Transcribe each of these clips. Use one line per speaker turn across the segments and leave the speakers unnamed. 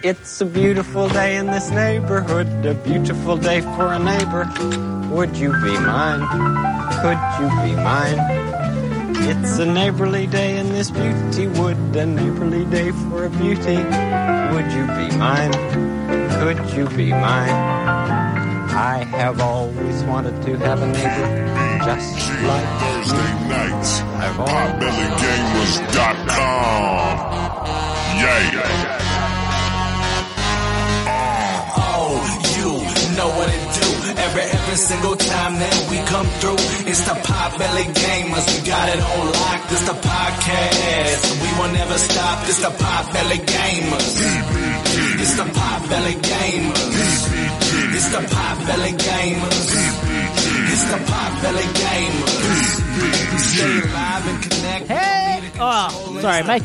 It's a beautiful day in this neighborhood, a beautiful day for a neighbor. Would you be mine? Could you be mine? It's a neighborly day in this beauty wood, a neighborly day for a beauty. Would you be mine? Could you be mine? I have always wanted to have a neighbor just like
Thursday nights at potbellygamers.com. Yay!
Oh, you know what it do. Every every single time that we come through, it's the Pop Belly Gamers. We got it on lock. This the podcast. We will never stop. This the Pop Belly Gamers. It's the Pop Belly Gamers. It's the Pop Belly Gamers. It's the Pop Belly Gamers. Stay live and connect.
Hey! Oh, sorry, Mike.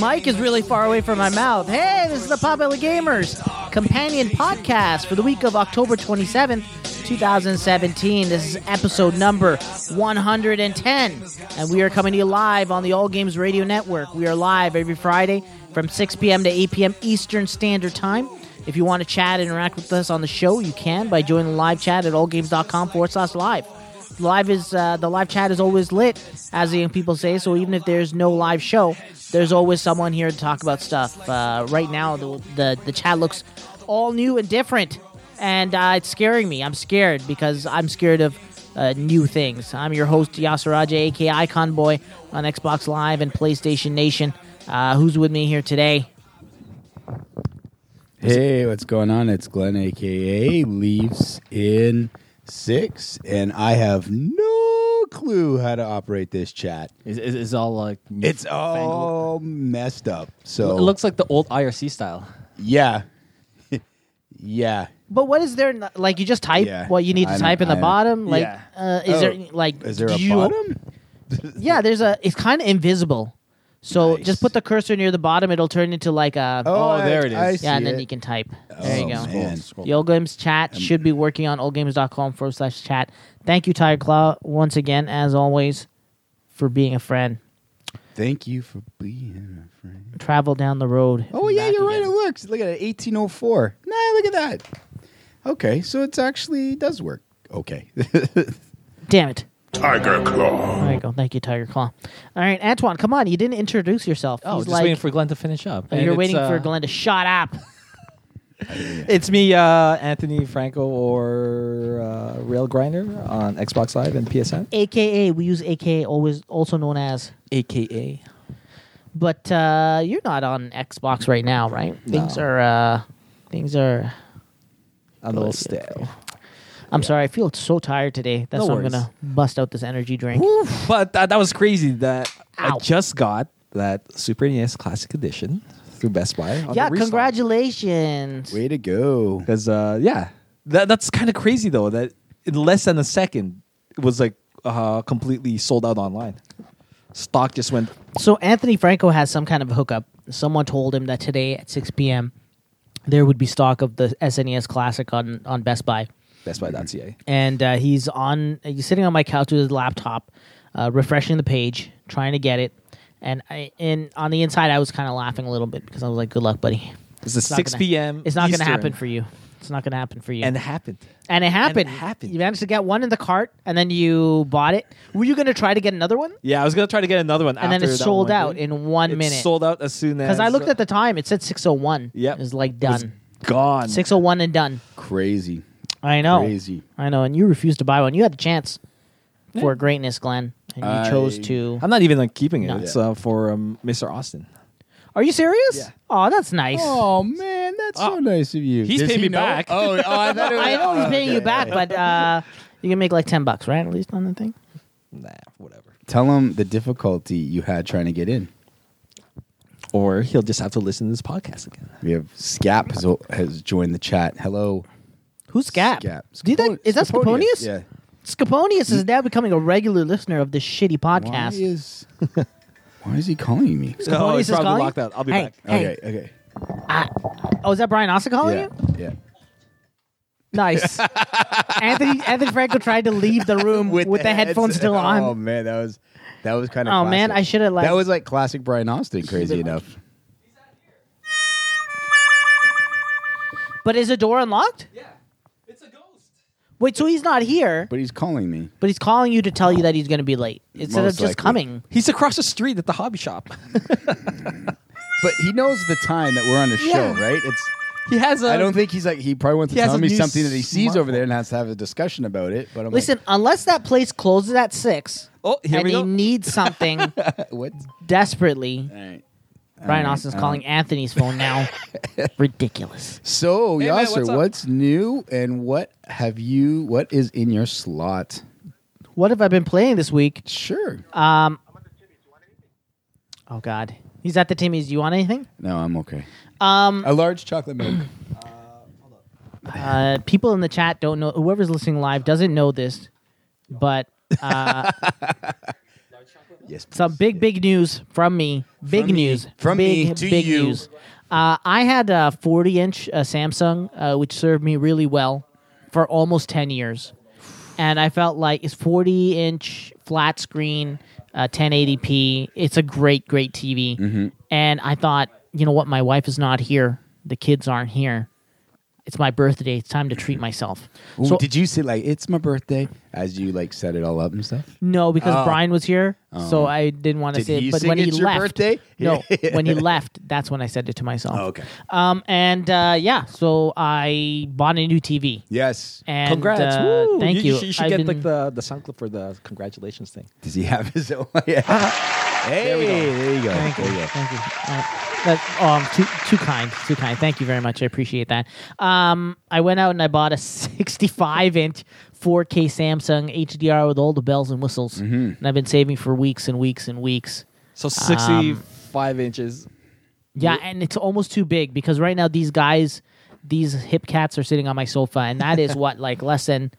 Mike is really far away from my mouth. Hey, this is the Pop Belly Gamers companion podcast for the week of October 27th, 2017. This is episode number 110, and we are coming to you live on the All Games Radio Network. We are live every Friday from 6 p.m. to 8 p.m. Eastern Standard Time. If you want to chat and interact with us on the show, you can by joining the live chat at allgames.com forward slash live live is uh, the live chat is always lit, as the young people say. So even if there's no live show, there's always someone here to talk about stuff. Uh, right now, the, the the chat looks all new and different, and uh, it's scaring me. I'm scared because I'm scared of uh, new things. I'm your host Yasser Raja, aka Icon Boy, on Xbox Live and PlayStation Nation. Uh, who's with me here today?
Hey, what's going on? It's Glenn, aka Leaves in Six, and I have no clue how to operate this chat.
Is, is, is all like
It's all messed up.
it
So
looks like the old IRC style.
yeah, yeah.
But what is there? n- Like you just type
Yeah.
what you need
I
to
don't-
type in the
I don't-
bottom. Like,
Yeah.
uh, is
Oh,
there like
Is there a
do you-
bottom?
Yeah, there's a. It's kind of invisible. So
Nice.
just put the cursor near the bottom. It'll turn into like a.
Oh, there it is.
I
Yeah,
see
yeah, and then
it.
you can type. there you go.
Oh, man.
The old games chat should be working on oldgames.com forward slash chat. Thank you, Tiger Claw, once again, as always, for being a friend.
Thank you for being a friend.
Travel down the road.
Oh
and
yeah,
back
you're right.
again.
It looks. Look at it, 1804. Nah, look at that. Okay, so it's actually it does work. Okay.
Damn it.
Tiger Claw.
There you go. Thank you, Tiger Claw. All right, Antoine, come on. You didn't introduce yourself.
Oh,
He's
just
like,
waiting for Glenn to finish up. And
You're
it's,
waiting
uh,
for Glenn to shut up.
It's me, uh, Anthony Franco, or uh, Rail Grinder on Xbox Live and PSN,
AKA, we use AKA, always also known as.
aka.
But uh, you're not on Xbox right now, right? Things are uh, things are.
A little stale,
I'm sorry, I feel so tired today. That's
No
why I'm
worries.
gonna bust out this energy drink.
but that, that was crazy. That
Ow.
I just got that Super NES Classic Edition through Best Buy. on the
yeah,
restock.
congratulations.
Way to go.
Because uh, yeah, that that's kind of crazy though. That in less than a second, it was like uh, completely sold out online. Stock just went.
So Anthony Franco has some kind of hookup. Someone told him that today at 6 p.m. there would be stock of the SNES Classic on on Best Buy.
Best Buy.ca.
and uh, he's on he's sitting on my couch with his laptop uh, refreshing the page trying to get it and I, and on the inside i was kind of laughing a little bit because i was like good luck buddy
It's a
not
6
gonna-
p.m.
it's not going to
Eastern.
happen for you it's not going to happen for you
And it happened.
and it happened
happened.
you managed to get one in the cart and then you bought it were you going to try to get another one
Yeah, I was gonna try to get another one,
and then
after
it
that
sold
one
out
did.
in one
It
minute
Sold out as soon as
because i looked at the time it said 601
Yep.
it was like
It was
done
gone.
601 and done
Crazy.
I know.
Crazy.
I know. And you refused to buy one. You had a chance for greatness, Glenn, and you
I-
chose to.
I'm not even like keeping it.
No.
It's uh, for um, Mr. Austin.
Are you serious?
Yeah.
Oh, that's nice.
Oh man, that's so nice of you.
He's
Does
paying
he
me
know?
back.
Oh, oh, I thought it was,
I know he's paying you
Okay.
back, but uh, you can make like ten bucks, right? At least on the thing.
Nah, whatever.
Tell him the difficulty you had trying to get in.
Or he'll just have to listen to this podcast again.
We have Scap has, has joined the chat. Hello,
Who's Scap? Did that, is that Scaponius?
Yeah.
Scaponius is now becoming a regular listener of this shitty
Why
podcast.
is Why is he calling me?
Scaponius
Oh, he's
is
probably
calling you?
locked out. I'll be
Hey,
back.
hey.
Okay, okay.
Oh, is that Brian Asa calling
yeah,
you?
yeah.
Nice. Anthony Anthony Franco tried to leave the room with, the, headphones
headset.
still on.
Oh man, that was that was kind of.
Oh, man, I shoulda, like-
that was like classic Brian Austin. Crazy
like-
enough.
But is the door unlocked?
Yeah, it's a ghost.
Wait, so he's not here,
But he's calling me.
but he's calling you to tell you that he's going to be late instead
Most
of just
likely.
coming.
He's across the street at the hobby shop.
But he knows the time that we're on a show,
Yeah.
right? It's.
he has a.
I don't think he's like he probably wants to
He has
tell
a
me
new
something that he sees
smartphone.
over there and has to have a discussion about it. But I'm
Listen, unless that place closes at six,
Oh, here
and
we
he
go.
needs something
like, what?
desperately,
All right.
Brian Austin's calling Anthony's phone now. Ridiculous.
So
Hey, man,
Yasser,
what's
what's,
up?
new and what have you? What is in your slot?
What have I been playing this week?
Sure.
Um, oh God, he's at the Timmy's. Do you want anything?
no, I'm okay.
Um,
A large chocolate milk.
uh, people in the chat don't know. Whoever's listening live doesn't know this, but uh,
yes.
some big, big news from me. Big
From me.
news.
From
big,
me to
big
you.
news. Uh, I had a 40 inch uh, Samsung, uh, which served me really well for almost 10 years. And I felt like it's 40 inch flat screen, uh, 1080p. It's a great, great TV.
Mm-hmm.
And I thought, you know what? My wife is not here. The kids aren't here. It's my birthday. It's time to treat myself.
Ooh,
so
did you say like it's my birthday as you like set it all up and stuff?
No, because
Oh.
Brian was here, so I didn't want to
Did
say
he
it. But
sing
when he
It's Your
left,
Birthday?
no, when he left, that's when I said it to myself.
Oh, okay.
Um, and uh, yeah, so I bought a new TV.
Yes.
And
Congrats!
uh,
Woo.
thank you.
You, should, you should
I've
get
been-
like the the sound clip for the congratulations thing.
Does he have his own? Yeah. hey, there, you go.
Thank you.
There you go.
Thank you. Uh, that, um, too, too kind. Too kind. Thank you very much. I appreciate that. Um, I went out and I bought a 65 inch 4K Samsung HDR with all the bells and whistles.
Mm-hmm.
And I've been saving for weeks and weeks and weeks.
So sixty five inches.
Yeah, and it's almost too big because right now these guys, these hip cats are sitting on my sofa, and that is what like less than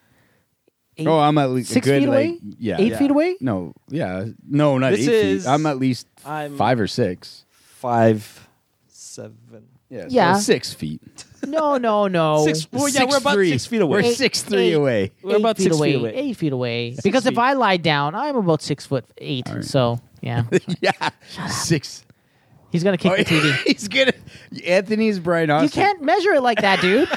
eight,
Oh, I'm at least
six
a good,
feet away,
like, yeah,
eight
yeah.
feet away.
No, yeah, no, not
This
eight
is-
feet. I'm at least
I'm-
five or six.
Five, seven.
Yeah, so
Yeah.
six feet.
No, no, no.
Six- well, yeah, we're about
three.
Oh, six feet away.
We're
Eight-
six three
eight-
away.
We're
eight
about
feet
six
away,
feet away.
Eight feet away. because if
feet.
I lie down, I'm about six foot eight. So yeah,
yeah, six.
he's gonna
Oh,
kick the TV.
He's gonna. Anthony's Brian Austin.
You can't measure it like that, dude.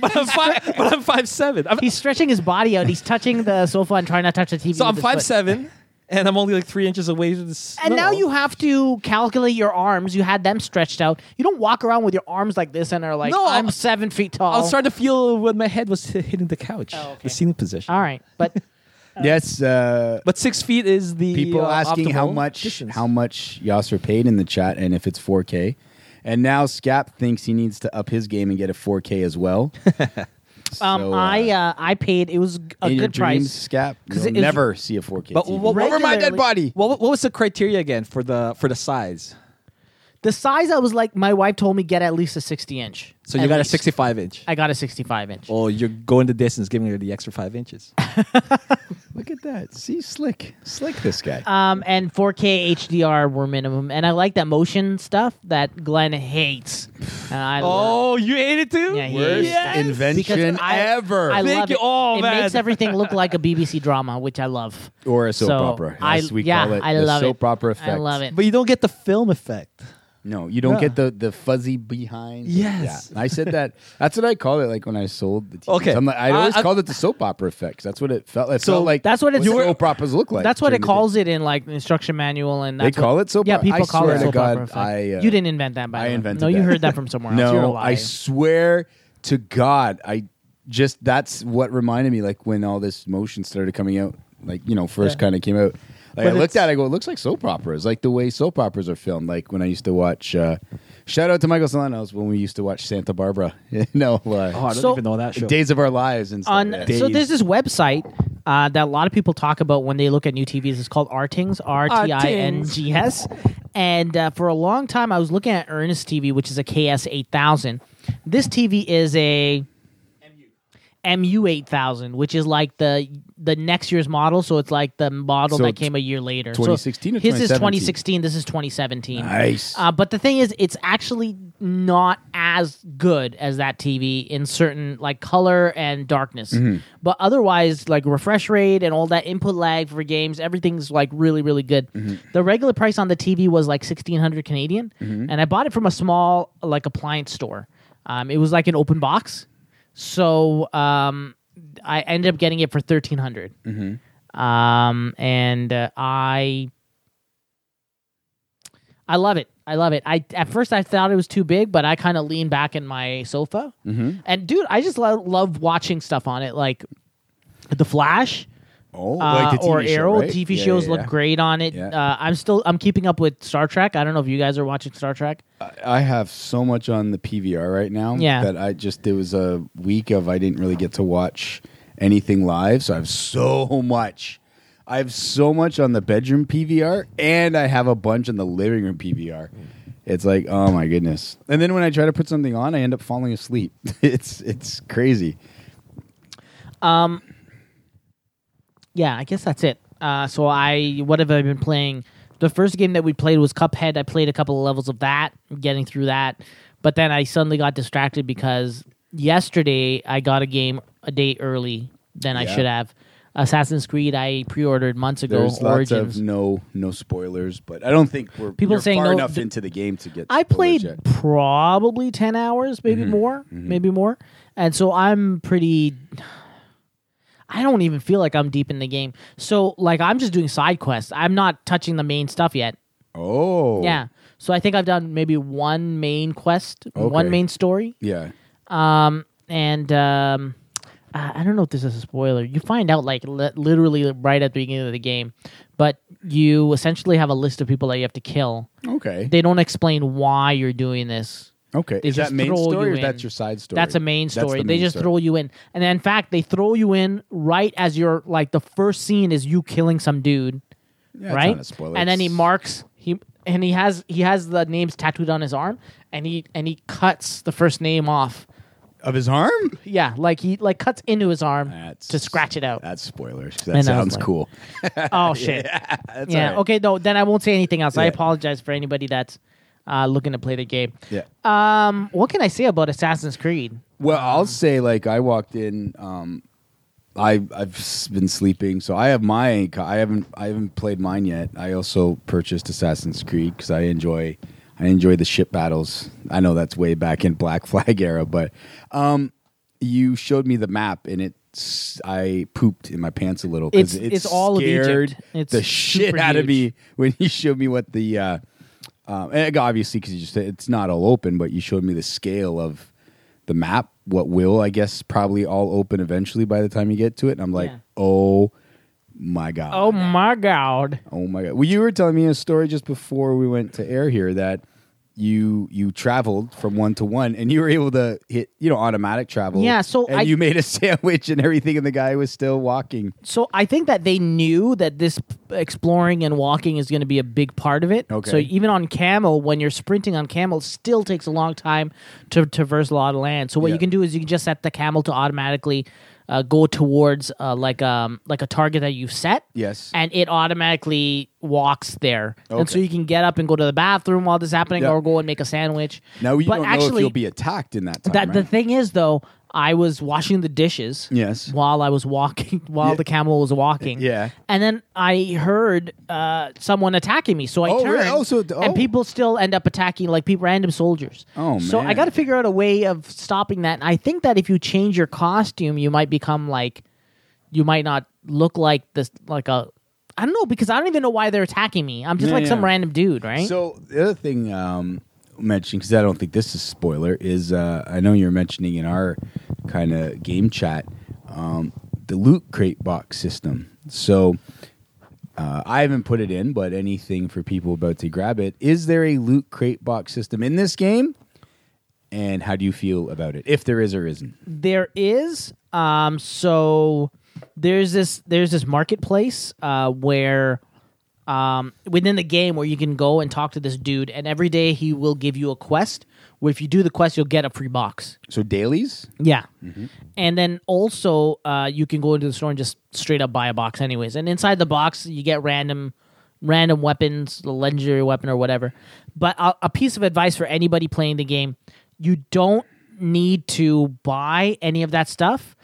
But I'm five. but I'm five seven. I'm,
He's stretching his body out. He's touching the sofa and trying not to touch the TV.
so I'm
with his
five
foot.
seven, and I'm only like three inches away from this.
And now you have to calculate your arms. You had them stretched out. You don't walk around with your arms like this and are like,
No,
I'm
I'll-
seven feet tall.
I was starting to feel when my head was hitting the couch,
Oh,
the ceiling position.
All right, but
Yes. Uh,
But six feet is the
people
uh,
asking how
optimal
much
distance.
how much Yasser paid in the chat and if it's 4K. And now Scap thinks he needs to up his game and get a 4K as well.
um,
So,
I uh, I paid. It was a
in your
good
dreams,
price.
Scap,
'Cause it
you'll
is-
never see a 4K.
But
TV.
what- what
Over my dead
regularly-
body.
What, what was the criteria again for the for the size?
The size I was like, my wife told me get at least a sixty inch.
So you
At
got
least.
a sixty five inch.
I got a sixty-five inch.
Oh, you're going the distance, giving her the extra five inches.
Look at that. See, slick, slick. This guy.
Um, and 4K HDR were minimum, and I like that motion stuff that Glenn hates. And I love-
you ate it too.
Yeah, he
Worst
hates it.
invention
Because I-
ever.
I
Thank
love
you.
it.
Oh,
it
man.
makes everything look like a BBC drama, which I love.
or a soap
So,
opera, as
I-
we
yeah,
call it.
I
the
love it.
soap opera effect.
I love it.
But you don't get the film effect.
No, you don't
Yeah.
get the the fuzzy behind.
Yes.
Yeah. I said that. That's what I call it. Like when I sold the TV.
Okay.
I'm like, I always
I- I-
called it the soap opera effect. 'cause that's what it felt. It
So
felt like
Uh, that's what it's-
soap operas look like.
that's what it
during the day.
calls it in like the instruction manual, and
They
that's
call
what,
it soap
Yeah,
opera?
people
I
call
swear
it
to
soap
God,
opera. effect.
I, uh,
you didn't invent that, by
I
the way.
invented.
No, you
that.
heard that from somewhere else.
no,
You're a liar.
I swear to God, I just that's what reminded me. Like when all this motion started coming out, like you know, first
Yeah.
kind of came out. Like I
But
looked
it's-
at, it, I go, it looks like soap operas, like the way soap operas are filmed. Like when I used to watch. Uh, shout out to Michael Solanos when we used to watch Santa Barbara. no. Uh,
Oh, I don't
So-
even know that show.
Days of Our Lives and stuff.
on
yeah.
so there's this website uh, that a lot of people talk about when they look at new TVs. It's called RTings, R T I N G S. And uh, for a long time, I was looking at Ernest TV, which is a KS8000. This TV is a MU8000, which is like the the next year's model. So it's like the model
So
that
it's
came a year later. So
2016 or
his is
2017?
2016. This is 2017.
Nice.
Uh, but the thing is, it's actually not as good as that TV in certain like color and darkness. But otherwise, like refresh rate and all that input lag for games, everything's like really, really good. The regular price on the TV was like sixteen hundred Canadian, and I bought it from a small like appliance store. Um, it was like an open box, so um, I ended up getting it for thirteen Um, and uh, I I love it. I love it. I at first I thought it was too big, but I kind of leaned back in my sofa. Mm-hmm. And dude, I just lo- love watching stuff on it, like The Flash
oh,
uh,
like the TV
or
show,
Arrow.
right?
TV
Yeah,
shows
yeah,
look
yeah.
great on it.
Yeah.
Uh, I'm still I'm keeping up with Star Trek. I don't know if you guys are watching Star Trek.
I have so much on the PVR right now
Yeah.
that I just there was a week of I didn't really get to watch anything live, so I have so much. I have so much on the bedroom PVR and I have a bunch on the living room PVR. It's like, oh my goodness. And then when I try to put something on, I end up falling asleep. it's it's crazy.
Um, yeah, I guess that's it. Uh, so I what have I been playing? The first game that we played was Cuphead. I played a couple of levels of that, getting through that, but then I suddenly got distracted because yesterday I got a game a day early than I
Yeah.
should have. Assassin's Creed I pre-ordered months ago.
There's lots
Origins.
of no no spoilers, but I don't think we're
People
you're
saying
far
no-
enough
th-
into the game to get
I
spoilers
played
yet.
probably 10 hours, maybe more, maybe more. And so I'm pretty I don't even feel like I'm deep in the game. So like I'm just doing side quests. I'm not touching the main stuff yet.
Oh.
Yeah. So I think I've done maybe one main quest,
Okay.
one main story.
Yeah.
Um and um I I don't know if this is a spoiler. You find out like li- literally right at the beginning of the game, but you essentially have a list of people that you have to kill.
Okay.
They don't explain why you're doing this.
Okay,
They
is that
just
main
throw
story
you
or
in.
that's your side story?
That's a main
That's the
story.
main
they just
story.
throw you in, and then, in fact, they throw you in right as you're like the first scene is you killing some dude,
Yeah, it's
right?
not a spoiler.
And then he
It's-
marks he and he has he has the names tattooed on his arm, and he and he cuts the first name off.
of his arm.
Yeah, like he like cuts into his arm
That's-
to scratch it out.
That's spoilers. 'cause
I
That
was
sounds
like-
cool.
Oh shit. yeah.
alright.
Okay. No. Then I won't say anything else. I apologize for anybody that's uh, looking to play the game.
Yeah.
Um. What can I say about Assassin's Creed?
Well, I'll
Um,
say like I walked in. Um, I I've s- been sleeping, so I have my. I haven't I haven't played mine yet. I also purchased Assassin's Creed because I enjoy I enjoy the ship battles. I know that's way back in Black Flag era, but um, you showed me the map and it. I pooped in my pants a little because
It's-
it
it's all of
scared
Egypt. It's
the
super
shit out of
huge.
me when you showed me what the uh, um, and obviously because you just it's not all open, but you showed me the scale of the map. What will I guess probably all open eventually by the time you get to it. And I'm like,
Yeah.
oh my god,
Oh my god.
Oh my god. Well, you were telling me a story just before we went to air here that you you traveled from one to one and you were able to hit you know automatic travel.
Yeah, so
and
I-
you made a sandwich and everything, and the guy was still walking.
so I think that they knew that this p- exploring and walking is going to be a big part of it.
Okay.
So even on camel, when you're sprinting on camel, it still takes a long time to traverse a lot of land. So what
Yeah.
you can do is you can just set the camel to automatically uh, go towards uh, like um like a target that you set.
Yes.
And it automatically walks there, and so
Okay.
you can get up and go to the bathroom while this is happening,
Yeah.
or go and make a sandwich.
Now you
but
don't know if
actually,
you'll be attacked in that time.
that the
right?
thing is though, I was washing the dishes.
Yes.
While I was walking, while
Yeah.
the camel was walking.
Yeah.
And then I heard uh, someone attacking me, so I
Oh, really?
turned.
Oh, so- oh.
And people still end up attacking like people, random soldiers.
Oh,
So I
man.
got to figure out a way of stopping that. And I think that if you change your costume, you might become like, you might not look like this, like a. I don't know because I don't even know why they're attacking me. I'm just
Yeah,
like some
yeah.
random dude, right?
So the other thing um, mentioning because I don't think this is spoiler is uh, I know you're mentioning in our kind of game chat um, the loot crate box system. So uh, I haven't put it in, but anything for people about to grab it. Is there a loot crate box system in this game? And how do you feel about it, if there is or isn't?
there is um so there's this there's this marketplace uh where um within the game where you can go and talk to this dude and every day he will give you a quest where if you do the quest, you'll get a free box.
So dailies?
Yeah.
Mm-hmm.
And then also, uh, you can go into the store and just straight up buy a box, anyways. And inside the box, you get random, random weapons, the legendary weapon or whatever. But a, a piece of advice for anybody playing the game: you don't need to buy any of that stuff.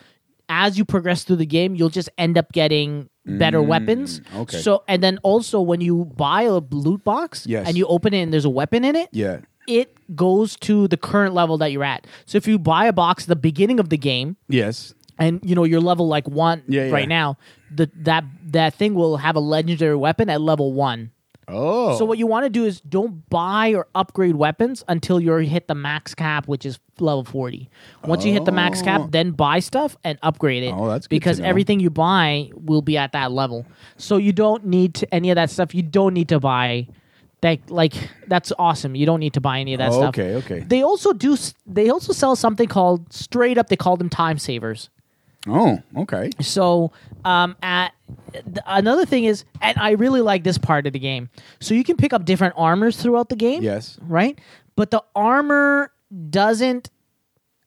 As you progress through the game, you'll just end up getting better weapons.
Mm, okay.
So, and then also when you buy a loot box
Yes.
and you open it and there's a weapon in it,
Yeah.
it goes to the current level that you're at. So if you buy a box at the beginning of the game
Yes.
and you know you're level like one
Yeah, yeah.
right now, the, that that thing will have a legendary weapon at level one.
Oh.
So what you want to do is don't buy or upgrade weapons until you hit the max cap, which is level forty. Once you hit the max cap, then buy stuff and upgrade it.
Oh, that's good to
because
know.
everything you buy will be at that level. So you don't need to, any of that stuff. You don't need to buy. That, like that's awesome. You don't need to buy any of that
Oh,
stuff.
okay, okay.
They also do. s- They also sell something called straight up. They call them time savers.
oh, okay.
So, um, at th- another thing is, and I really like this part of the game. So you can pick up different armors throughout the game.
Yes.
Right, but the armor doesn't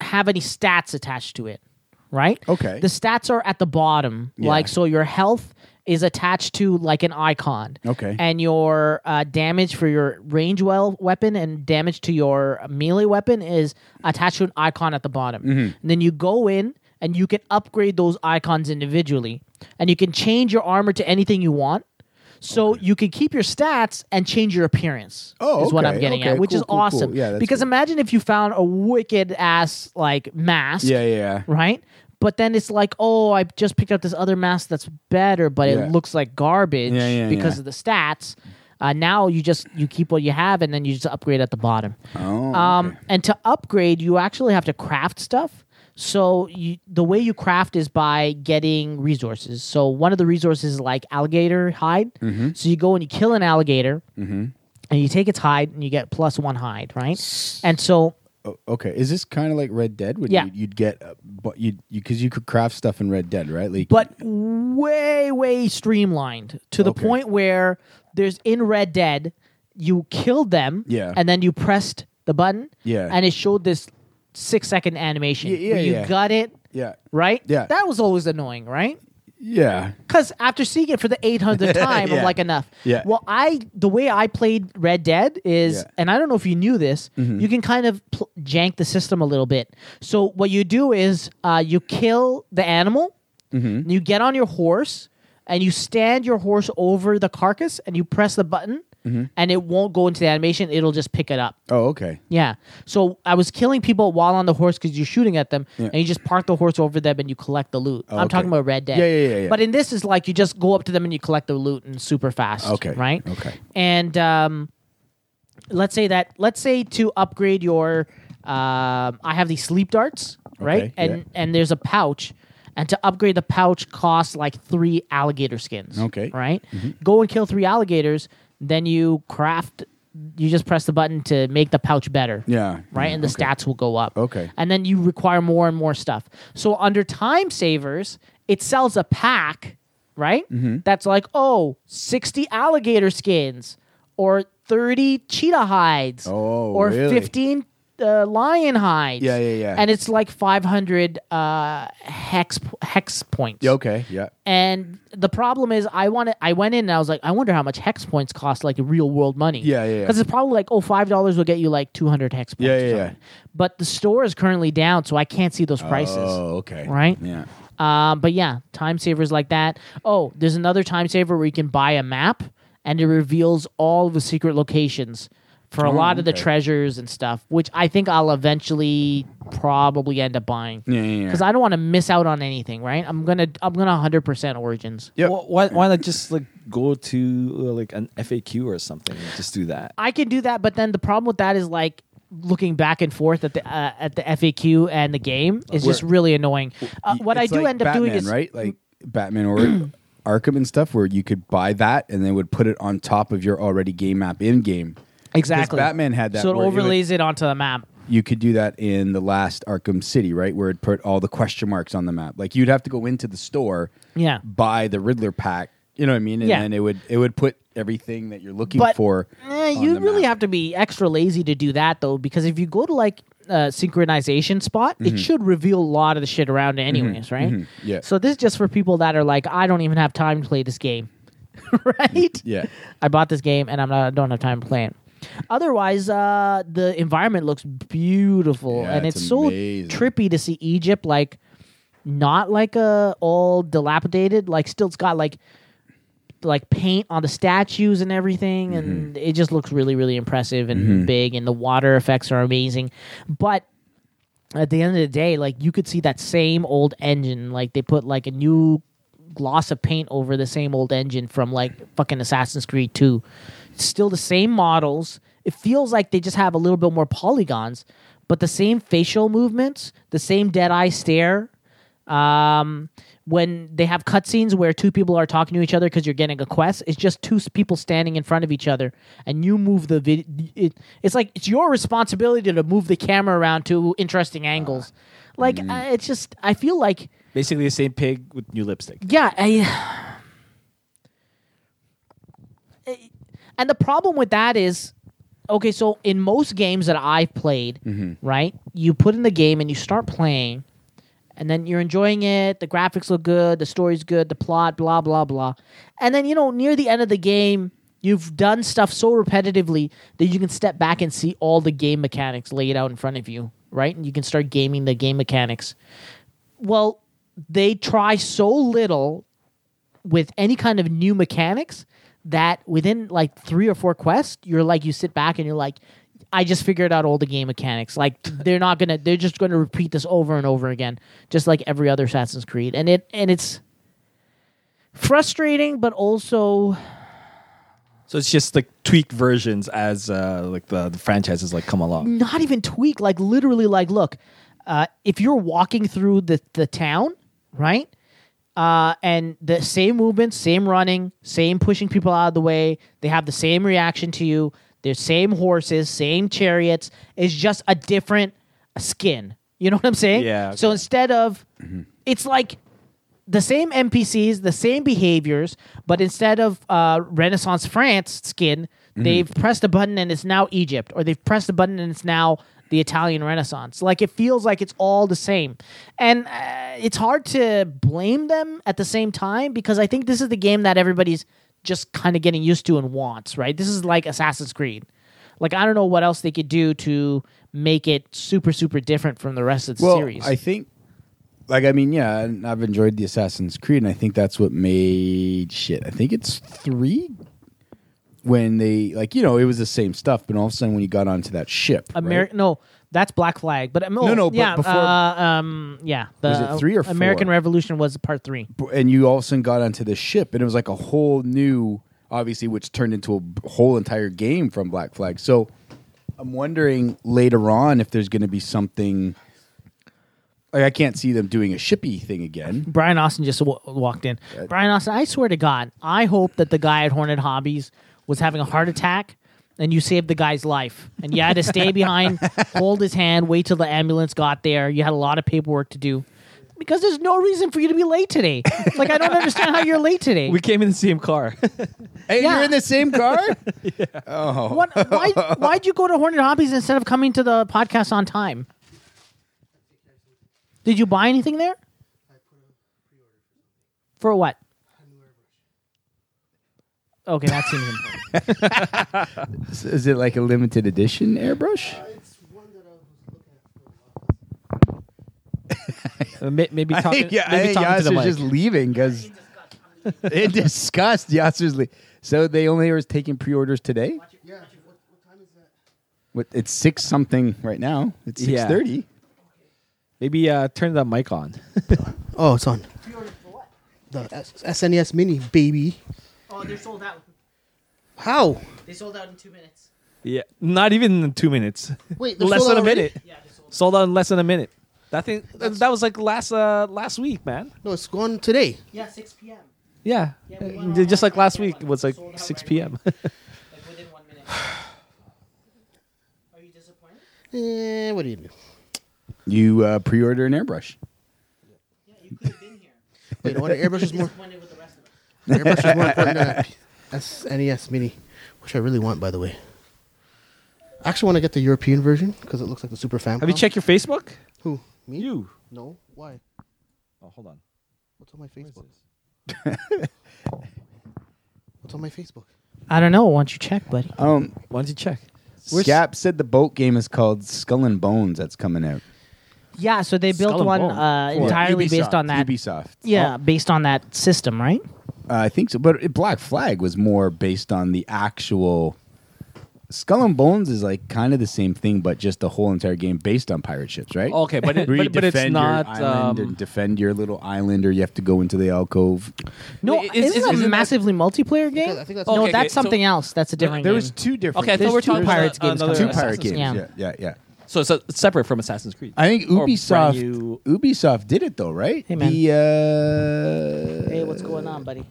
have any stats attached to it. Right.
Okay.
The stats are at the bottom.
Yeah.
Like so, your health is attached to like an icon.
Okay.
And your uh, damage for your range well weapon and damage to your melee weapon is attached to an icon at the bottom.
Mm-hmm.
And then you go in and you can upgrade those icons individually, and you can change your armor to anything you want. So you can keep your stats and change your appearance.
Oh,
is what
okay,
I'm getting
okay,
at, which
cool,
is
cool, cool.
awesome.
Yeah, that's
because
cool.
imagine if you found a wicked ass like mask
Yeah, yeah, yeah.
right? But then it's like, oh, I just picked up this other mask that's better, but
Yeah.
it looks like garbage
Yeah, yeah,
because
yeah.
of the stats. Uh, now you just you keep what you have, and then you just upgrade at the bottom.
Oh.
Um,
okay.
And to upgrade, you actually have to craft stuff. So you, the way you craft is by getting resources. So one of the resources is like alligator hide.
Mm-hmm.
So you go and you kill an alligator, and you take its hide, and you get plus one hide, right? And so
O- okay. Is this kind of like Red Dead? Would
Yeah.
you, you'd get, uh, but you because you could craft stuff in Red Dead, right? Like,
but way way streamlined to the
Okay.
point where there's in red dead you killed them
Yeah.
and then you pressed the button
Yeah.
and it showed this six second animation
Yeah, yeah,
where you
yeah.
got it
yeah,
right
Yeah.
that was always annoying right
yeah.
because after seeing it for the 800th time,
Yeah.
I'm like, enough.
Yeah.
Well, I the way I played Red Dead is,
Yeah. Mm-hmm.
and I don't know if you knew this, you can kind of pl- jank the system a little bit. So what you do is uh, you kill the animal,
Mm-hmm.
you get on your horse, and you stand your horse over the carcass, and you press the button,
Mm-hmm.
and it won't go into the animation. It'll just pick it up.
Oh, okay.
Yeah. So I was killing people while on the horse because you're shooting at them, and you just park the horse over them and you collect the loot. I'm
okay.
talking about Red Dead.
Yeah, yeah, yeah, yeah.
But in this, is like you just go up to them and you collect the loot and super fast.
Okay,
Right.
okay.
And um, let's say that let's say to upgrade your, um, I have these sleep darts, right?
Okay,
and
yeah.
and there's a pouch. And to upgrade the pouch costs like three alligator skins.
Okay.
Right?
Mm-hmm.
Go and kill three alligators, then you craft you just press the button to make the pouch better.
Yeah.
Right?
yeah,
and the
okay.
stats will go up.
Okay.
And then you require more and more stuff. So under time savers, it sells a pack, right?
Mm-hmm.
That's like, oh, 60 alligator skins or 30 cheetah hides
Oh,
or
really?
15 uh, lion hides.
Yeah, yeah, yeah.
And it's like 500 uh, hex hex points.
Yeah, okay. Yeah.
And the problem is, I want I went in and I was like, I wonder how much hex points cost, like real world money.
Yeah, yeah, yeah.
Because it's probably like, oh, five dollars will get you like two hundred hex points.
Yeah,
or
yeah, yeah.
something. But the store is currently down, so I can't see those prices.
Oh, okay.
Right?
Yeah.
Um, but yeah, time savers like that. Oh, there's another time saver where you can buy a map and it reveals all the secret locations for a lot of the
Oh, okay.
treasures and stuff, which I think I'll eventually probably end up buying.
Yeah, yeah, yeah.
Because I don't want to miss out on anything, right? I'm gonna I'm gonna 100% origins.
Yep.
Wh- Why, why not just like go to uh, like an FAQ or something? and Just do that.
I can do that, but then the problem with that is like looking back and forth at the uh, at the FAQ and the game is just
Where-
really annoying. Uh,
Y-
what I
it's
do
like
end up
Batman,
doing is
right, like Batman or Arkham and stuff, where you could buy that and then would put it on top of your already game map in game.
exactly
Batman had that
so it
where it would-
overlays it onto the map.
You could do that in the last Arkham City, right, where it put all the question marks on the map. Like you'd have to go into the store,
Yeah.
buy the Riddler pack You know what I mean? And
Yeah.
then it would it would put everything that you're looking
But
for.
eh,
on
you
the
really
map.
have to be extra lazy to do that though, because if you go to like a synchronization spot, it should reveal a lot of the shit around it anyways, right?
Mm-hmm. Yeah.
So this is just for people that are like, I don't even have time to play this game, right?
Yeah.
I bought this game and I'm not I don't have time to play it. Otherwise, uh, the environment looks beautiful
Yeah,
and
it's
it's, so
amazing.
trippy to see Egypt like not like a all dilapidated, like still it's got like like paint on the statues and everything and
Mm-hmm.
it just looks really really impressive and big and the water effects are amazing. But at the end of the day, like you could see that same old engine. Like they put like a new gloss of paint over the same old engine from like fucking Assassin's Creed 2. It's still the same models. It feels like they just have a little bit more polygons, but the same facial movements, the same dead eye stare. Um, when they have cutscenes where two people are talking to each other because you're getting a quest, it's just two s- people standing in front of each other, and you move the video. It, it's like it's your responsibility to move the camera around to interesting angles. like I, it's just, I feel like
Basically, the same pig with new lipstick.
yeah, I. And the problem with that is, okay, so in most games that I've played, right, you put in the game and you start playing, and then you're enjoying it. The graphics look good, the story's good, the plot, blah blah blah, and then you know near the end of the game. You've done stuff so repetitively that you can step back and see all the game mechanics laid out in front of you, right? And you can start gaming the game mechanics well, they try so little with any kind of new mechanics that within like three or four quests, you're like you sit back and you're like, I just figured out all the game mechanics. Like they're not gonna, they're just gonna repeat this over and over again, just like every other Assassin's Creed. And it and it's frustrating, but also
So it's just like tweaked versions as uh, like the, the franchises like come along.
not even tweak like literally like look uh, if you're walking through the, the town right uh, and the same movements same running same pushing people out of the way they have the same reaction to you they're same horses same chariots it's just a different skin you know what i'm saying
Yeah,
so instead of it's like the same NPCs, the same behaviors, but instead of uh, Renaissance France skin,
Mm-hmm.
they've pressed a button and it's now Egypt, or they've pressed a button and it's now the Italian Renaissance. Like it feels like it's all the same, and uh, it's hard to blame them at the same time because I think this is the game that everybody's just kind of getting used to and wants. Right? This is like Assassin's Creed. Like I don't know what else they could do to make it super super different from the rest of the
well,
series.
I think, like, I mean, yeah, and I've enjoyed the Assassin's Creed, and I think that's what made shit. I think it's three when they, like, you know, it was the same stuff, but all of a sudden when you got onto that ship, right?
American? No, that's Black Flag. But um, oh,
no, but
yeah,
before-
uh, um, yeah, the
Was it three or
American
four?
Revolution was part three.
and you all of a sudden got onto the ship, and it was like a whole new, obviously, which turned into a b- whole entire game from Black Flag. So I'm wondering later on if there's going to be something. Like I can't see them doing a shippy thing again.
Brian Austin just w- walked in. Brian Austin, I swear to God, I hope that the guy at Hornet Hobbies was having a heart attack. And you saved the guy's life, and you had to stay behind, hold his hand, wait till the ambulance got there. You had a lot of paperwork to do, because there's no reason for you to be late today. Like I don't understand how you're late today.
We came in the same car.
Hey,
Yeah.
you're in the same car.
What, why why'd you go to Hornet Hobbies instead of coming to the podcast on time? Did you buy anything there? For what? Okay, that seems important.
Is it like a limited edition airbrush?
Uh, may- maybe
I
talking,
think, yeah, I
maybe
think
talking to the
Yasser's
mic.
just leaving because in disgust, Yasser's le- So they only are taking pre-orders today. Yeah. What, it's six something right now. It's six
Yeah.
thirty.
maybe uh, turn the mic on.
Oh, it's on. The S- SNES Mini, baby.
Oh, they're sold out.
How?
They sold out in two minutes.
yeah, not even in two minutes.
Wait, they're
less
sold
than a
out already?
minute.
Yeah, they sold
Sold out in less than a minute. That thing that was like last uh, last week, man.
No, it's gone today.
Yeah, six PM.
Yeah,
Yeah, we
Uh,
went on
just like
online
last
for
week.
one.
It was like
Sold out
six
right
p.m.
Like within one minute. Are you disappointed?
Eh, what do you do?
You uh, pre-order an airbrush.
Yeah, you could have been here.
Wait, I want to airbrush this more.
Disappointed with the rest of us.
Airbrush is more important than a SNES E Mini, which I really want, by the way. I actually want to get the European version because it looks like the Super Famicom.
Have you checked your Facebook?
Who? Me?
You.
No. Why?
Oh, hold on.
What's on my Facebook? What's on my Facebook?
I don't know. Why don't you check, buddy?
Uh,
Um,
Why don't you check?
Scap said the boat game is called Skull and Bones that's coming out.
Yeah, so they built
Skull
one
and Bone.
uh, entirely based on that.
Ubisoft.
Yeah, based on that system, right?
Uh, I think so. But it- Black Flag was more based on the actual. Skull and Bones is like kind of the same thing, but just the whole entire game based on pirate ships, right?
Okay, but it-
Where you
but- but it's
defend your
not,
island
um,
and defend your little island, or you have to go into the alcove.
No,
Wait,
is,
is- is-
not it
isn't
a
that-
massively multiplayer game?
I think that's
no,
Okay,
that's
okay, so-
something else. That's a different
There
game.
was two different.
Okay, I thought
there's
we were talking
two-
about
about
Pirates games
another
coming
two
out.
pirate
Assassin's
games.
Creed.
Yeah.
Creed.
yeah, yeah,
So it's uh, separate from Assassin's Creed.
I think
Or brand
Ubisoft.
new-
Ubisoft did it though, right?
Hey, man.
The, uh,
Hey, what's going on, buddy?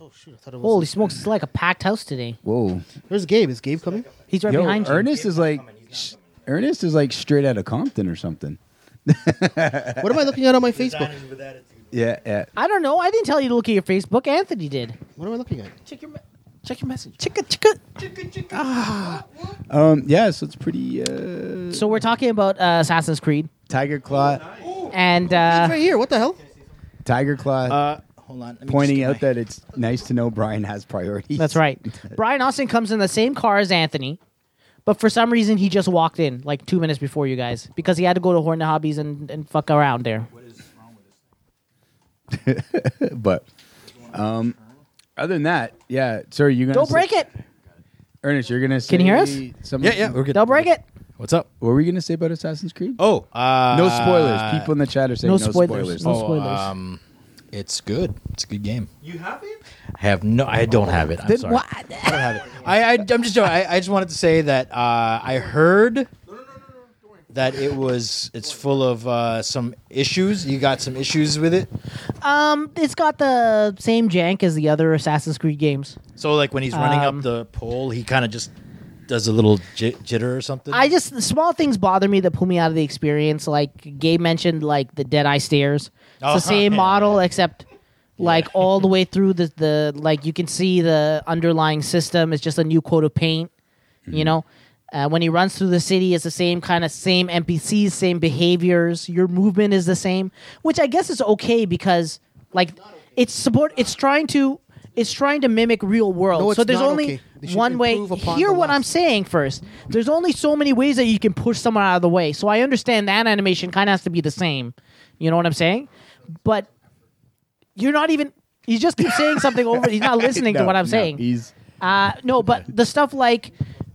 Oh shoot! I thought it was.
Holy smokes, it's like a packed house today.
whoa,
Where's Gabe? Is Gabe coming?
He's right
Yo,
behind you.
Ernest is like, sh- Ernest is like straight out of Compton or something.
What am I looking at on my Facebook?
Yeah, yeah.
I don't know. I didn't tell you to look at your Facebook. Anthony did.
What am I looking at?
Check your me- check your message.
Chicka chicka.
Um, yeah, so it's pretty uh,
So we're talking about uh, Assassin's Creed,
Tiger Claw,
and uh,
right here. What the hell?
Tiger Claw,
Uh, hold on. let me just
pointing
get
out
my-
that it's nice to know Brian has priorities.
that's right. Brian Austin comes in the same car as Anthony, but for some reason he just walked in like two minutes before you guys because he had to go to Hornet Hobbies and, and fuck around there.
But um, other than that, yeah. Sorry, you gonna
Don't break it.
Ernest? You're gonna say
Can you hear us?
Some,
Yeah, yeah, we're good.
Don't break it.
What's up?
What were you gonna say about Assassin's Creed?
Oh, uh,
no spoilers. People in the chat are saying
no
no,
spoilers.
spoilers.
No
oh,
spoilers.
Um, it's good. It's a good game. You have it? I have no. I don't have it. I'm sorry. I don't have it. I, I I'm just joking. I, I just wanted to say that uh, I heard. That it was, it's full of uh, some issues. You got some issues with it.
Um, it's got the same jank as the other Assassin's Creed games.
So, like when he's running
Um,
up the pole, he kind of just does a little j- jitter or something.
I just small things bother me that pull me out of the experience. Like Gabe mentioned, like the Deadeye stairs. It's
Oh,
the same
yeah.
model except like all the way through the the like you can see the underlying system. It's just a new coat of paint. You know, uh, when he runs through the city, it's the same kind of same NPCs, same behaviors. Your movement is the same, which I guess is okay because like it's support. It's trying to. It's trying to mimic real world.
No, it's
so there's
not
only
okay. They should
one way.
improve upon
Hear
the
what I'm
last.
saying first. There's only so many ways that you can push someone out of the way. So I understand that animation kind of has to be the same. You know what I'm saying? But you're not even. You just keep saying something over. He's not listening to
No,
what I'm
no,
saying.
He's
Uh, no, but the stuff like,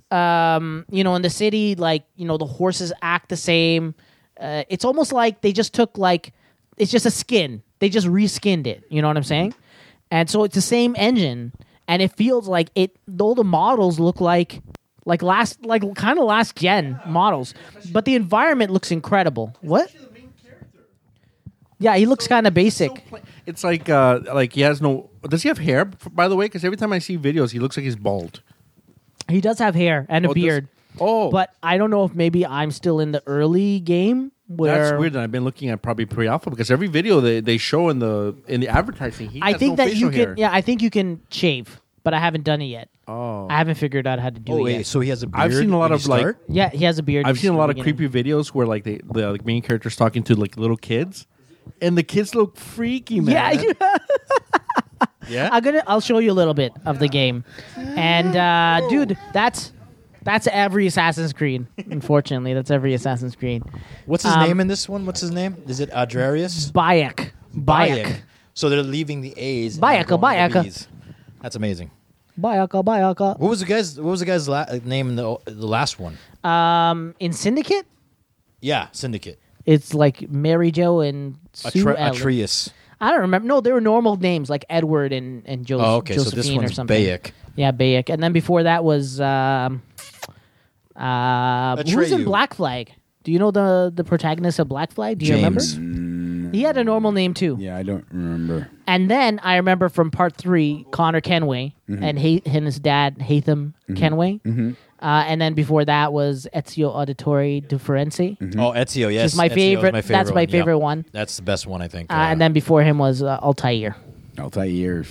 um, you know, in the city, like you know, the horses act the same. Uh, it's almost like they just took like it's just a skin. They just reskinned it. You know what I'm saying? And so it's the same engine, and it feels like it. All the models look like like last like kind of last gen models, but the environment looks incredible. What? Yeah, he looks kind of basic.
It's like uh like he has no. Does he have hair? By the way, because every time I see videos, he looks like he's bald.
He does have hair and a
Oh, does-
beard.
Oh,
But I don't know if maybe I'm still in the early game where
that's weird. And I've been looking at probably pre-alpha because every video they, they show in the in the advertising, he
I
has
think
no
that
facial
you
hair.
can. Yeah, I think you can shave, but I haven't done it yet. Oh, I haven't figured out how to do
oh
it
wait,
yet.
so he has a beard.
I've seen a lot
when you
of like
start?
yeah, he has a beard.
I've seen a lot of
Beginning.
creepy videos where like they the like, main characters talking to like little kids, and the kids look freaky, man.
Yeah, you-
yeah.
I'm gonna. I'll show you a little bit of the game, and uh, dude, that's that's every Assassin's Creed. Unfortunately, that's every Assassin's Creed.
What's his
Um,
name in this one? What's his name? Is it Adrarius?
Bayek, Bayek,
So they're leaving the A's. and
Bayek,
going with the
Bayek.
B's. That's amazing.
Bayek, Bayek.
What was the guy's? What was the guy's la- uh, name in the the last one?
Um, in Syndicate,
Yeah, Syndicate.
it's like Mary Jo and Sue
Atre-
Ellen.
Atreus.
I don't remember. No, they were normal names like Edward and and Joseph.
Oh, okay.
Josephine
so this
or
one's
something.
Bayek.
Yeah, Bayek. And then before that was um, uh, who's in
Atreyu.
Black Flag? Do you know the the protagonist of Black Flag? Do you
James.
remember? He had a normal name too.
yeah. I don't remember.
And then I remember from part three, Connor Kenway
Mm-hmm.
and, ha- and his dad Hatham Kenway. Uh, and then before that was Ezio Auditore di Firenze. Uh,
Oh, Ezio. Yes,
my
Ezio is
favorite-
my
that's my
one, yeah.
favorite one.
That's the best one, I think.
Uh, and then before him was uh, Altair.
Altair. or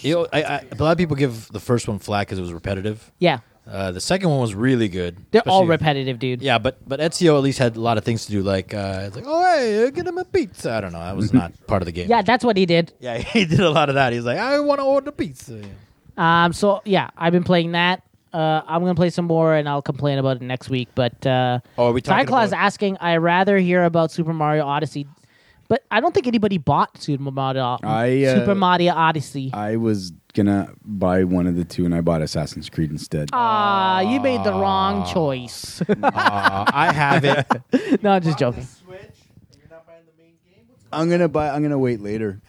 You know, I, I, a lot of people give the first one flack because it was repetitive.
Yeah.
Uh, the second one was really good.
They're all
Especially-
repetitive, dude.
Yeah, but but Ezio at least had a lot of things to do. Like uh, it's like, oh hey, get him a pizza. I don't know. That was not part of the game.
Yeah, that's what he did.
yeah, he did a lot of that. He's like, I want to order pizza.
Um, so yeah, I've been playing that. Uh, I'm gonna play some more, and I'll complain about it next week. But uh,
Oh, are we talking
Cyclaw is
about-
asking. I rather hear about Super Mario Odyssey, but I don't think anybody bought Super Mario
I, uh,
Super Mario Odyssey.
I was gonna buy one of the two, and I bought Assassin's Creed instead.
Ah, you made the wrong choice.
I have it.
no, I'm just joking.
I'm gonna buy. I'm gonna wait later.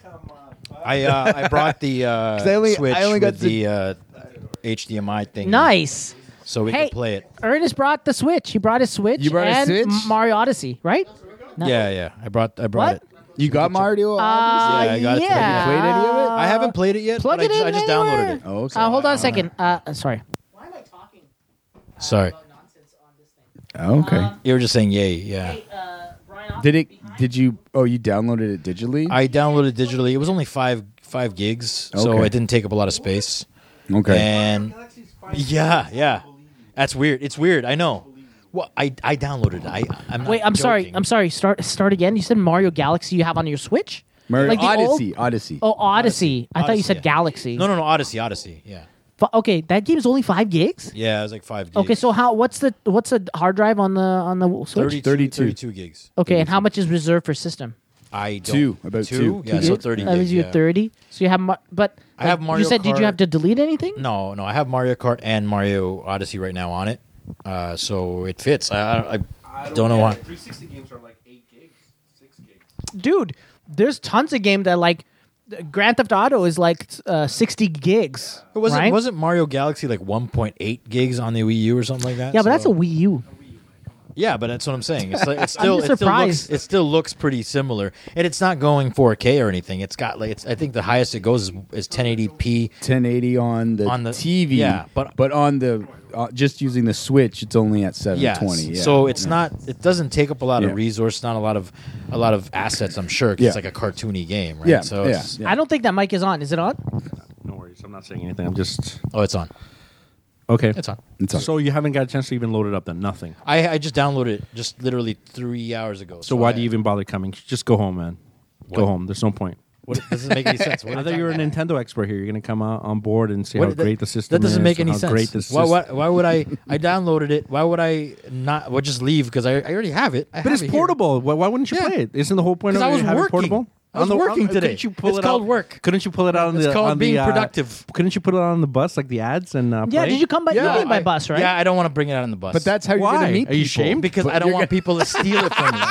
I uh, I brought the uh,
'Cause I only-
Switch
I only got
with the, uh, HDMI thing.
Nice.
So we
Hey.
could play it.
Ernest brought the Switch. He brought his Switch
You brought a
and
Switch?
M- Mario Odyssey, right? No.
Yeah, yeah. I brought I brought
What?
it.
You got
Uh,
Mario?
Yeah, I got it today.
yeah.
You played any of it?
I haven't played it yet.
Plug
but
it
I just,
in
I just
anywhere.
downloaded it.
oh, okay.
Uh, hold on a second. Uh, uh, sorry. Why am I talking
Sorry,
nonsense on this thing?
Oh, okay.
you were just saying yay. Yeah,
did it? Did you? Oh, you downloaded it digitally?
I downloaded it digitally. It was only five five gigs, so
Okay.
it didn't take up a lot of space.
okay.
And yeah, yeah, that's weird. It's weird. I know. Well, I I downloaded it. I I'm not
Wait, I'm sorry.
joking.
I'm sorry. Start start again. You said Mario Galaxy you have on your Switch?
Mario
Like the old-
Odyssey. Odyssey.
Oh, Odyssey. I thought you
Odyssey,
said
yeah.
Galaxy.
No, no, no. Odyssey, Odyssey. Yeah,
F- okay, that game's only 5 gigs?
yeah. It was like five. gigs.
Okay, so how what's the what's the hard drive on the on the Switch?
32,
32.
32 gigs.
Okay, and how much is reserved for system?
I don't,
Two, about two.
Yeah,
Two
so
Gig?
thirty.
That
gigs,
means you
yeah.
have 30. So you have Mar- but
I have
like,
Mario
You said did you
Kart.
have to delete anything?
No, no, I have Mario Kart and Mario Odyssey right now on it, uh, so it fits. I, I, I don't, know why.
360 games are like 8 gigs, 6 gigs.
dude, there's tons of game that like Grand Theft Auto is like uh, 60 gigs.
Wasn't
right?
wasn't Mario Galaxy like 1.8 gigs on the Wii U or something like that?
yeah, but that's a
So-
Wii U.
yeah, but that's what I'm saying. It's like, it's still
just
it still looks
surprised.
it still looks pretty similar, and it's not going 4K or anything. It's got like it's I think the highest it goes is, is 1080p.
1080 on the,
On the-
TV.
yeah, but-
but on the uh, just using the Switch, it's only at
Yeah,
720. Yeah.
so it's not it doesn't take up a lot
Yeah.
of resource, not a lot of a lot of assets. I'm sure 'cause
Yeah.
it's like a cartoony game, right?
Yeah.
so
yeah,
It's,
yeah.
I don't think that mic is on. Is it on?
No worries. I'm not saying anything. I'm just
oh, it's on.
okay.
It's on.
It's all-
So you haven't got a chance to even load it up. Then nothing.
I, I just downloaded it just literally three hours ago.
So why
I-
do you even bother coming? Just go home, man. Go
What?
home. There's no point.
What, doesn't make any sense. What
I
are
thought you were a
talking about?
Nintendo expert here. You're gonna come out on board and see
What-
how
that-
great the system is.
That doesn't make
and
any
how
sense.
Great the
why,
system-
why, why would I? I downloaded it. Why would I not? Well, just leave because I, I already have it. I
But
have
it's
it here.
portable. Why, why wouldn't you
Yeah.
play it? Isn't the whole point of
'Cause I was
having
working.
portable?
I was
On the-
working
on-
today.
Couldn't you pull
It's
it
called
out-
work.
Couldn't you pull it out on
It's
the
called
on the,
being
uh,
productive.
Couldn't you put it out on the bus like the ads and uh,
Yeah,
play?
did you come by?
Yeah,
you came by
I-
bus, right?
Yeah, I don't want to bring it out on the bus.
But that's how you're
Why?
gonna meet
Are you
people.
ashamed?
because I don't want people to steal it from me.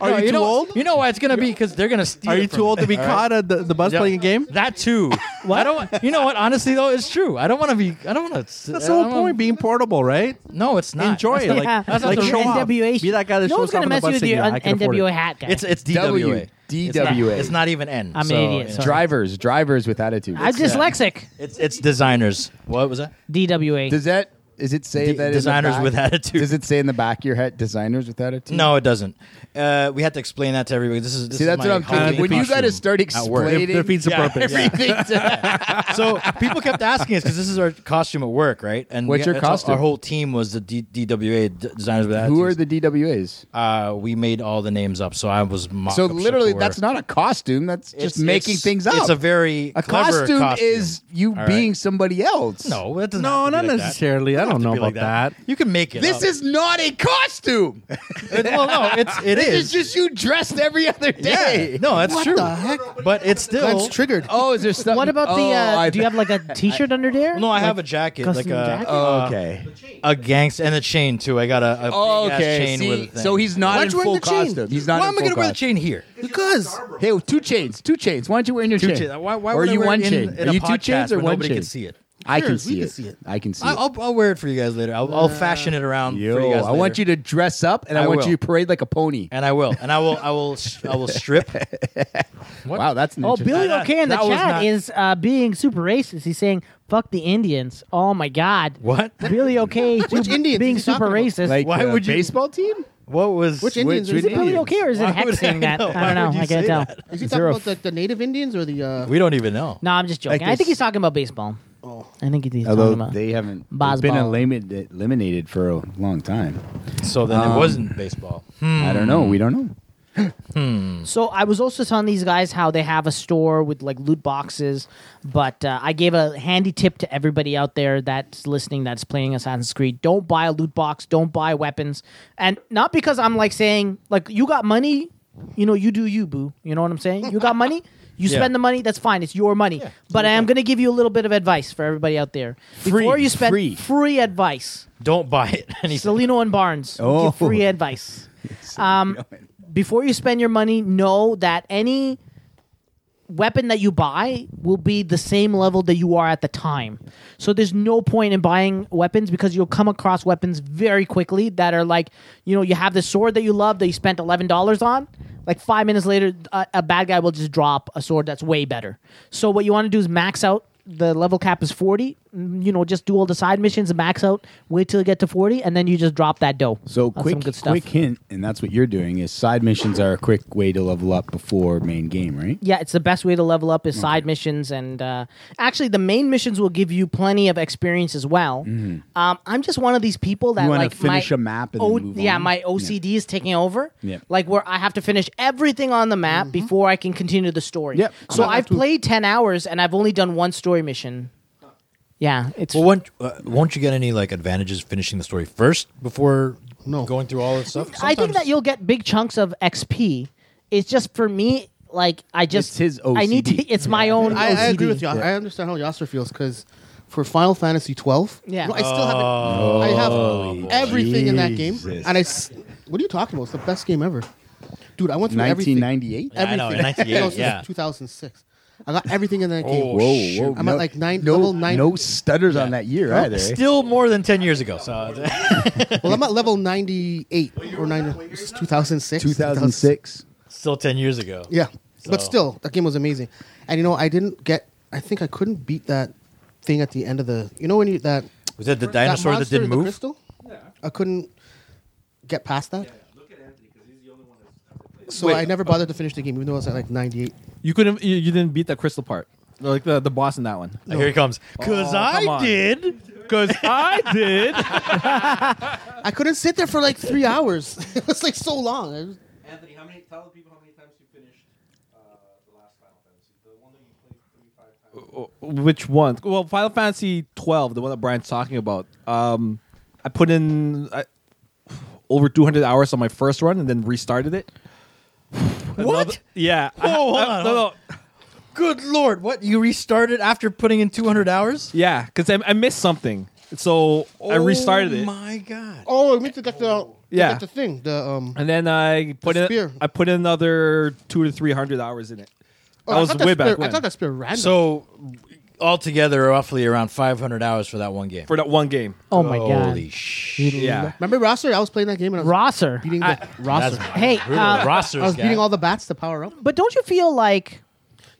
Are
you too
know,
old?
You know why it's gonna be because they're gonna steal.
Are
it
you
from
too old
me,
to be
all right?
caught at the, the bus
Yeah.
playing a game?
That too. I don't. You know what? Honestly though, it's true. I don't want to be. I don't want to.
That's the whole point. Being portable, right?
No, it's not.
Enjoy
That's
it.
not-
Like,
Yeah.
that's not
like
the
show
reason.
off. Be
NWA
that guy that
no
shows
one's
up
gonna
on the
mess
bus
with
and,
your
yeah, I
un-
can afford it.
NWA hat guy.
It's it's
W
DWA.
D
It's not-
W A.
It's not uh, even N.
I'm an
so
idiot,
it's-
sorry.
drivers, drivers with attitude.
I'm dyslexic.
It's it's designers. What was
Hmm.
that?
DWA.
Does that? Is it say
D-
that in the
designers
back?
with attitude.
Does it say in the back of your head, designers with attitude?
No, it doesn't. Uh, we had to explain that to everybody. This is this
See,
is
that's
my
what I'm thinking.
Halloween
When you
costume
got to start
at work.
explaining
defeats the
Yeah,
purpose.
everything to
so people kept asking us because this is our costume at work, right? And
What's
we-
your
that's all-
costume?
Our whole team was the D- DWA d- designers with attitudes.
Who are the DWAs?
Uh, we made all the names up, so I was mock
so literally, that's not a costume. That's just making things up.
It's a very
a
clever
costume, is you
right.
being somebody else.
no, it doesn't
No,
have to be
not
like that.
necessarily. I
It doesn't
don't
have to
know
be
about
like
that.
You can make it.
This
up.
is not a costume.
It- well, no, it's it
It's
is.
just you dressed every other day.
Yeah. No, that's
What
true.
the heck?
But it's
That's
still.
triggered.
Oh, is there stuff?
what about the? Uh, do you have like a T-shirt under there?
no, I
Like
have a jacket, like a
custom jacket?
uh,
Oh, okay.
a gangster and a chain too. I got a, a big-ass
Oh, okay.
chain
see,
with a thing.
so he's not
Why'd
in
you wear
full
the chain?
costume. He's not
Why
in
am I
full
gonna wear the
costume.
chain here?
Because hey, well, two chains, two chains. Why aren't you wearing your chain?
chain. Why- why
or
would
are
I
you
wear it
one
in-
chain?
in
are
a
you two chains
podcast
or
where
one
nobody
chain?
can see it?
I can
Cheers, we
see
can
it.
see it.
I can see
I-
it.
I'll, I'll wear it for you guys later. I'll, I'll fashion it around for you
Yo,
guys.
I want you to dress up and I,
I
want
will.
you to parade like a pony.
and I will, and I will, I will, s- I will strip.
Wow, that's an
Oh,
interesting-
Billy
that-
O'Kay in the
that was
chat
not-
is uh, being super racist. He's saying "fuck the Indians." Oh my God!
What?
Billy O'Kay
Which Indians is
being
he
super
talking about?
racist.
like
why
uh,
would you-
baseball team?
What was
Which Indians are-
Is it
Indians.
Paleo okay or is it
Why would I
hexing that?
know?
I don't
Why
know.
would you
I can't
say
tell.
that?
Is he
Is
talking
there a-
about the, the native Indians or the? Uh,
We don't even know.
No, I'm just joking.
Like
I think
this-
he's talking about baseball. I think he's talking
Although
about.
they haven't
Bosball.
they've been eliminated, eliminated for a long time.
So then
Um,
it wasn't baseball.
Hmm.
I don't know. We don't know. Mm.
So I was also telling these guys how they have a store with like loot boxes, but uh, I gave a handy tip to everybody out there that's listening that's playing Assassin's Creed. Don't buy a loot box. Don't buy weapons, and not because I'm like saying like you got money, you know you do you boo. You know what I'm saying? You got money. You spend the money, that's fine. It's your money. but I am going to give you a little bit of advice for everybody out there. Before you spend
free.
free advice,
Don't buy it. And he said,
Celino and Barnes. will give
Oh.
free advice. Um, before you spend your money, know that any weapon that you buy will be the same level that you are at the time. So there's no point in buying weapons because you'll come across weapons very quickly that are like, you know, you have this sword that you love that you spent $11 on. Like five minutes later, a, a bad guy will just drop a sword that's way better. So what you want to do is max out. The level cap is 40. Mm, You know, just do all the side missions and max out. Wait till you get to 40, and then you just drop that dough.
So
That's
quick,
some good stuff.
quick hint, and that's what you're doing is side missions are a quick way to level up before main game, right?
Yeah, it's the best way to level up is side missions, and uh, actually, the main missions will give you plenty of experience as well. Um, I'm just one of these people that
Mm-hmm. You wanna
like
finish
my
a map and then
O-
move
yeah,
on?
my
Yeah.
OCD is taking over.
Yeah.
like where I have to finish everything on the map before I can continue the story.
Yep.
So
I'm not
I've
too-
played ten hours and I've only done one story mission. Yeah, it's
well, won't, uh, won't you get any like advantages finishing the story first before
No.
going through all this stuff?
I think that
Sometimes-
you'll get big chunks of XP. It's just for me, like I just
It's his
I need to.
OCD.
It's my own.
I, I agree
OCD.
with you. I understand how Yasser feels because for Final Fantasy twelve,
Yeah.
you know, I still haven't.
Oh.
I have everything in that game,
Jesus.
and I. s- What are you talking about? It's the best game ever, dude. I went through everything.
1998.
I know,
Everything.
98,
No, since
yeah.
2006. I got everything in that game.
Oh,
Whoa,
shit.
whoa!
I'm
no,
at like nine-
No,
level nine-
no stutters on that year either. eh?
Still more than 10 years ago. So
Well, I'm at level 98 or 90, 2006.
2006.
still 10 years ago.
Yeah. But
So-
still, that game was amazing. And you know, I didn't get I think I couldn't beat that thing at the end of the You know when you that
Was that the dinosaur that
monster
didn't
in the
move?
crystal? I couldn't get past that. So
Wait.
I never bothered to finish the game, even though I was at like 98.
You couldn't. You, you didn't beat that crystal part, like the, the boss in that one.
Oh, Here he comes. Cause
come
I
on.
did.
Because I did.
I couldn't sit there for like three hours. it was like so long. I was-
Anthony, how many? Tell the people how many times you finished uh, the last Final Fantasy, the one that you played three, five times.
Oh, Which one? Well, Final Fantasy twelve, the one that Brian's talking about. Um, I put in I, over two hundred hours on my first run, and then restarted it. Another- yeah. I-
Whoa, hold
I-
on,
no,
hold
no.
Good lord, what? You restarted after putting in 200 hours?
Yeah, because I, I missed something, so I
Oh
restarted it.
my god.
oh, I meant to get the
Yeah.
get the thing. The um.
And then I put
The
in
spear.
I put in another two to three hundred hours in it.
oh,
that was
thought that
way
spear-
back when
I thought that spear random.
So altogether roughly around 500 hours for that one game.
for that one game.
Oh my god!
Holy shit.
Yeah.
remember Rosser? I was playing that game and I was
Rosser.
beating the Rosser.
Hey, uh,
Rosters,
I was
guy.
beating all the bats to power up.
but don't you feel like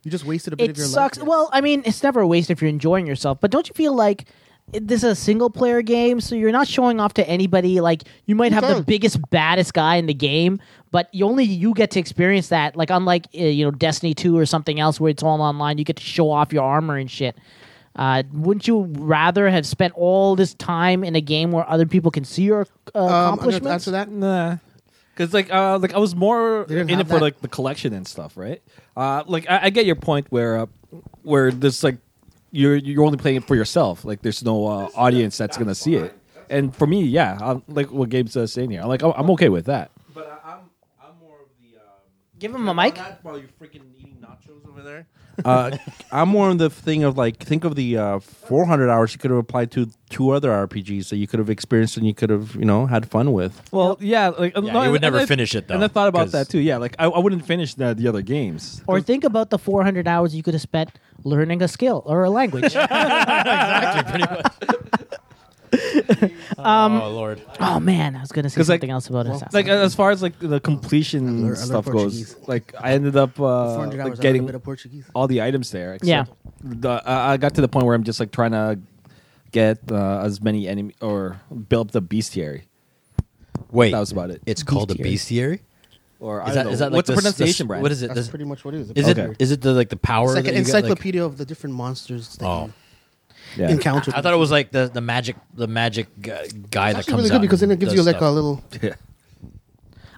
You just wasted a bit
it
of your
sucks?
life. Um,
Well, I mean, it's never a waste if you're enjoying yourself. But don't you feel like it- this is a single player game, so you're not showing off to anybody? Like you might have the
does.
biggest, baddest guy in the game, but you only you get to experience that. Like unlike uh, you know Destiny Two or something else where it's all online, you get to show off your armor and shit. Uh, wouldn't you rather have spent all this time in a game where other people can see your uh,
Um, I'm going to
accomplishments?
answer
Uh,
that.
Nah. Cause like uh, like I was more
didn't
in it
have
for
that.
like the collection and stuff, right? Uh, like I, I get your point where uh, where there's like you're you're only playing it for yourself. Like there's no uh, audience that's gonna see it. And for me, yeah, I'm, like what Gabe's uh, saying here, I'm like I'm- I'm okay with that.
But I, I'm I'm more of the. Um,
Give him a mic.
While you're freaking eating nachos over there. Uh, I'm more on the thing of like think of the uh, 400 hours you could have applied to two other RPGs that you could have experienced and you could have you know had fun with.
Well, yeah, like
Yeah, you would never finish it,
And
though,
I thought about
'cause-
that too. Yeah, like I, I wouldn't finish the, the other games.
Or think about the 400 hours you could have spent learning a skill or a language.
Um,
oh lord.
Oh man, I was gonna say
'Cause, like-
something else about Assassin's
Like
Creed.
as far as like the completion
I learned
stuff goes,
Portuguese.
like I ended up uh,
400
like
hours.
getting
I learned a bit of Portuguese.
all the items there. Except
Yeah.
the, I I got to the point where I'm just like trying to get uh, as many enemy or build up the bestiary.
Wait,
that was about it.
It's called a bestiary.
or I don't
Is that,
know.
is that like
what's the
s-
pronunciation,
s-
Brad?
What is it?
That's
Does-
pretty much what it is.
is
It's
it is it the like the power?
like
that
an
you get, like-
encyclopedia of the different monsters that
Oh.
you encounter.
I thought it was like the, the magic the magic gu- guy that
actually
comes
really
out
good because then
and
it gives
does
you like
stuff.
a little.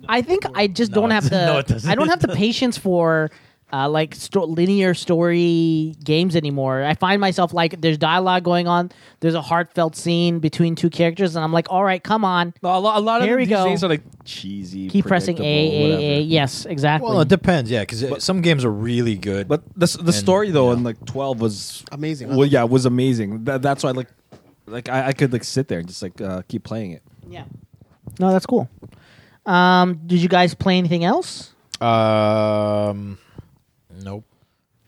I think I just
No,
don't
it
have the.
doesn't. No, it doesn't.
I don't have the patience for. Uh, like sto- linear story games anymore. I find myself like there's dialogue going on. There's a heartfelt scene between two characters, and I'm like, all right, come on,
No, a lot, a lot
Here
of
we
these
go.
days are like cheesy.
keep pressing A
predictable,
A A.
whatever.
Yes, exactly.
Well, it depends, yeah, because some games are really good.
But the s- the story though in like twelve was
Amazing, huh?
Well, yeah, was amazing. That, that's why like like I, I could like sit there and just like uh, keep playing it.
yeah. No, that's cool. Um, did you guys play anything else?
um, nope.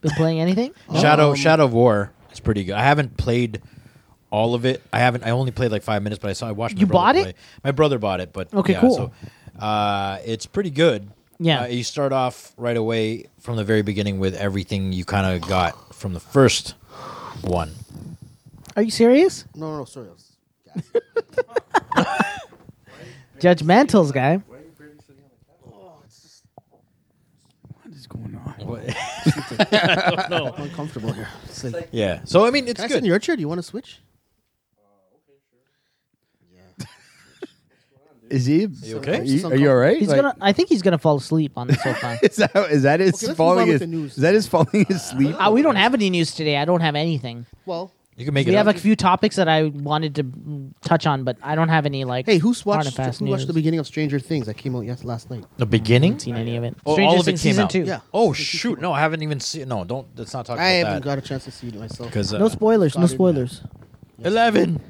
Been playing anything?
Shadow Shadow of War is pretty good. I haven't played all of it. I haven't. I only played like five minutes, but I saw. I watched. My
You
brother
bought it?
play. My brother bought it, but
Okay,
yeah,
cool.
So, uh, it's pretty good.
Yeah.
Uh, you start off right away from the very beginning with everything you kind of got from the first one.
Are you serious?
No, no, no, sorry. I was-
Judgmentals guy.
What is going on?
I'm uncomfortable here. It's like, can
Yeah. So I mean, it's
I sit
good.
in your chair? Do you want to switch?
Is he
You okay?
Are you, are you all right?
He's
Like,
gonna. I think he's gonna fall asleep on the sofa.
Is that is that his
Okay, let's move on
falling?
with
Is,
the news.
is that his falling asleep?
uh, we don't have any news today. I don't have anything.
Well,
you can make
We
it.
have
up.
a few topics that I wanted to mm, touch on, but I don't have any like.
hey, who's
hard and
watched?
fast
Who watched the
news.
beginning of Stranger Things that came out yes last night?
the beginning.
Seen any of it?
Oh,
Stranger
all of it
Things
came
season
out.
two.
Yeah.
Oh shoot! No, I haven't even seen. No, don't. Let's not
I
talk about
haven't
that.
got a chance to see it myself.
Because uh,
No spoilers. No
Sorry, man.
spoilers.
eleven.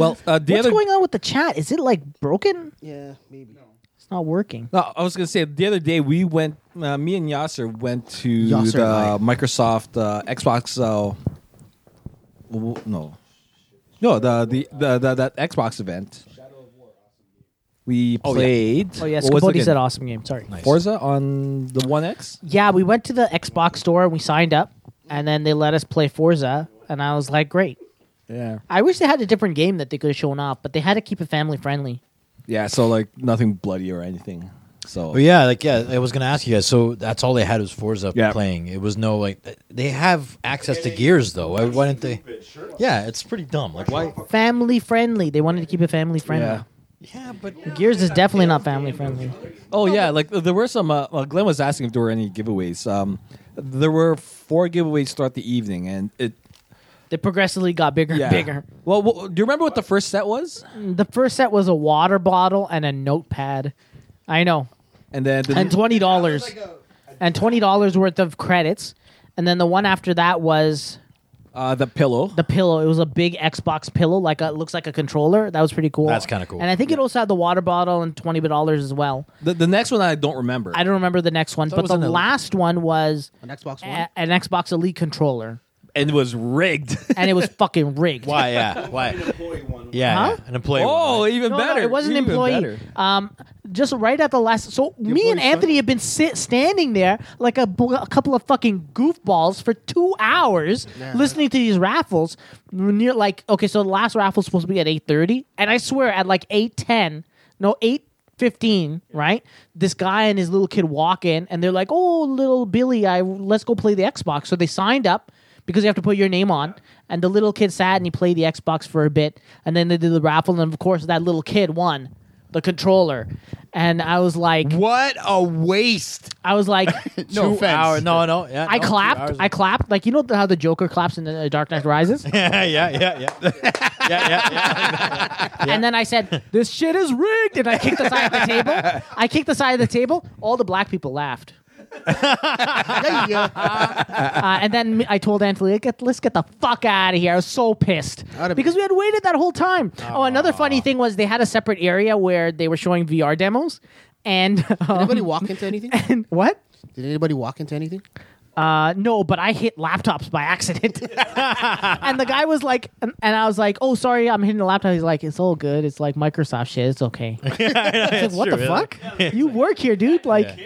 Well, uh, the
What's
other
going on with the chat? Is it like broken?
Yeah, maybe.
It's not working.
No, I was gonna say the other day we went. Uh, me and Yasser went to
Yasser
the
and
Microsoft uh, Xbox. Uh, w- no, no, the the, the the that Xbox event. We played.
Oh yes,
what was it
Capote said
again?
awesome game. Sorry.
Forza on the One X.
Yeah, we went to the Xbox store and we signed up, and then they let us play Forza, and I was like, great.
Yeah,
I wish they had a different game that they could have shown off, but they had to keep it family friendly.
yeah. So like nothing bloody or anything. So
Oh yeah, like yeah. I was gonna ask you guys. So that's all they had was Forza
Yeah.
playing. It was no like they have access to Gears though. Why, why didn't they? Yeah, it's pretty dumb. Like why?
Family friendly. They wanted to keep it family friendly.
Yeah.
Yeah, but
Gears is definitely not family friendly.
Oh yeah, like th- there were some. Uh, well, Glenn was asking if there were any giveaways. Um, there were four giveaways throughout the evening, and it
They progressively got bigger
yeah.
and bigger.
Well, well, do you remember what the first set was?
The first set was a water bottle and a notepad. I know.
And then the,
And twenty dollars. And twenty dollars worth of credits. And then the one after that was
uh, the pillow.
the pillow. It was a big Xbox pillow, like a, it looks like a controller. That was pretty cool.
That's kinda cool.
And I think it also had the water bottle and twenty dollars as well.
The, the next one I don't remember.
I don't remember the next one,
thought
but
it was
the
an Elite.
last one was
On Xbox One.
a- an Xbox Elite controller,
and it was rigged.
and it was fucking rigged.
why? Yeah, why? Yeah,
Huh?
yeah, an employee. one,
oh,
right?
even
No, no,
better.
it wasn't
Even
employee.
better.
Um, just right at the last. So me
employee
and Anthony have been sit, standing there like a, bl- a couple of fucking goofballs for two hours listening to these raffles. Near like okay, so the last raffle's supposed to be at eight thirty, and I swear at like eight ten, no eight fifteen, right? This guy and his little kid walk in, and they're like, "Oh, little Billy, I let's go play the Xbox." So they signed up because you have to put your name on. And the little kid sat and he played the Xbox for a bit, and then they did the raffle, and of course that little kid won the controller. And I was like,
What a waste!
I was like,
Two hour- No, no. Yeah,
I
no, two
clapped,
hours.
I clapped, like you know how the Joker claps in the Dark Knight Rises,
yeah, yeah, yeah, yeah, yeah, yeah, yeah.
and then I said, "This shit is rigged," and I kicked the side of the table. I kicked the side of the table. All the black people laughed. uh, and then me- I told Anthony, "Let's get- let's get the fuck out of here. I was so pissed
Outta-
because we had waited that whole time. Oh, another funny thing was they had a separate area where they were showing VR demos. And um,
Anybody walk into anything?
and what?
Did anybody walk into anything?
Uh, no, but I hit laptops by accident. and the guy was like, and, and I was like, oh, sorry, I'm hitting the laptop. He's like, it's all good. It's like Microsoft shit. It's okay. It's like, what the fuck? you work here, dude. Like,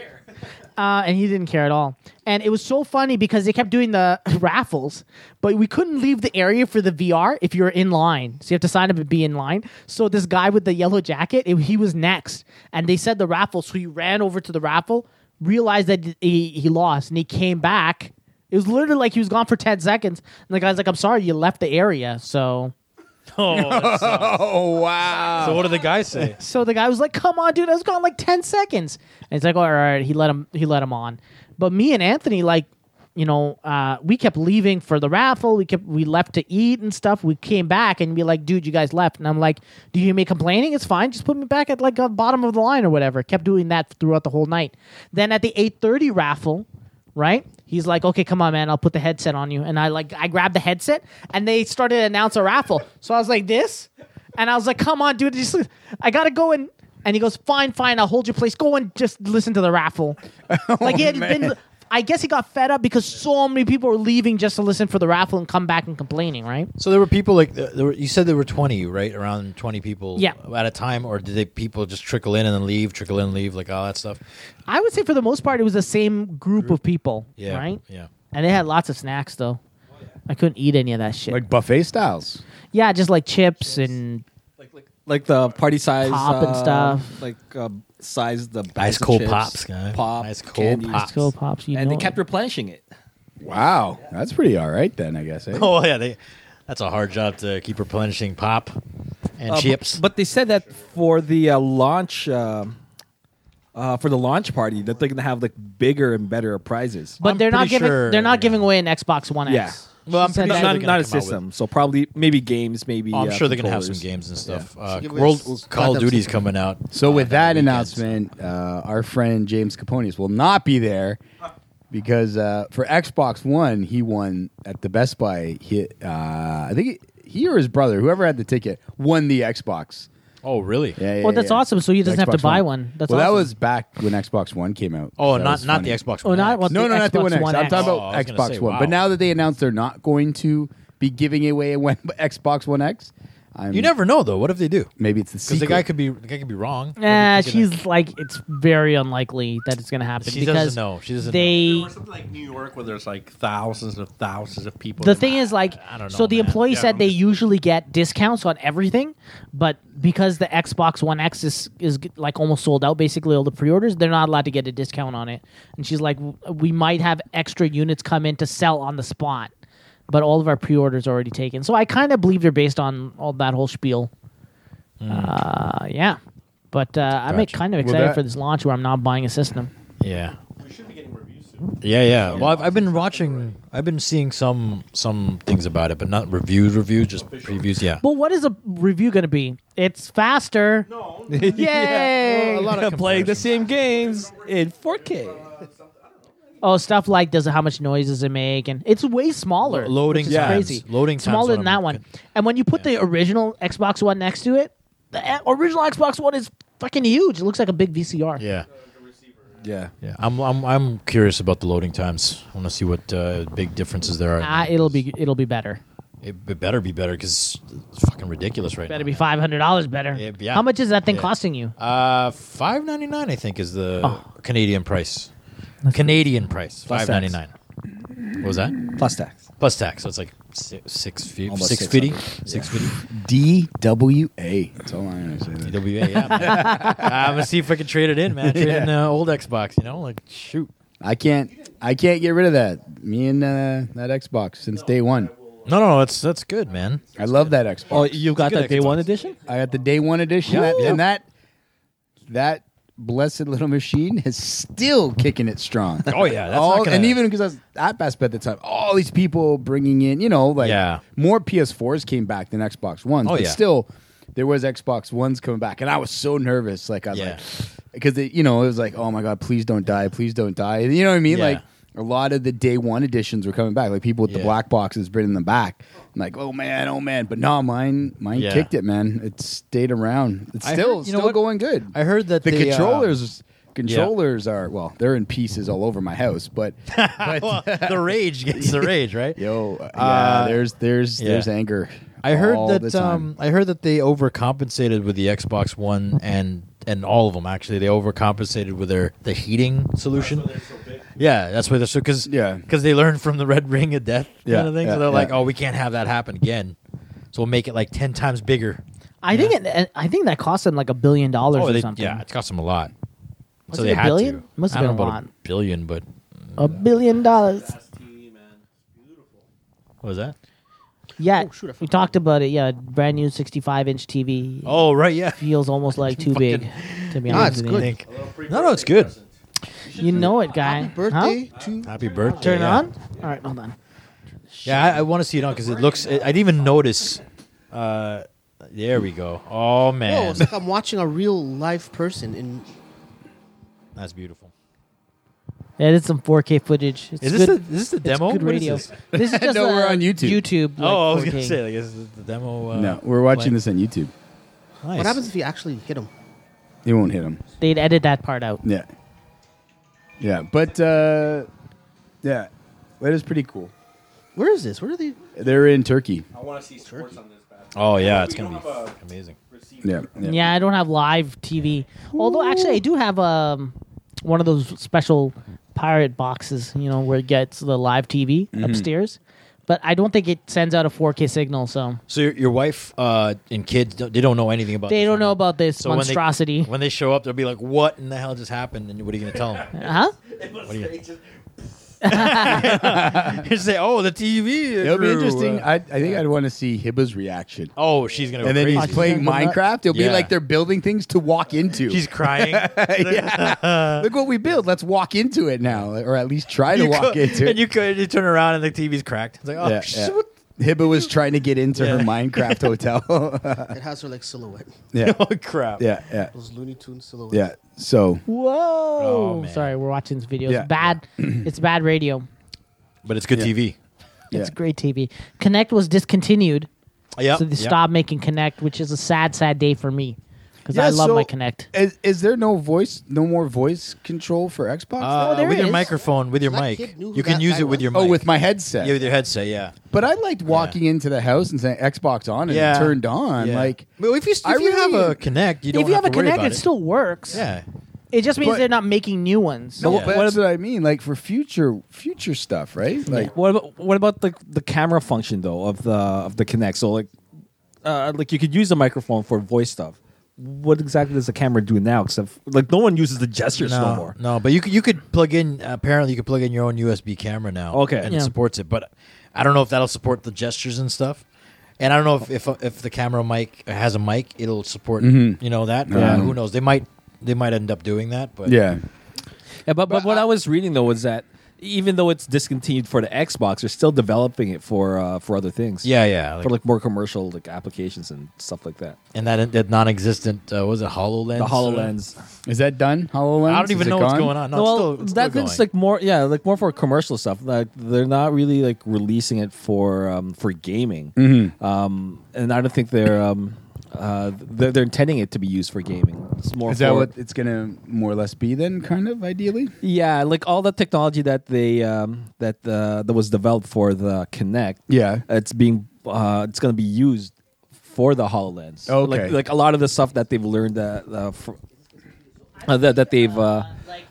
uh, and he didn't care at all. And it was so funny because they kept doing the raffles, but we couldn't leave the area for the VR if you were in line. So you have to sign up and be in line. So this guy with the yellow jacket, it- he was next, and they said the raffle. So he ran over to the raffle, realized that he, he lost, and he came back. It was literally like he was gone for ten seconds, and the guy's like, "I'm sorry, you left the area." So
Oh wow!
So what did the guy say?
so the guy was like, "Come on, dude, I was gone like ten seconds." And it's like, "All right, all right." He let him. He let him on. But me and Anthony, like, you know, uh, we kept leaving for the raffle. We kept we left to eat and stuff. We came back and we like, "Dude, you guys left." And I'm like, "Do you hear me complaining? It's fine. Just put me back at like a bottom of the line or whatever." Kept doing that throughout the whole night. Then at the eight thirty raffle, right? He's like, okay, come on, man, I'll put the headset on you. And I like, I grabbed the headset, and they started to announce a raffle. So I was like, this, and I was like, come on, dude, just, I gotta go and. And he goes, fine, fine, I'll hold your place. Go and just listen to the raffle. like he had been. I guess he got fed up because so many people were leaving just to listen for the raffle and come back and complaining, right?
So there were people like th- there were, you said there were twenty, right? Around twenty people
Yeah.
at a time, or did they people just trickle in and then leave, trickle in, and leave, like all that stuff?
I would say for the most part, it was the same group of people,
Yeah,
right?
yeah.
And they had lots of snacks though. I couldn't eat any of that shit.
like buffet styles.
yeah, just like chips and
Like, like, like the party size
Pop and
uh,
stuff.
Like um, size the bags
Ice
of
cold
chips,
pops, guy.
Pop,
Ice cold
candies.
pops.
Skull Pops. You
and
know
they kept
it.
replenishing it.
Wow, that's pretty all right then, I guess. eh?
Oh yeah, they, that's a hard job to keep replenishing pop and
Uh,
chips.
But they said that for the uh, launch, um uh, for the launch party, that they're gonna have like bigger and better prizes.
but
I'm
they're not
pretty
giving
sure-
they're not giving away an Xbox One
Yeah.
X.
Well, I'm
She said
pretty
not,
that-
sure
not,
they're
not a
gonna come out with-
system, so probably maybe games, maybe.
Oh, I'm
uh,
sure they're gonna have some
controllers.
games and stuff.
Yeah.
Uh,
Should we
World
s-
Call
contact
of Duty's
some-
coming out.
So with
uh,
that
weekend.
announcement, uh, our friend James Caponius will not be there because uh, for Xbox One, he won at the Best Buy. He, uh, I think he, he or his brother, whoever had the ticket, won the Xbox.
Oh really?
Yeah, yeah,
Well, that's
yeah.
awesome, so he doesn't have to
Xbox
buy one. That's
well,
awesome.
that was back when Xbox One came out.
Oh,
That
not
was
not the
funny.
Xbox.
Oh,
One
not
X.
what-
No, no, not the
Xbox
One X.
One
I'm
X.
talking
Oh,
about
I was gonna
Xbox
say,
One.
wow.
But now that they announced they're not going to be giving away a One- Xbox One X, I'm,
You never know though. What if they do?
Maybe it's the
Because
secret.
the guy could be the guy could be wrong.
Nah,
Or he could
she's like it's very unlikely that it's gonna happen.
She doesn't
because
know. She doesn't
They
Or something like New York where there's like thousands of thousands of people.
the thing is like
I don't
so
know,
the
man.
employee
Yeah,
said
I'm
they
just-
usually get discounts on everything but because the xbox one x is, is g- like almost sold out basically all the pre-orders they're not allowed to get a discount on it and she's like "W- we might have extra units come in to sell on the spot but all of our pre-orders are already taken so i kind of believe they're based on all that whole spiel uh, yeah but uh, i'm
Hmm. Gotcha.
kind of
Well,
excited
that-
for this launch where i'm not buying a system
Yeah. We should be getting reviews soon. Yeah, yeah. Well, I've, I've been watching. I've been seeing some some things about it, but not reviews. Reviews, just previews. Yeah.
well what is a review going to be it's faster
No,
yay
a lot of
playing the same games in 4K.
Oh, stuff like does it, how much noise does it make, and it's way smaller.
Lo- loading
which is
times.
crazy.
Loading times
smaller
what
than
I'm
that one.
con-
And when you put the original Xbox One next to it, the a- original Xbox One is fucking huge. It looks like a big VCR.
Yeah.
Yeah.
Yeah. I'm I'm I'm curious about the loading times. I want to see what uh, big differences there are.
Ah, it'll be it'll be better.
it, it better be better because it's fucking ridiculous right
Better
now.
be five hundred dollars better.
Yeah, yeah.
How much is that thing
Yeah.
costing you?
Uh, five ninety nine. I think is the Canadian price. Canadian price.
Plus
Five ninety nine. What was that?
Plus tax.
Plus tax. So it's like six six fifty.
Almost
Six fifty.
600.
Six fifty.
DWA. That's all I'm going to say. there.
DWA, yeah. man. I'm gonna see if I can trade it in, man. Trade in uh, old Xbox, you know, like shoot.
I can't. I can't get rid of that. Me and uh, that Xbox since day one.
No, no, that's that's good, man.
I love that Xbox.
Oh, you got
good
that day
Xbox.
one edition?
I got the day one edition, that-
Yeah.
and that that blessed little machine is still kicking it strong.
Oh yeah, that's
all,
not gonna,
and even because I was at Best Buy at the time, all these people bringing in, you know, like
Yeah.
more PS4s came back than Xbox Ones.
Oh,
but
yeah.
still, there was Xbox Ones coming back, and I was so nervous. Like I was
Yeah.
like, because you know it was like, oh my god, please don't die, please don't die. You know what I mean?
Yeah.
Like a lot of the day one editions were coming back, like people with the
Yeah.
black boxes bringing them back. I'm like, oh man, oh man, but no, mine, mine
Yeah.
kicked it, man. It stayed around. It's
I
still
heard- you know
still
what?
going good
I heard that
the
they, uh,
controllers controllers are well they're in pieces all over my house but but
Well, the rage gets the rage, right?
yo uh,
Uh,
yeah, there's there's
yeah.
there's anger
I heard
all the
that
time.
um, I heard that they overcompensated with the Xbox One and and all of them actually they overcompensated with their the heating solution. Yeah, that's why they're so because
Yeah.
because they learned from the Red Ring of Death kind
Yeah,
of thing.
yeah,
so they're
yeah.
like, oh, we can't have that happen again. So we'll make it like ten times bigger.
I think it, I think that cost them like a billion dollars
Oh,
or
they-
something.
yeah, it cost them a lot.
Was
so
it
they
a
had
billion?
to.
Must have
I don't
been a
know about
lot.
a billion, but
A billion dollars.
what was that?
Yeah,
Oh,
we talked about it. Yeah, brand new 65 inch TV
Oh right, yeah.
feels almost like too big. To be
Nah,
honest,
it's
with you.
good.
No, no, it's good.
You know it, guy.
Happy
Huh?
birthday to
Happy birthday.
Turn
yeah.
on. All right, hold on.
Yeah, I, I want to see it on because it looks. I didn't even notice. Uh, there we go. Oh
Whoa,
man,
it's like I'm watching a real live person in
that's beautiful.
Yeah, it's some 4K footage. It's
Is this
good,
the, is this the
it's
demo?
good
What is
radio.
this?
This is just
No,
a
we're on YouTube.
YouTube. like,
oh, I was gonna
4K.
say like is this the demo. Uh,
no, we're watching
play?
this on YouTube.
Nice.
What happens if you actually hit him?
It won't hit them.
they'd edit that part out.
Yeah. Yeah, but uh, yeah, that is pretty cool.
Where is this? Where are they?
They're in Turkey.
I want to see sports on this bad.
Oh yeah, it's gonna be f- amazing.
Yeah, yeah.
Yeah, I don't have live TV. Although actually, I do have um one of those special pirate boxes. You know where it gets the live TV
Mm-hmm.
upstairs, but I don't think it sends out a 4K signal. So
So your, your wife uh, and kids don't, they don't know anything about.
they
this
don't
right
know
now.
about this
So when they-
monstrosity.
When they, show up, they'll be like, "What in the hell just happened?" And what are you gonna tell them?
huh?
What are you? you say, "Oh, the TV."
It'll be
crew,
interesting.
uh,
I, I think I'd want to see Hibba's reaction.
oh, she's gonna. Go
and then
crazy.
he's playing Minecraft. It'll
Yeah.
be like they're building things to walk into.
She's crying.
yeah. Look what we build. Let's walk into it now, or at least try to
You
walk
co-
into it.
And you, co- you turn around and the TV's cracked. It's like, oh,
yeah,
shit.
yeah. Hibba was trying to get into her
Yeah.
Minecraft hotel.
Uh,
It has her like silhouette.
yeah,
oh crap.
yeah, yeah,
Those Looney Tunes silhouette.
yeah. So
Whoa!
Oh, man.
Sorry, we're watching this video. It's
Yeah.
bad. it's bad radio.
But it's good TV.
yeah.
It's great TV. Connect was discontinued,
Yeah.
so they stopped making Connect, which is a sad, sad day for me because
Yeah,
I love
so
my Connect.
Is, is there no voice, no more voice control for Xbox?
Uh,
Oh, there
with your
is.
microphone, with your
That
mic,
kid knew who
you can
that
use
guy
it with
was.
your mic.
oh, with my headset.
yeah, with your headset. Yeah.
But I liked walking into the house and saying Xbox on and
Yeah.
it turned on.
Yeah.
Like,
Well, if you, if
I
you have
really-
a Connect, you don't
if you have,
to
a
worry
Connect,
about
it. still works.
Yeah.
It just means
But-
they're not making new ones.
no,
Yeah.
but that's what I mean. Like for future future stuff, right? Like,
What about what about the the camera function though of the of the Kinect? So like, uh, like you could use the microphone for voice stuff. What exactly does the camera do now? Except like no one uses the gestures no,
No,
more.
no, but you could you could plug in. Apparently, you could plug in your own USB camera now.
Okay.
and it
Yeah.
supports it. But I don't know if that'll support the gestures and stuff. And I don't know if if, if the camera mic has a mic, it'll support you know that. But
Mm-hmm. Yeah.
Who knows? They might they might end up doing that. But
yeah,
Yeah, but, but, what I, was reading though was that even though it's discontinued for the Xbox, they're still developing it for uh, for other things.
yeah, yeah.
for like more commercial like applications and stuff like that.
and that that non-existent uh, what was it Hololens?
The Hololens.
is that done? Hololens.
I don't even
Is it
know what's
gone?
going on. No,
well,
it's still, it's
that
still
thing's
going.
like more yeah, like more for commercial stuff. Like they're not really like releasing it for um, for gaming. Um, and I don't think they're um, uh, they're, they're intending it to be used for gaming. It's more
Is that
for-
what it's going to more or less be then? Kind of ideally.
Yeah, like all the technology that they um, that uh, that was developed for the Kinect.
Yeah.
it's being uh, it's going to be used for the Hololens.
Okay.
like, like a lot of the stuff that they've learned that uh, fr- uh, that, that they've uh,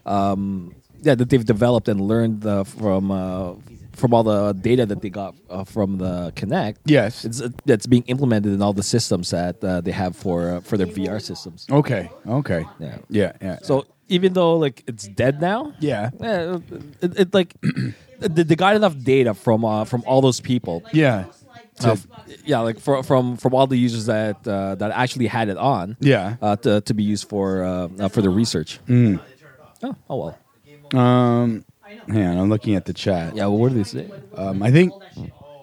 um, yeah that they've developed and learned uh, from uh, from all the data that they got uh, from the Kinect.
Yes.
it's uh, that's being implemented in all the systems that uh, they have for uh, for their VR systems.
Okay. Okay.
Yeah.
Yeah. Yeah.
So even though like it's dead now,
Yeah.
eh, it, it like they they got enough data from uh, from all those people.
Yeah.
Uh, f- yeah, like for, from from all the users that uh, that actually had it on.
Yeah. Hmm.
uh, to, to be used for uh, uh, for the research.
Mm.
Oh, oh well.
Um. Hang on, I'm looking at the chat.
Yeah, well, what do they say?
Um. I think.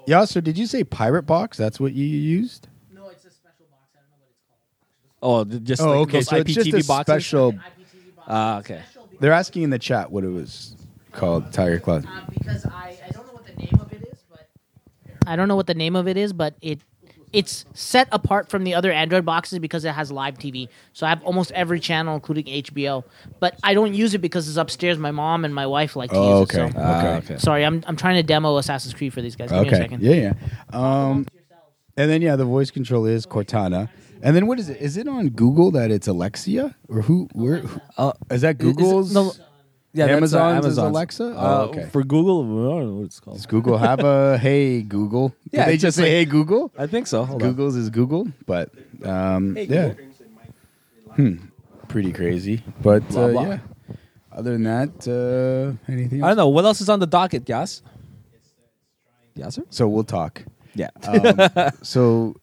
Yeah. So did you say pirate box? That's what you used.
No, it's a special box. I don't know what it's called.
Oh, th- just like those
So it's
IPTV
just a
boxes.
special.
IPTV box.
Uh.
Ah, okay.
They're asking in the chat what it was called. Tiger Closet.
Um,
Uh, because I, I don't know what the name of it is, but I don't know what the name of it is, but it it's set apart from the other Android boxes because it has live TV. So I have almost every channel, including HBO. But I don't use it because it's upstairs. My mom and my wife like to
Oh,
use
okay.
it. So.
Ah,
okay.
Sorry, I'm I'm trying to demo Assassin's Creed for these guys. Give me a
Okay.
second.
Yeah. Yeah. Um. And then yeah, the voice control is Cortana. And then what is it? Is it on Google that it's Alexia or who? Where? who- is that
Uh, is it-
Google's?
no, Yeah, that's, uh,
Amazon's is
Amazon's.
Alexa?
Uh,
Oh, okay.
For Google, I don't know what it's called.
Does Google have a hey Google? Did
Yeah,
they
it's
just
just
say
like-
hey Google?
I think so. Hold on.
Google's is Google, but um, yeah, Hmm, pretty crazy. But
Blah,
uh,
blah.
yeah, other than that, uh, anything?
I
Else?
don't know what else is on the docket, Yas. Yasser?
So we'll talk.
Yeah.
Um, so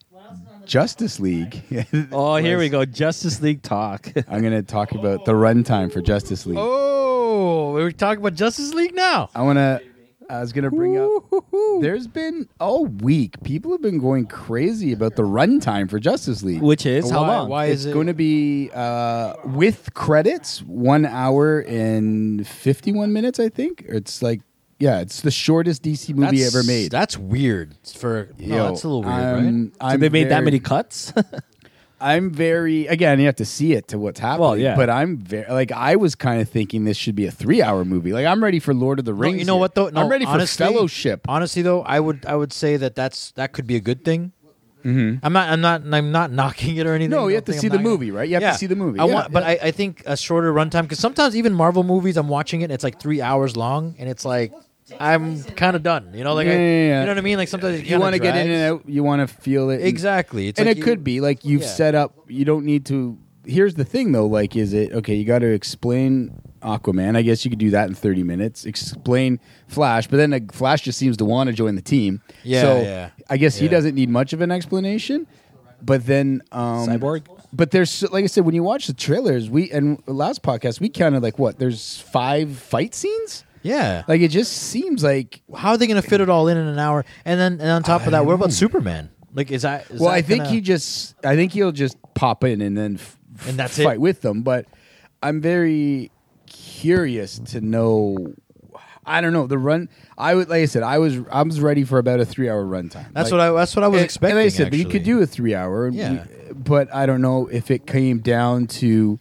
Justice League.
oh, here we go. Justice League talk.
I'm gonna talk about the runtime for Justice League.
Oh, we were talking about Justice League now.
I want to. I was gonna bring up. There's been all week. People have been going crazy about the runtime for Justice League,
Which is how
Why-
long?
why-
it's
is it-
going to be uh, with credits, one hour and fifty-one minutes. I think it's like, yeah, it's the shortest DC movie
That's-
ever made.
That's weird. For no,
Yo,
that's a little weird,
I'm-
right?
I'm
they made that
very-
many cuts?
I'm very again. You have to see it to what's happening.
Well, yeah.
But I'm very like I was kind of thinking this should be a three-hour movie. Like I'm ready for Lord of the
No,
Rings.
you know
here.
what though? No,
I'm ready
honestly-
for Fellowship.
Honestly though, I would I would say that that's that could be a good thing. I'm not I'm not I'm not knocking it or anything.
Mm-hmm. No, you
Don't
have to
think
see
I'm
the
knocking it.
movie, right? You have to see the movie.
I
Yeah,
want, but I, I think a shorter runtime because sometimes even Marvel movies, I'm watching it, and it's like three hours long, and it's like I'm kind of done. You know, like I,
Yeah, yeah, yeah.
you know what I mean? Like sometimes it
you want
kinda
to get in
drags.
and out. You want to feel it and-
Exactly. It's
and
like
it
you-
could be like you've
Yeah.
set up. You don't need to. Here's the thing, though. Like, is it okay? You got to explain Aquaman. I guess you could do that in 30 minutes. Explain Flash, but then like, Flash just seems to want to join the team.
Yeah,
So
yeah.
I guess he
Yeah.
doesn't need much of an explanation. But then um,
Cyborg?
But there's so- like I said, when you watch the trailers, we and last podcast we counted like what there's five fight scenes.
Yeah. Like
Like it just seems like
how are they going to fit it all in in an hour? And then and on top of that, what about Superman? Like is that? is
Well,
that
I think
gonna-
he just, I think he'll just pop in and then f-
And that's
fight
it?
with them. But I'm very curious to know. I don't know the run. I would, like I said, I was, I was ready for about a three hour runtime. Like-
That's what I. That's what I was
and-
expecting.
And like I said, you
actually.
could do a three hour. and
Yeah.
we- but I don't know if it came down to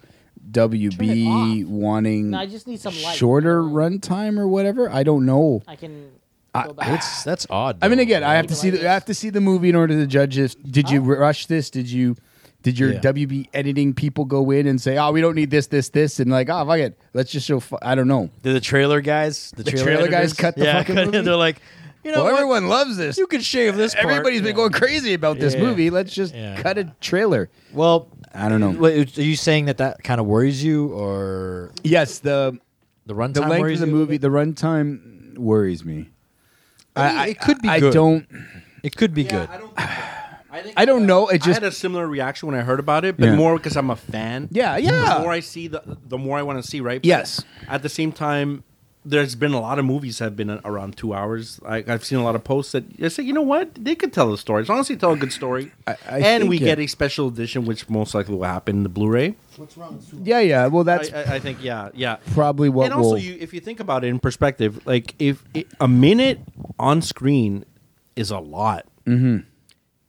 WB
off.
wanting
No, I just need some light.
shorter runtime or whatever. I don't know.
I can.
I-
Go back.
It's that's odd.
I mean,
though.
again, I have to see the I have to see the movie in order to judge if did
Oh.
you rush this? Did you did your
Yeah.
WB editing people go in and say, "Oh, we don't need this, this, this," and like, "Oh, fuck it, let's just show." F-. I don't know.
Did the trailer guys, the,
trailer guys
editors-
cut the
yeah,
fucking
cut it.
movie?
They're like, you know,
well,
what?
everyone loves this.
you could shave this. part.
Everybody's
Yeah.
been going crazy about this
Yeah.
movie. Let's just
Yeah.
cut a trailer.
Well,
I don't know.
wait, are you saying that that kind of worries you, or
Yes, the
the runtime?
the length of
worries
the
you a
movie,
bit?
the runtime worries me.
I mean, it could be
I
good.
don't.
It could be good.
I don't. think so. I, think
I don't know. It
I
just
had a similar reaction when I heard about it, but
Yeah.
more because I'm a fan.
Yeah, yeah.
The more I see, the the more I want to see. Right. But
Yes.
At the same time, there's been a lot of movies that have been around two hours. I, I've seen a lot of posts that I say, you know what, they could tell a story as long as they tell a good story.
I- I
and
think
we
it-
get a special edition, which most likely will happen in the Blu-ray.
yeah, yeah. Well,
I,
that's
I, I think, yeah, yeah.
probably what
and also,
will-
you, if you think about it in perspective, like if it, a minute on screen is a lot. Mm-hmm.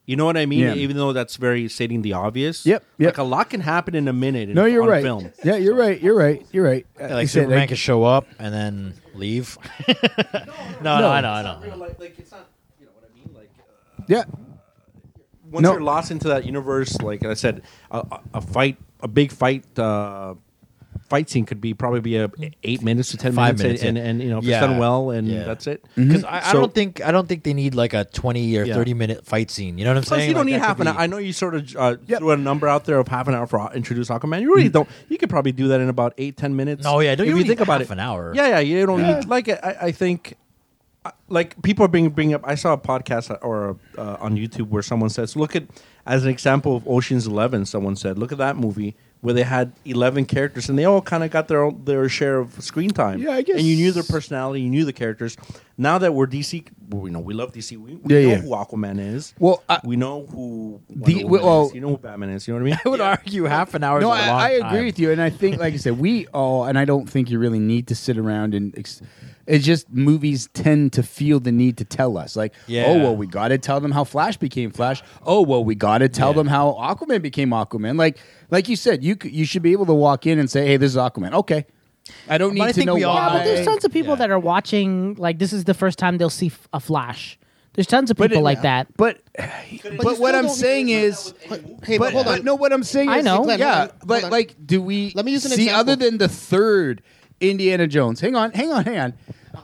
You know what I mean?
Yeah.
Even though that's very stating the obvious.
Yep, yep.
Like a lot can happen in a minute. In,
no, you're
on
right.
Film.
Yeah, you're right. You're right. You're right.
Yeah,
I
like
said,
Superman
like-
could show up and then leave. no, no, I know, I know.
like it's not. You know what I mean? Like.
yeah.
once
No.
you're lost into that universe, like I said, a, a- a fight, a big fight, uh, fight scene could be probably be a eight minutes to ten
Five minutes,
and,
yeah.
and, and, you know if
Yeah.
it's done well, and
Yeah.
that's it.
Mm-hmm.
Because I, I
So-
don't think I don't think they need like a twenty or
Yeah.
thirty minute fight scene. You know what I'm
Plus,
saying?
you don't need
Like, that
half
could
an hour.
be-
I know you sort of uh,
Yep.
threw a number out there of half an hour for uh, introduce Aquaman. You really don't. You could probably do that in about eight, ten minutes.
Mm-hmm. No, yeah, don't-
if
you
you
don't
think
need
about
half
it,
an hour.
Yeah, yeah, you don't need. Like I, I think, uh, like people are bringing bringing up. I saw a podcast or uh, on YouTube where someone says, "Look at as an example of Ocean's Eleven. Someone said, "Look at that movie." Where they had eleven characters and they all kind of got their own, their share of screen time.
Yeah, I guess-
And you knew their personality, you knew the characters. Now that we're DC, well, we know we love DC. We, we
Yeah,
know
yeah.
who Aquaman is.
Well, I-
we know who
The-
the Woman
well-
is. You know who Batman is. You know what I mean?
I would argue half an hour.
No,
is a
I,
long
I agree
time.
with you, and I think, like I said, we all, and I don't think you really need to sit around and. Ex- it's just movies tend to feel the need to tell us, like,
Yeah.
oh well, we got to tell them how Flash became Flash. Oh well, we got to tell
Yeah.
them how Aquaman became Aquaman. Like, like you said, you c- you should be able to walk in and say, hey, this is Aquaman. Okay, I don't need
I
to
think
know
we all-
why.
Yeah,
Yeah, but there's tons of people
Yeah.
that are watching. Like this is the first time they'll see f- a flash. There's tons of people like that.
But
you
but
still
what I'm
don't-
saying is,
But, hey,
but,
but, hold
but
on.
no, what I'm saying
I
is,
know. Glenn,
yeah,
hold on,
but
hold on.
like, do we?
Let me use an
see
example.
other than the third Indiana Jones. Hang on, hang on, hang on.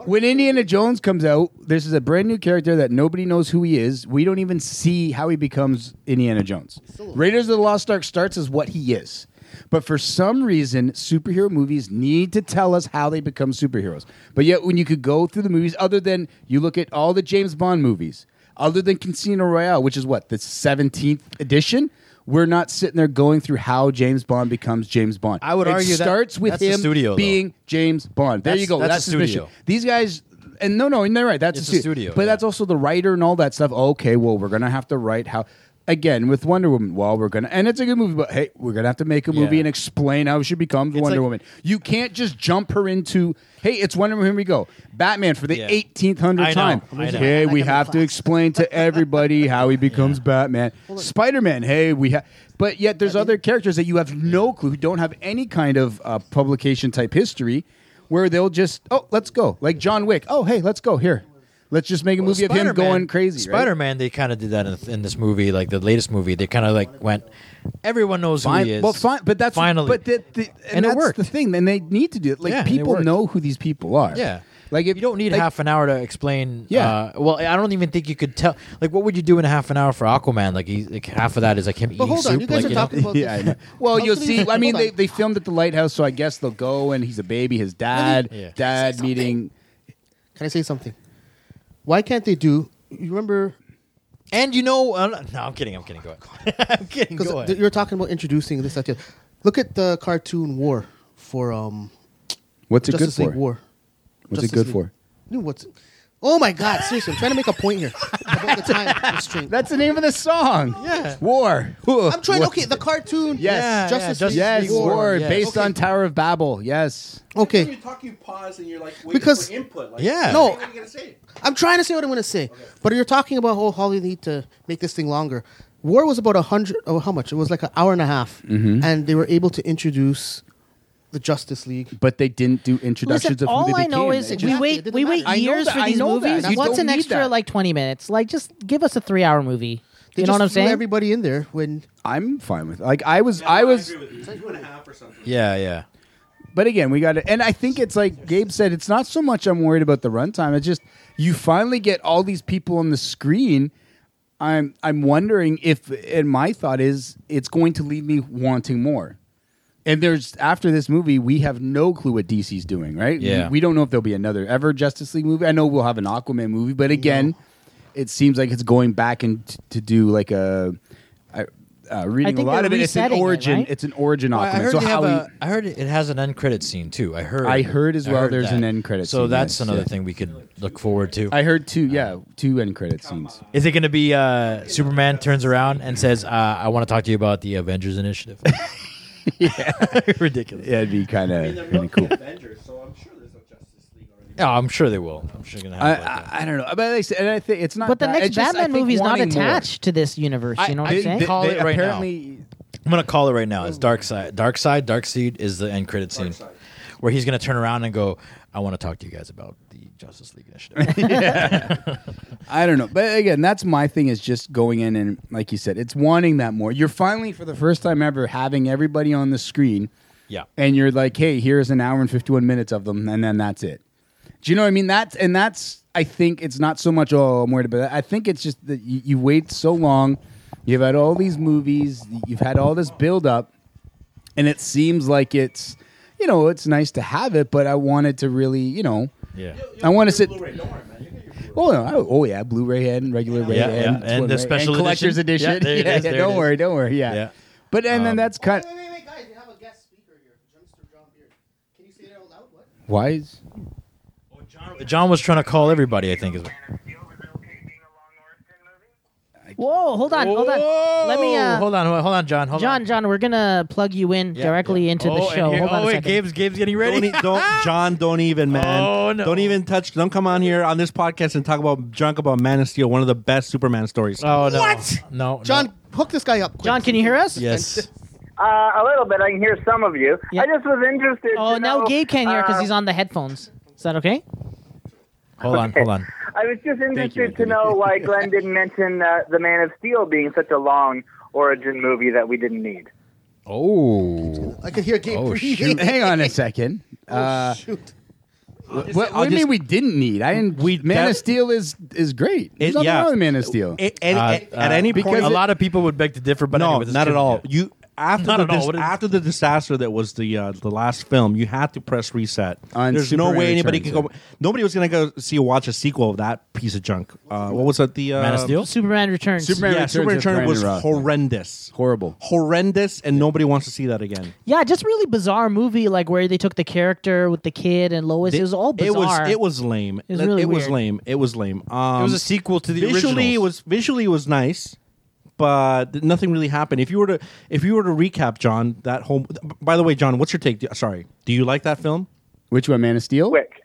When Indiana Jones comes out, this is a brand new character that nobody knows who he is. We don't even see how he becomes Indiana Jones. Raiders of the Lost Ark starts as what he is. But for some reason, superhero movies need to tell us how they become superheroes. But yet, when you could go through the movies, other than you look at all the James Bond movies, other than Casino Royale, which is what the seventeenth edition. We're not sitting there going through how James Bond becomes James Bond.
I would
it
argue that-
starts with
that's the
him
studio, though.
being James Bond. There
That's-
you go.
that's
That's,
the
his mission.
studio.
These guys. And no, no, you're right. That's
It's
the
the studio,
but
yeah.
that's also the writer and all that stuff. Okay, well, we're gonna have to write how again with Wonder Woman. Well, we're gonna and it's a good movie, but hey, we're gonna have to make a movie
Yeah.
and explain how she becomes Wonder
like-
Woman. You can't just jump her into hey, it's Wonder Woman. Here we go, Batman for the
Yeah.
eighteenth hundred
I know,
time.
I know.
Hey,
Back
we
in the
have to
class.
explain to everybody how he becomes Batman, Spider Man. Hey, we have, but yet there's other characters that you have no clue who don't have any kind of uh, publication type history, where they'll just oh let's go like John Wick. Oh hey, let's go here. Let's just make a movie of him going crazy. right?
Spider Man, they kind of did that in, in this movie, like the latest movie. They kind of like went, everyone knows
Fine-
who he is.
Well, fine, but that's
finally.
But the, the, and,
And it
that's
worked.
the thing. Then they need to do it. Like
Yeah, and it
people
worked.
know who these people are.
yeah,
like if
you don't need
like,
half an hour to explain.
Yeah.
uh, well, I don't even think you could tell. Like, what would you do in a half an hour for Aquaman? Like, he, like half of that is like him
But
eating
hold
soup.
on, you guys
like,
are
know?
talking about
Yeah, I know.
this.
Well, you'll
Hopefully-
see. I mean,
hold
they,
on.
they filmed at the lighthouse, so I guess they'll go and he's a baby, his dad,
Really? Yeah.
dad meeting.
Can I say something? Why can't they do? You remember
And you know, uh, no, I'm kidding. I'm kidding. Go ahead. I'm kidding. Go
because
ahead.
you're talking about introducing this. That, the other. look at the cartoon War for um
What's it
Justice
good
League
for?
War.
What's
Justice
it good
League.
for?
Dude, what's? Oh my God! Seriously, I'm trying to make a point here about the time constraint.
That's the name of the song.
Yeah.
War.
I'm trying. Okay, the cartoon.
Yes.
Yeah,
Justice,
yeah,
League
Justice
Yes,
League
war,
War,
yes.
based
Okay.
on Tower of Babel. Yes.
When
Okay,
you talk, you pause, and you're like waiting
Because-
for input. Like,
Yeah.
No.
What are you gonna say?
I'm trying to say what I'm going to say, but you're talking about oh, how you need to make this thing longer. War was about a hundred. Oh, how much? It was like an hour and a half,
Mm-hmm.
and they were able to introduce the Justice League.
But they didn't do introductions
Listen,
of who
all
they
I know
became.
is
They
It
we
just- it
wait
didn't
we
matter.
wait
I know
years
that-
for
I
these
know that.
movies.
You
What's
don't
an
need
extra
that.
like twenty minutes? Like just give us a three hour movie.
They
you know
just
what I'm
threw
saying?
Everybody in there when
I'm fine with. Like I was, I was.
agree with you. Two and a half or something.
yeah, yeah.
But again, we got to, and I think it's like Gabe said, it's not so much I'm worried about the runtime. It's just you finally get all these people on the screen. I'm I'm wondering if, and my thought is, it's going to leave me wanting more. And there's after this movie, we have no clue what DC's doing, right?
Yeah.
we, we don't know if there'll be another ever Justice League movie. I know we'll have an Aquaman movie, but again, it seems like it's going back and t- to do like a. I, uh, reading a
think
lot
they're
of it, it's an
resetting it,
origin.
right?
It's an origin
Well,
Aquaman.
I heard,
so
they
how
have
we,
a- I heard it it has an end credit scene too. I heard.
I heard as
I
well there's
that.
an end credit
So
scene,
that's
yes,
another
yeah.
thing we could look forward to.
I heard two, yeah, two end credit scenes.
Is it going to be uh, Superman turns around and says, uh, "I want to talk to you about the Avengers Initiative"? ridiculous.
Yeah, it'd be kind
I mean, they're
of
really
pretty cool.
Avengers, so I'm sure there's a Justice League already.
Yeah, Oh, I'm sure they will. I'm sure they're gonna
I,
have. like
I,
that.
I don't know, but like I said, and I think it's not.
But the
that.
next
It's just, I
Batman
think,
movie is not
wanting more.
attached to this universe.
I-
you know what
I-
I'm
they-
saying?
They-
Call
they
it right now.
apparently,
I'm gonna call it right now.
Oh.
It's Dark Side. Dark Side. Dark Seed is the end credit scene, where he's gonna turn around and go, "I want to talk to you guys about the Justice League Initiative."
I don't know, but again, that's my thing. Is just going in and, like you said, it's wanting that more. You're finally, for the first time ever, having everybody on the screen,
yeah.
and you're like, hey, here's an hour and 51 minutes of them, and then that's it. Do you know what I mean? That's and that's. I think it's not so much. Oh, I'm worried about that. I think it's just that you, you wait so long. You've had all these movies. You've had all this build up, and it seems like it's, you know, it's nice to have it, but I wanted to really, you know,
Yeah.
I want to sit.
Blu-ray, don't worry, man. You get your Blu-ray.
Oh, no, I- oh yeah, Blu-ray and regular Ray
Yeah,
and,
yeah,
it's
and
one
the
Ray-
special
collector's
edition.
edition.
Yeah, there it is, there it
don't
is.
worry, don't worry. Yeah,
Yeah.
but and then that's kind.
Wait, wait, wait, guys, you have a guest speaker here, Mr. John Beard. Can you say that out loud? What?
Why is
John was trying to call everybody. I think is.
Whoa, hold on, hold on. Let me.
Whoa!
Uh,
hold on. Hold on, John. Hold
John,
on.
John, we're gonna plug you in
Yeah,
directly
yeah.
into
Oh,
the
and
show.
here-
Hold on
oh,
a
wait,
second.
Gabe's Gabe's getting ready.
Don't, e- don't- John. Don't even, man.
Oh, no.
Don't even touch. Don't come on here on this podcast and talk about junk about Man of Steel, one of the best Superman stories.
Oh no.
What?
No. no.
John, hook this guy up. Quick.
John, can you hear us?
Yes.
Uh, a little bit. I can hear some of you.
Yeah.
I just was interested.
Oh,
to
now
know,
um,
Gabe can hear because
uh,
he's on the headphones. Is that okay?
Hold on, hold on.
I was just interested to know why Glenn didn't mention uh, The Man of Steel being such a long origin movie that we didn't need.
Oh,
I could hear Gabe
Oh,
breathing.
Hang on a second. Uh,
Shoot.
what what do you mean we didn't need? I didn't.
We-
Man
that-
of Steel is is great. There's
It-
nothing
yeah.
wrong with Man of Steel.
It- and-
Uh,
and- at any
because
point,
a
it-
lot of people would beg to differ, but
no,
anyway, this
not at
couldn't
all.
do it.
You after
Not
the
at all.
dis-
What is-
after the disaster that was the uh, the last film, you had to press reset.
On
There's no
Superman
way anybody could
Returns,
go. Nobody was gonna go see watch a sequel of that piece of junk. Uh, what was that? The uh,
Man of Steel.
Superman Returns.
Superman
Yeah,
Returns
Superman
with
Return
Brandon
was
Roth.
horrendous,
Horrible.
horrendous, and nobody wants to see that again.
Yeah, just really bizarre movie, like where they took the character with the kid and Lois. it was all bizarre.
It was it was lame.
It was really weird.
lame. It was lame. Um,
It was a sequel to the
visually it
originals.
was visually it was nice, but th- nothing really happened. If you were to if you were to recap, John, that whole. By the way, John, what's your take? Do- sorry, do you like that film?
Which one? Man of Steel.
Quick.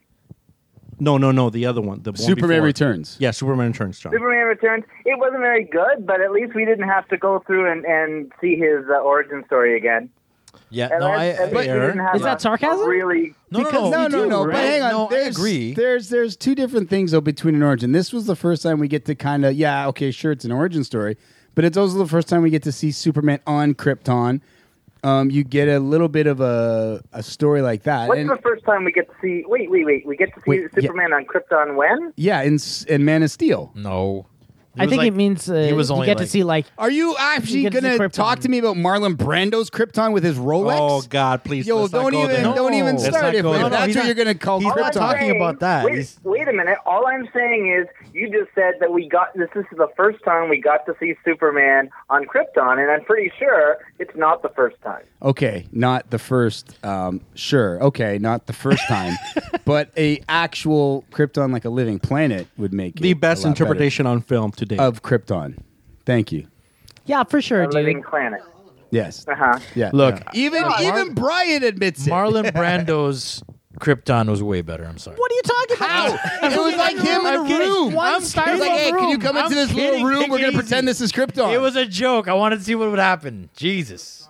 No, no, no. The other one, the one
Superman
before.
Returns.
Yeah, Superman Returns, John.
Superman Returns, it wasn't very good, but at least we didn't have to go through and, and see his uh, origin story again.
Yeah,
At
no,
least-
I,
at least we
I-
didn't have
Is that
a-
sarcasm?
a Really?
no, no, no,
no, no,
you do,
no.
right?
But hang on.
No, I
there's,
agree.
There's there's two different things though between an origin. This was the first time we get to kind of yeah okay sure it's an origin story, but it's also the first time we get to see Superman on Krypton. Um, you get a little bit of a a story like that.
What's
And-
the first time we get to see? Wait, wait, wait. We get to see
Wait, yeah.
Superman on Krypton when?
yeah, in S- in Man of Steel.
No,
I think
like-
it means uh,
he was only
you get to
like-
see like
Are you actually
You get to
gonna
see Krypton.
talk to me about Marlon Brando's Krypton with his Rolex?
Oh God, please.
Yo,
let's not
don't
go
even
there.
don't even
Let's
start
not
it.
go
man.
there.
That's
He's
what
not-
you're gonna call
he's
All
not
I'm
Krypton.
talking
saying-
about that.
Wait,
He's-
wait a minute. All I'm saying is, you just said that we got this. This is the first time we got to see Superman on Krypton, and I'm pretty sure it's not the first time.
Okay, not the first. Um, sure, okay, not the first time, but a actual Krypton like a living planet would make
The
it a
best
lot better.
interpretation on film today.
of Krypton. Thank you.
yeah for sure,
A living
dude.
planet.
Yes.
Uh huh.
Yeah.
Look,
Yeah. even even Brian admits it.
Marlon Brando's Krypton was way better. I'm sorry.
What are you talking about?
it was like him in a
I'm kidding.
room.
One
It was like, hey, can you come
I'm
into this little
kidding.
room?
Take
We're
it
gonna
easy.
pretend this is Krypton.
It was a joke. I wanted to see what would happen. Jesus.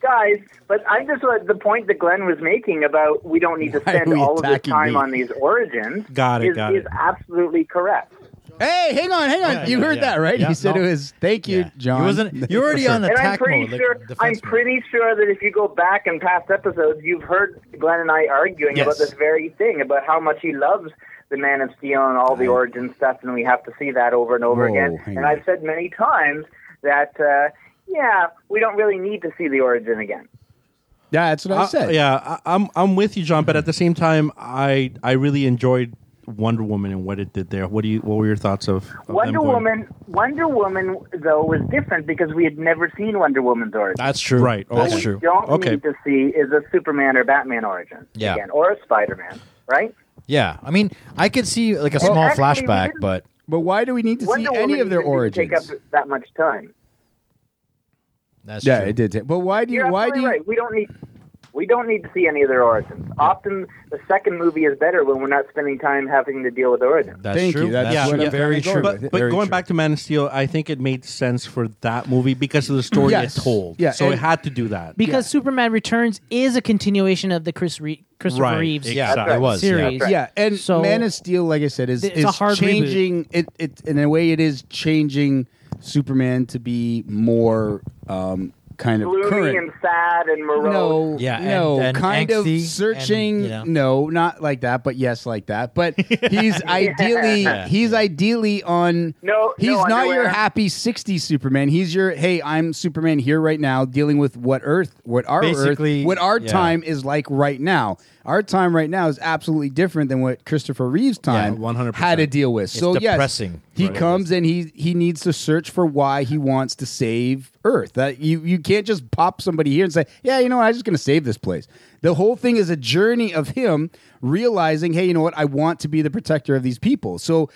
guys, but I'm just at the point that Glenn was making about we don't need to
Why are
spend
we
all of this
attacking
time
me?
on these origins.
Got it,
Is,
got
is
it.
absolutely correct.
hey, hang on, hang on.
Yeah,
you
yeah,
heard
yeah.
that right?
Yeah,
you said
no.
it was. Thank you,
Yeah.
John.
You wasn't. You're already on
it.
And I'm
attack
pretty
mode. like,
sure I'm
defense mode.
pretty sure that if you go back in past episodes, you've heard Glenn and I arguing
Yes.
about this very thing about how much he loves the Man of Steel and all the origin stuff, and we have to see that over and over
Whoa,
again.
hang
And
on.
I've said many times that uh, yeah, we don't really need to see the origin again.
Yeah, that's what I
Uh,
said.
yeah, I, I'm I'm with you, John. But at the same time, I I really enjoyed Wonder Woman and what it did there. What do you? What were your thoughts of, of them
Wonder
going-
Woman, Wonder Woman though was different because we had never seen Wonder Woman's origin.
That's true.
Right.
That's
Okay.
true.
Don't
Okay.
need to see is a Superman or Batman origin
Yeah.
again, or a Spider-Man, right?
Yeah. I mean, I could see like a small
actually, we
flashback,
didn't-
but
But why do we need to
Wonder
see
Woman
any of their
didn't
origins?
take up that much time.
that's
yeah,
true.
it did. Take, but why do you?
You're
why do
absolutely
you?
right. We don't need we don't need to see any of their origins. Often, the second movie is better when we're not spending time having to deal with origins.
That's
Thank
true.
you. That's
Yeah,
what
yeah.
I'm
very
kinda
true.
going with
But,
it.
but
Very
going
true.
back to Man of Steel, I think it made sense for that movie because of the story
Yes.
it told.
Yeah,
so it
and-
had to do that.
Because Superman Returns is a continuation of the Chris Re- Christopher
Right,
Reeves
Yeah,
That's right.
it was.
series.
right.
Yeah, and
So-
Man of Steel, like I said, is,
It's
is
a hard reboot.
changing it, it in a way. It is changing Superman to be more um, kind of
Gloomy
current.
and sad and morose.
No,
Yeah,
no,
and- and
kind
angsty
of
and,
searching.
you know.
No, not like that, but yes, like that. But he's ideally,
Yeah.
he's ideally on.
No-
he's
no
not your
underwear.
happy '60s Superman. He's your hey, I'm Superman here right now, dealing with what Earth, what our
Basically,
Earth, what our
yeah.
time is like right now. Our time right now is absolutely different than what Christopher Reeve's time
100%.
had to deal with. So yes,
depressing.
he comes and he he needs to search for why he wants to save Earth. That you you can't just pop somebody here and say, yeah, you know, what, I'm just going to save this place. The whole thing is a journey of him realizing, hey, you know what, I want to be the protector of these people. So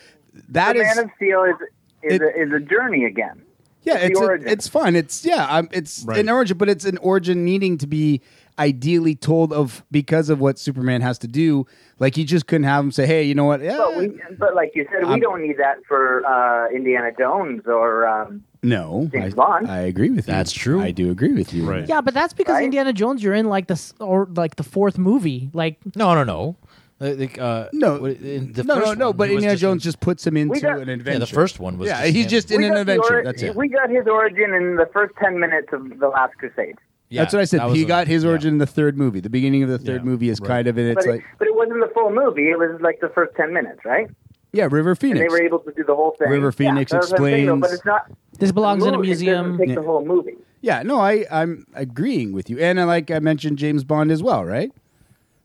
that
The
is
Man of Steel is is,
It-
a, is a journey again.
yeah,
the
it's a-
origin.
it's fun. It's yeah, um, it's
Right.
an origin, but it's an origin needing to be ideally told of because of what Superman has to do. Like you just couldn't have him say, hey, you know what, yeah,
But we, but like you said, we
Um,
don't need that for uh, Indiana Jones or um,
no,
James
I,
Bond.
I agree with you.
That's true.
I do agree with you.
Right.
Yeah, but that's because
Right?
Indiana Jones. You're in like the s- or like the fourth movie. Like
No, no, no. Like, uh,
No,
what- in the
no, no,
first
no.
one,
But
it was
Indiana
just-
Jones just puts him into
got-
an
Yeah,
adventure.
Yeah, the first one was.
yeah,
just
he's
him.
just in
We got
an
the
adventure.
ori-
That's it.
We got his origin in the first ten minutes of the Last Crusade.
Yeah,
That's what I said.
that was
He
a-
got his
yeah.
origin in the third movie. The beginning of the third
Yeah,
movie is
right.
kind of in
But
it's
it,
like
but it wasn't the full movie. It was like the first ten minutes, right?
yeah, River Phoenix.
And they were able to do the whole thing.
River Phoenix
yeah, that's what I'm saying, though, but
explains-
it's not.
This belongs in a
movie, it doesn't
museum.
Take the whole movie.
Yeah, no, I I'm agreeing with you, and uh, like I mentioned, James Bond as well, right?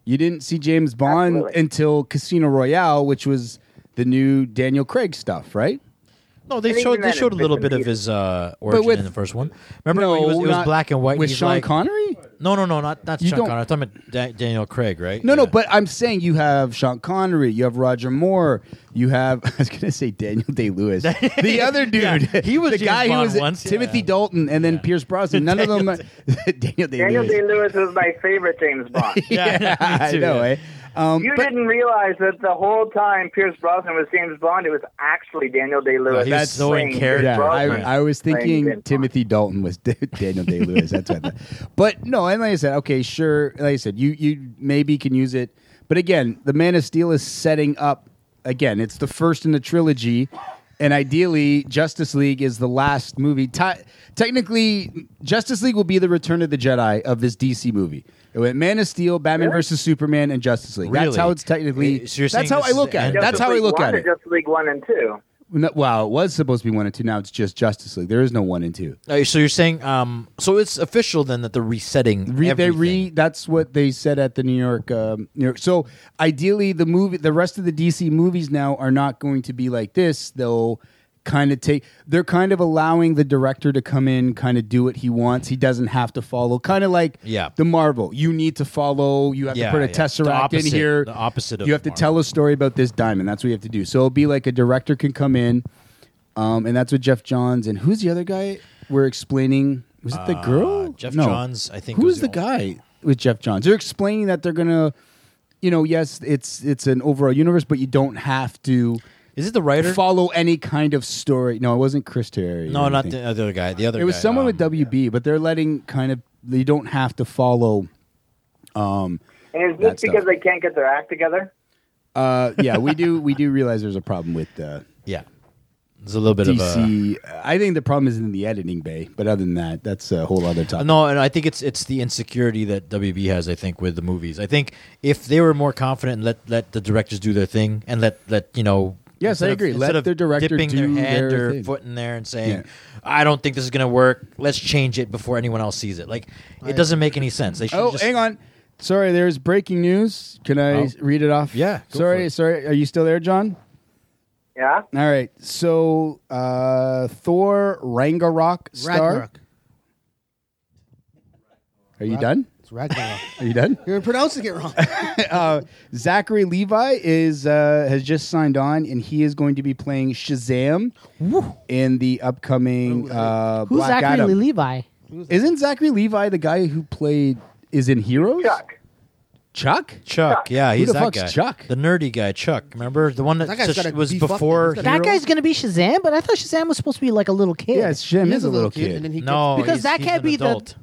You didn't see James Bond
Absolutely.
until Casino Royale, which was the new Daniel Craig stuff, right?
No, they
And
showed
even
they
then
showed a
it's
little bit
different
of
either.
his uh, origin
with-
in the first one. Remember, it was, it was
not-
black and white.
with
he's
Sean
like,
Connery.
No, no, no, not not
You
Sean
don't-
Connery. I'm talking about da- Daniel Craig, right?
No, no,
Yeah.
but I'm saying you have Sean Connery, you have Roger Moore, you have I was gonna say Daniel Day Lewis, the other dude,
Yeah, he was
the
James
guy who
Bond
was
once, yeah.
Timothy Dalton, and then Pierce Brosnan. None of them, Daniel Day
Daniel
Lewis.
Day Lewis was my favorite James Bond.
yeah, I know, eh? Um,
You
but-
didn't realize that the whole time Pierce Brosnan was James Bond, it was actually Daniel Day
No,
Lewis.
he was so in
playing
character.
Yeah,
Brosnan.
I, I was
Playing
thinking
James Bond.
Timothy Dalton was Daniel Day Lewis. That's what I thought. But no, and like I said, okay, sure. Like I said, you you maybe can use it, but again, the Man of Steel is setting up. Again, it's the first in the trilogy, and ideally, Justice League is the last movie. Ti- technically, Justice League will be the Return of the Jedi of this DC movie. It went Man of Steel, Batman versus Superman, and Justice League. That's
Really? Eh,
how it's technically.
So you're
that's
saying
how
this
I
is
look
the
at
end
it.
of
That's
Justice
how I
League
look
1
at
or
it.
Justice League One and Two.
No, wow, it was supposed to be one and two. Now it's just Justice League. There is no one and two.
Uh, so you're saying, um, so it's official then that they're resetting.
Re, they re.
everything.
That's what they said at the New York. Um, New York. So ideally, the movie, the rest of the DC movies now are not going to be like this. They'll kind of take. They're kind of allowing the director to come in, kind of do what he wants. He doesn't have to follow. Kind of like
Yeah.
the Marvel. You need to follow. You have
Yeah,
to put a
yeah. The
tesseract
opposite-
in here.
the opposite of
You have to
Marvel.
tell a story about this diamond. That's what you have to do. So it'll be like a director can come in. Um, and that's what Jeff Johns and who's the other guy we're explaining? Was it the girl?
Uh, Jeff
No.
Johns, I think,
Who
was
is the
the
guy with Jeff Johns? They're explaining that they're gonna, you know, yes, it's it's an overall universe, but you don't have to
Is it the writer?
follow any kind of story. No, it wasn't Chris Terry. or
no, not
anything.
the other guy. The other.
It was
guy,
someone
um,
with WB, but they're letting kind of you don't have to follow.
And is this
That stuff.
because they can't get their act together?
Uh, yeah, we do we do realize there's a problem with. Uh,
Yeah, there's a little bit of a.
DC, I think the problem is in the editing bay, but other than that, that's a whole other topic.
Uh, No, and I think it's it's the insecurity that WB has. I think with the movies, I think if they were more confident and let let the directors do their thing and let let you know.
Yes, I
instead of-
agree.
instead
Let
of
the director
dipping
do
their hand
their
or
thing.
foot in there and saying,
Yeah.
"I don't think this is going to work. Let's change it before anyone else sees it." Like it doesn't make any sense. They should
Oh,
just,
hang on. Sorry, there's breaking news. Can I
Oh.
read it off?
Yeah, go
Sorry,
for it.
sorry. Are you still there, John?
Yeah.
All right. So, uh, Thor Ragnarok star.
Ragnarok.
Are you done?
It's Ragnarok.
Are you done?
You're pronouncing it wrong.
Uh, Zachary Levi is uh, has just signed on, and he is going to be playing Shazam in the upcoming uh,
Who's
Black
Zachary
Adam.
Levi?
Isn't Zachary Levi the guy who played is in Heroes?
Chuck.
Chuck.
Chuck, yeah,
Who
he's
the
that
fuck's
guy,
Chuck?
the nerdy guy, Chuck. Remember the one that,
That guy's
just
gotta
was
beef up.
before?
He's gotta-
That guy's gonna be Shazam, but I thought Shazam was supposed to be like a little kid.
Yes, Shazam
He
is a little kid.
and then he
no,
Because
he's-
that
he's
can't
an
be the-
adult.
gets-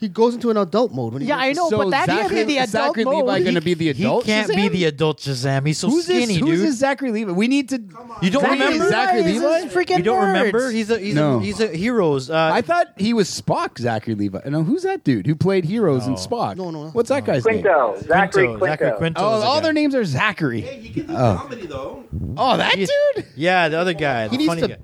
he goes into an adult mode when he.
Yeah, I know, but that can't be the adult
Zachary
mode.
Levi going
He-
to be the adult.
he can't be
Shazam?
the adult Shazam. He's so
Who's
skinny,
this?
dude.
Who's this Zachary Levi? We need to.
You don't
Zachary
remember?
Levi
Zachary
is
Levi?
this freaking
You don't
nerd.
remember? He's a he's
No.
a he's a heroes. Uh,
I thought he was Spock, Zachary Levi. No, who's that dude who played Heroes and Spock?
No, no, no.
What's that guy's name?
Quinto. Zachary Quinto.
Zachary Quinto.
Oh,
is the
all
guy.
their names are Zachary.
He can do comedy though.
Oh, that
He's-
dude.
Yeah, the other guy, the
needs
funny
to-
guy.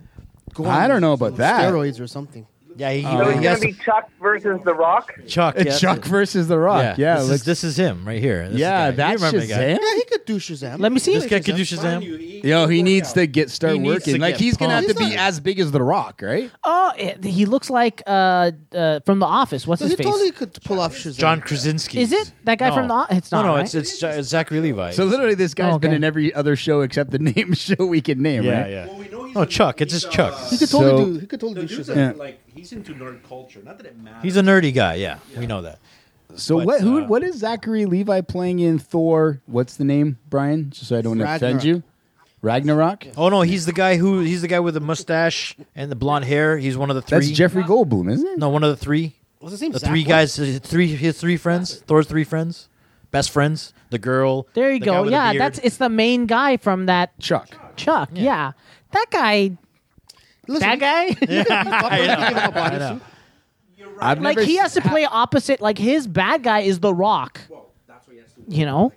Go
I
on
don't know about that.
Steroids or something.
Yeah, he,
So it's
he
going
has
to be Chuck versus The Rock.
Chuck.
Oh. It's
yeah,
Chuck versus The Rock. Yeah,
this,
looks-
is, this is him right here. This is
yeah,
the guy. You
that's
remember the guy.
Shazam.
Yeah, he could do Shazam.
Let me see.
This guy could do Shazam.
Yo, he needs to get start
He needs
working.
to
Like
get
he's gonna have to
pumped.
be
He's not-
as big as The Rock, right?
Oh, it- he looks like uh, uh, from The Office. What's
So
his
he
face?
totally could pull off Shazam.
John Krasinski.
Is it? That guy
no.
from the- it's not,
No, no,
right?
it's it's Ja- it's Zachary Levi.
So literally, this guy's
Oh, okay.
been in every other show except the name show we can name,
yeah,
right?
yeah. No, Oh, Chuck. It's just Chuck.
He could totally
So-
do. He could totally do Shazam.
Yeah.
uh, like he's into nerd culture. Not that it matters.
He's a nerdy guy. Yeah, we know that.
So
But,
what? Who?
uh,
what is Zachary Levi playing in Thor? What's the name, Brian? Just so I don't offend
Ragnarok.
you. Ragnarok.
Oh no, he's the guy who he's the guy with the mustache and the blonde hair. He's one of the three.
That's Jeffrey Goldblum, isn't it?
No, one of the three.
What's his name?
The
Zach
three
what?
guys, his three his three friends, Thor's three friends. best friends. The girl.
There you
the guy
go.
with the
Yeah,
beard.
that's it's the main guy from that
Chuck.
Chuck. Yeah, that guy. that guy.
I've
like
never
he has
s-
to play opposite. Like his bad guy is the Rock. You know.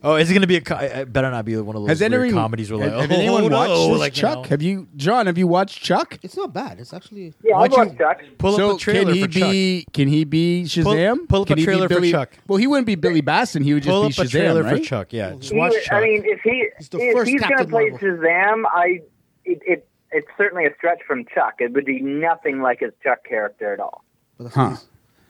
Oh, is it going to be a? Co- I- I better not be one of those
Has
weird
anyone
comedies. Where like,
have, have
oh,
anyone
no,
watched this
like, you
Chuck?
know.
Have you, John? Have you watched Chuck?
It's not bad. It's actually.
Yeah, I
Why'd you-
watched Chuck.
Pull
so
up a trailer
can he
for Chuck.
be? Can he be Shazam?
pull up
Can
a
he be
trailer for
Billy-
Chuck.
Well, he wouldn't be Billy Baston. He would just
Pull
be
up
Shazam,
a trailer
right?
for Chuck. Yeah, just
He
watch
was-
Chuck.
I mean, if he
He's the
if
first
he's going to
Captain
play
Marvel.
Shazam, I it, it it's certainly a stretch from Chuck. It would be nothing like his Chuck character at all.
But that's
Huh.
huh.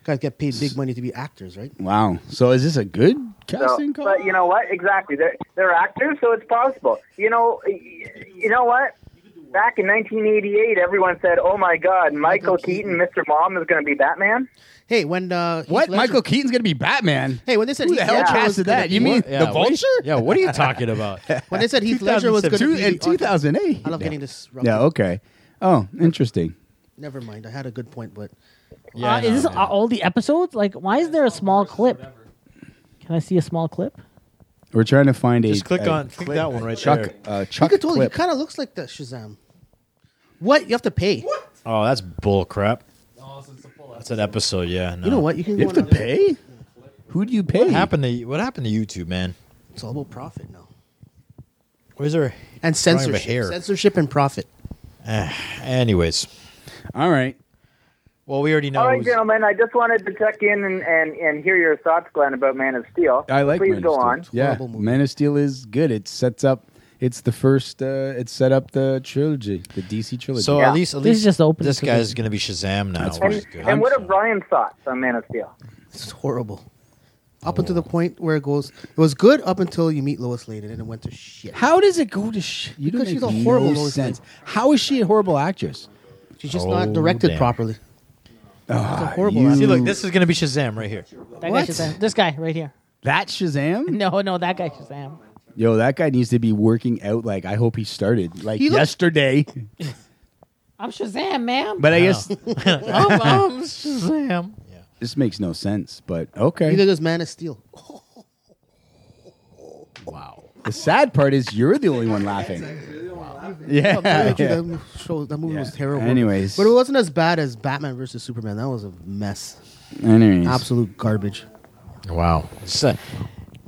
Guys get paid big money to be actors, right?
Wow. So is this a good
So,
casting call?
but you know what? Exactly, they're they're actors, so it's possible. You know, y- you know what? Back in 1988, everyone said, "Oh my God, Michael Keaton, Mr. Mom, is going to be Batman."
Hey, when uh, Heath
what?
Ledger-
Michael Keaton's gonna be Batman?
Hey, when they said
Who the
Heath
hell
Ledger was
casted
gonna
that? You
be-
mean
Yeah,
the
what-
Vulture?
yeah, what are you talking about?
when they said Heath Ledger was going to
2007.
be
Two- in
the arch-
2008.
I love getting this. Wrong.
Yeah. Okay. Oh, interesting.
Never mind. I had a good point, but
Yeah,
uh,
I know,
is this
yeah.
all the episodes? Like, why is there a small clip? Can I see a small clip?
We're trying to find a
Just click
a
on click that one right
Chuck.
there.
Uh,
you
Chuck
could totally. He
clip.
kind of looks like the Shazam. What you have to pay?
Oh, that's bull crap. That's an episode. Yeah, no.
You know what? You can.
You have
go
to
on a-
pay. Who do you pay?
What happened to what happened to YouTube, man?
It's all about profit now.
Where's
And
our drawing of a
censorship,
hair?
censorship and profit.
Anyways,
All right.
well, we already know.
All right,
who's-
gentlemen, I just wanted to check in and, and, and hear your thoughts, Glenn, about Man of Steel.
I like.
Please
Man
go
of Steel.
on.
Yeah,
Horrible movie.
Man of Steel is good. It sets up. It's the first. Uh, it set up the trilogy, the DC trilogy.
so
Yeah.
at least at
This
least
is just open
this
to
guy's
the-
going to be Shazam now. which
And,
is good.
and what are Brian's thoughts on Man of Steel?
It's horrible. Up until the point where it goes, it was good up until you meet Lois Lane, and then it went to shit.
how does it go to? Sh- you don't
Because she's
make
a horrible
no
Lois Lane.
sense. How is she a horrible actress?
She's just
Oh,
not directed
damn.
properly. it's a horrible.
Ah, you-
actor.
See, look, this is going to be Shazam right here.
That
What?
guy Shazam. This guy right here.
That Shazam?
No, no, that guy Shazam.
Yo, that guy needs to be working out. Like I hope he started like
He looks-
yesterday.
I'm Shazam, ma'am.
But I guess
I'm, I'm Shazam. Yeah.
this makes no sense. But okay.
Neither does Man of Steel.
The sad part is you're the only one laughing.
Oh, man,
Yeah.
that-
yeah.
That, show, that movie was
Yeah.
terrible.
Anyways.
but it wasn't as bad as Batman versus Superman. That was a mess.
Anyways.
Absolute garbage.
Wow. So-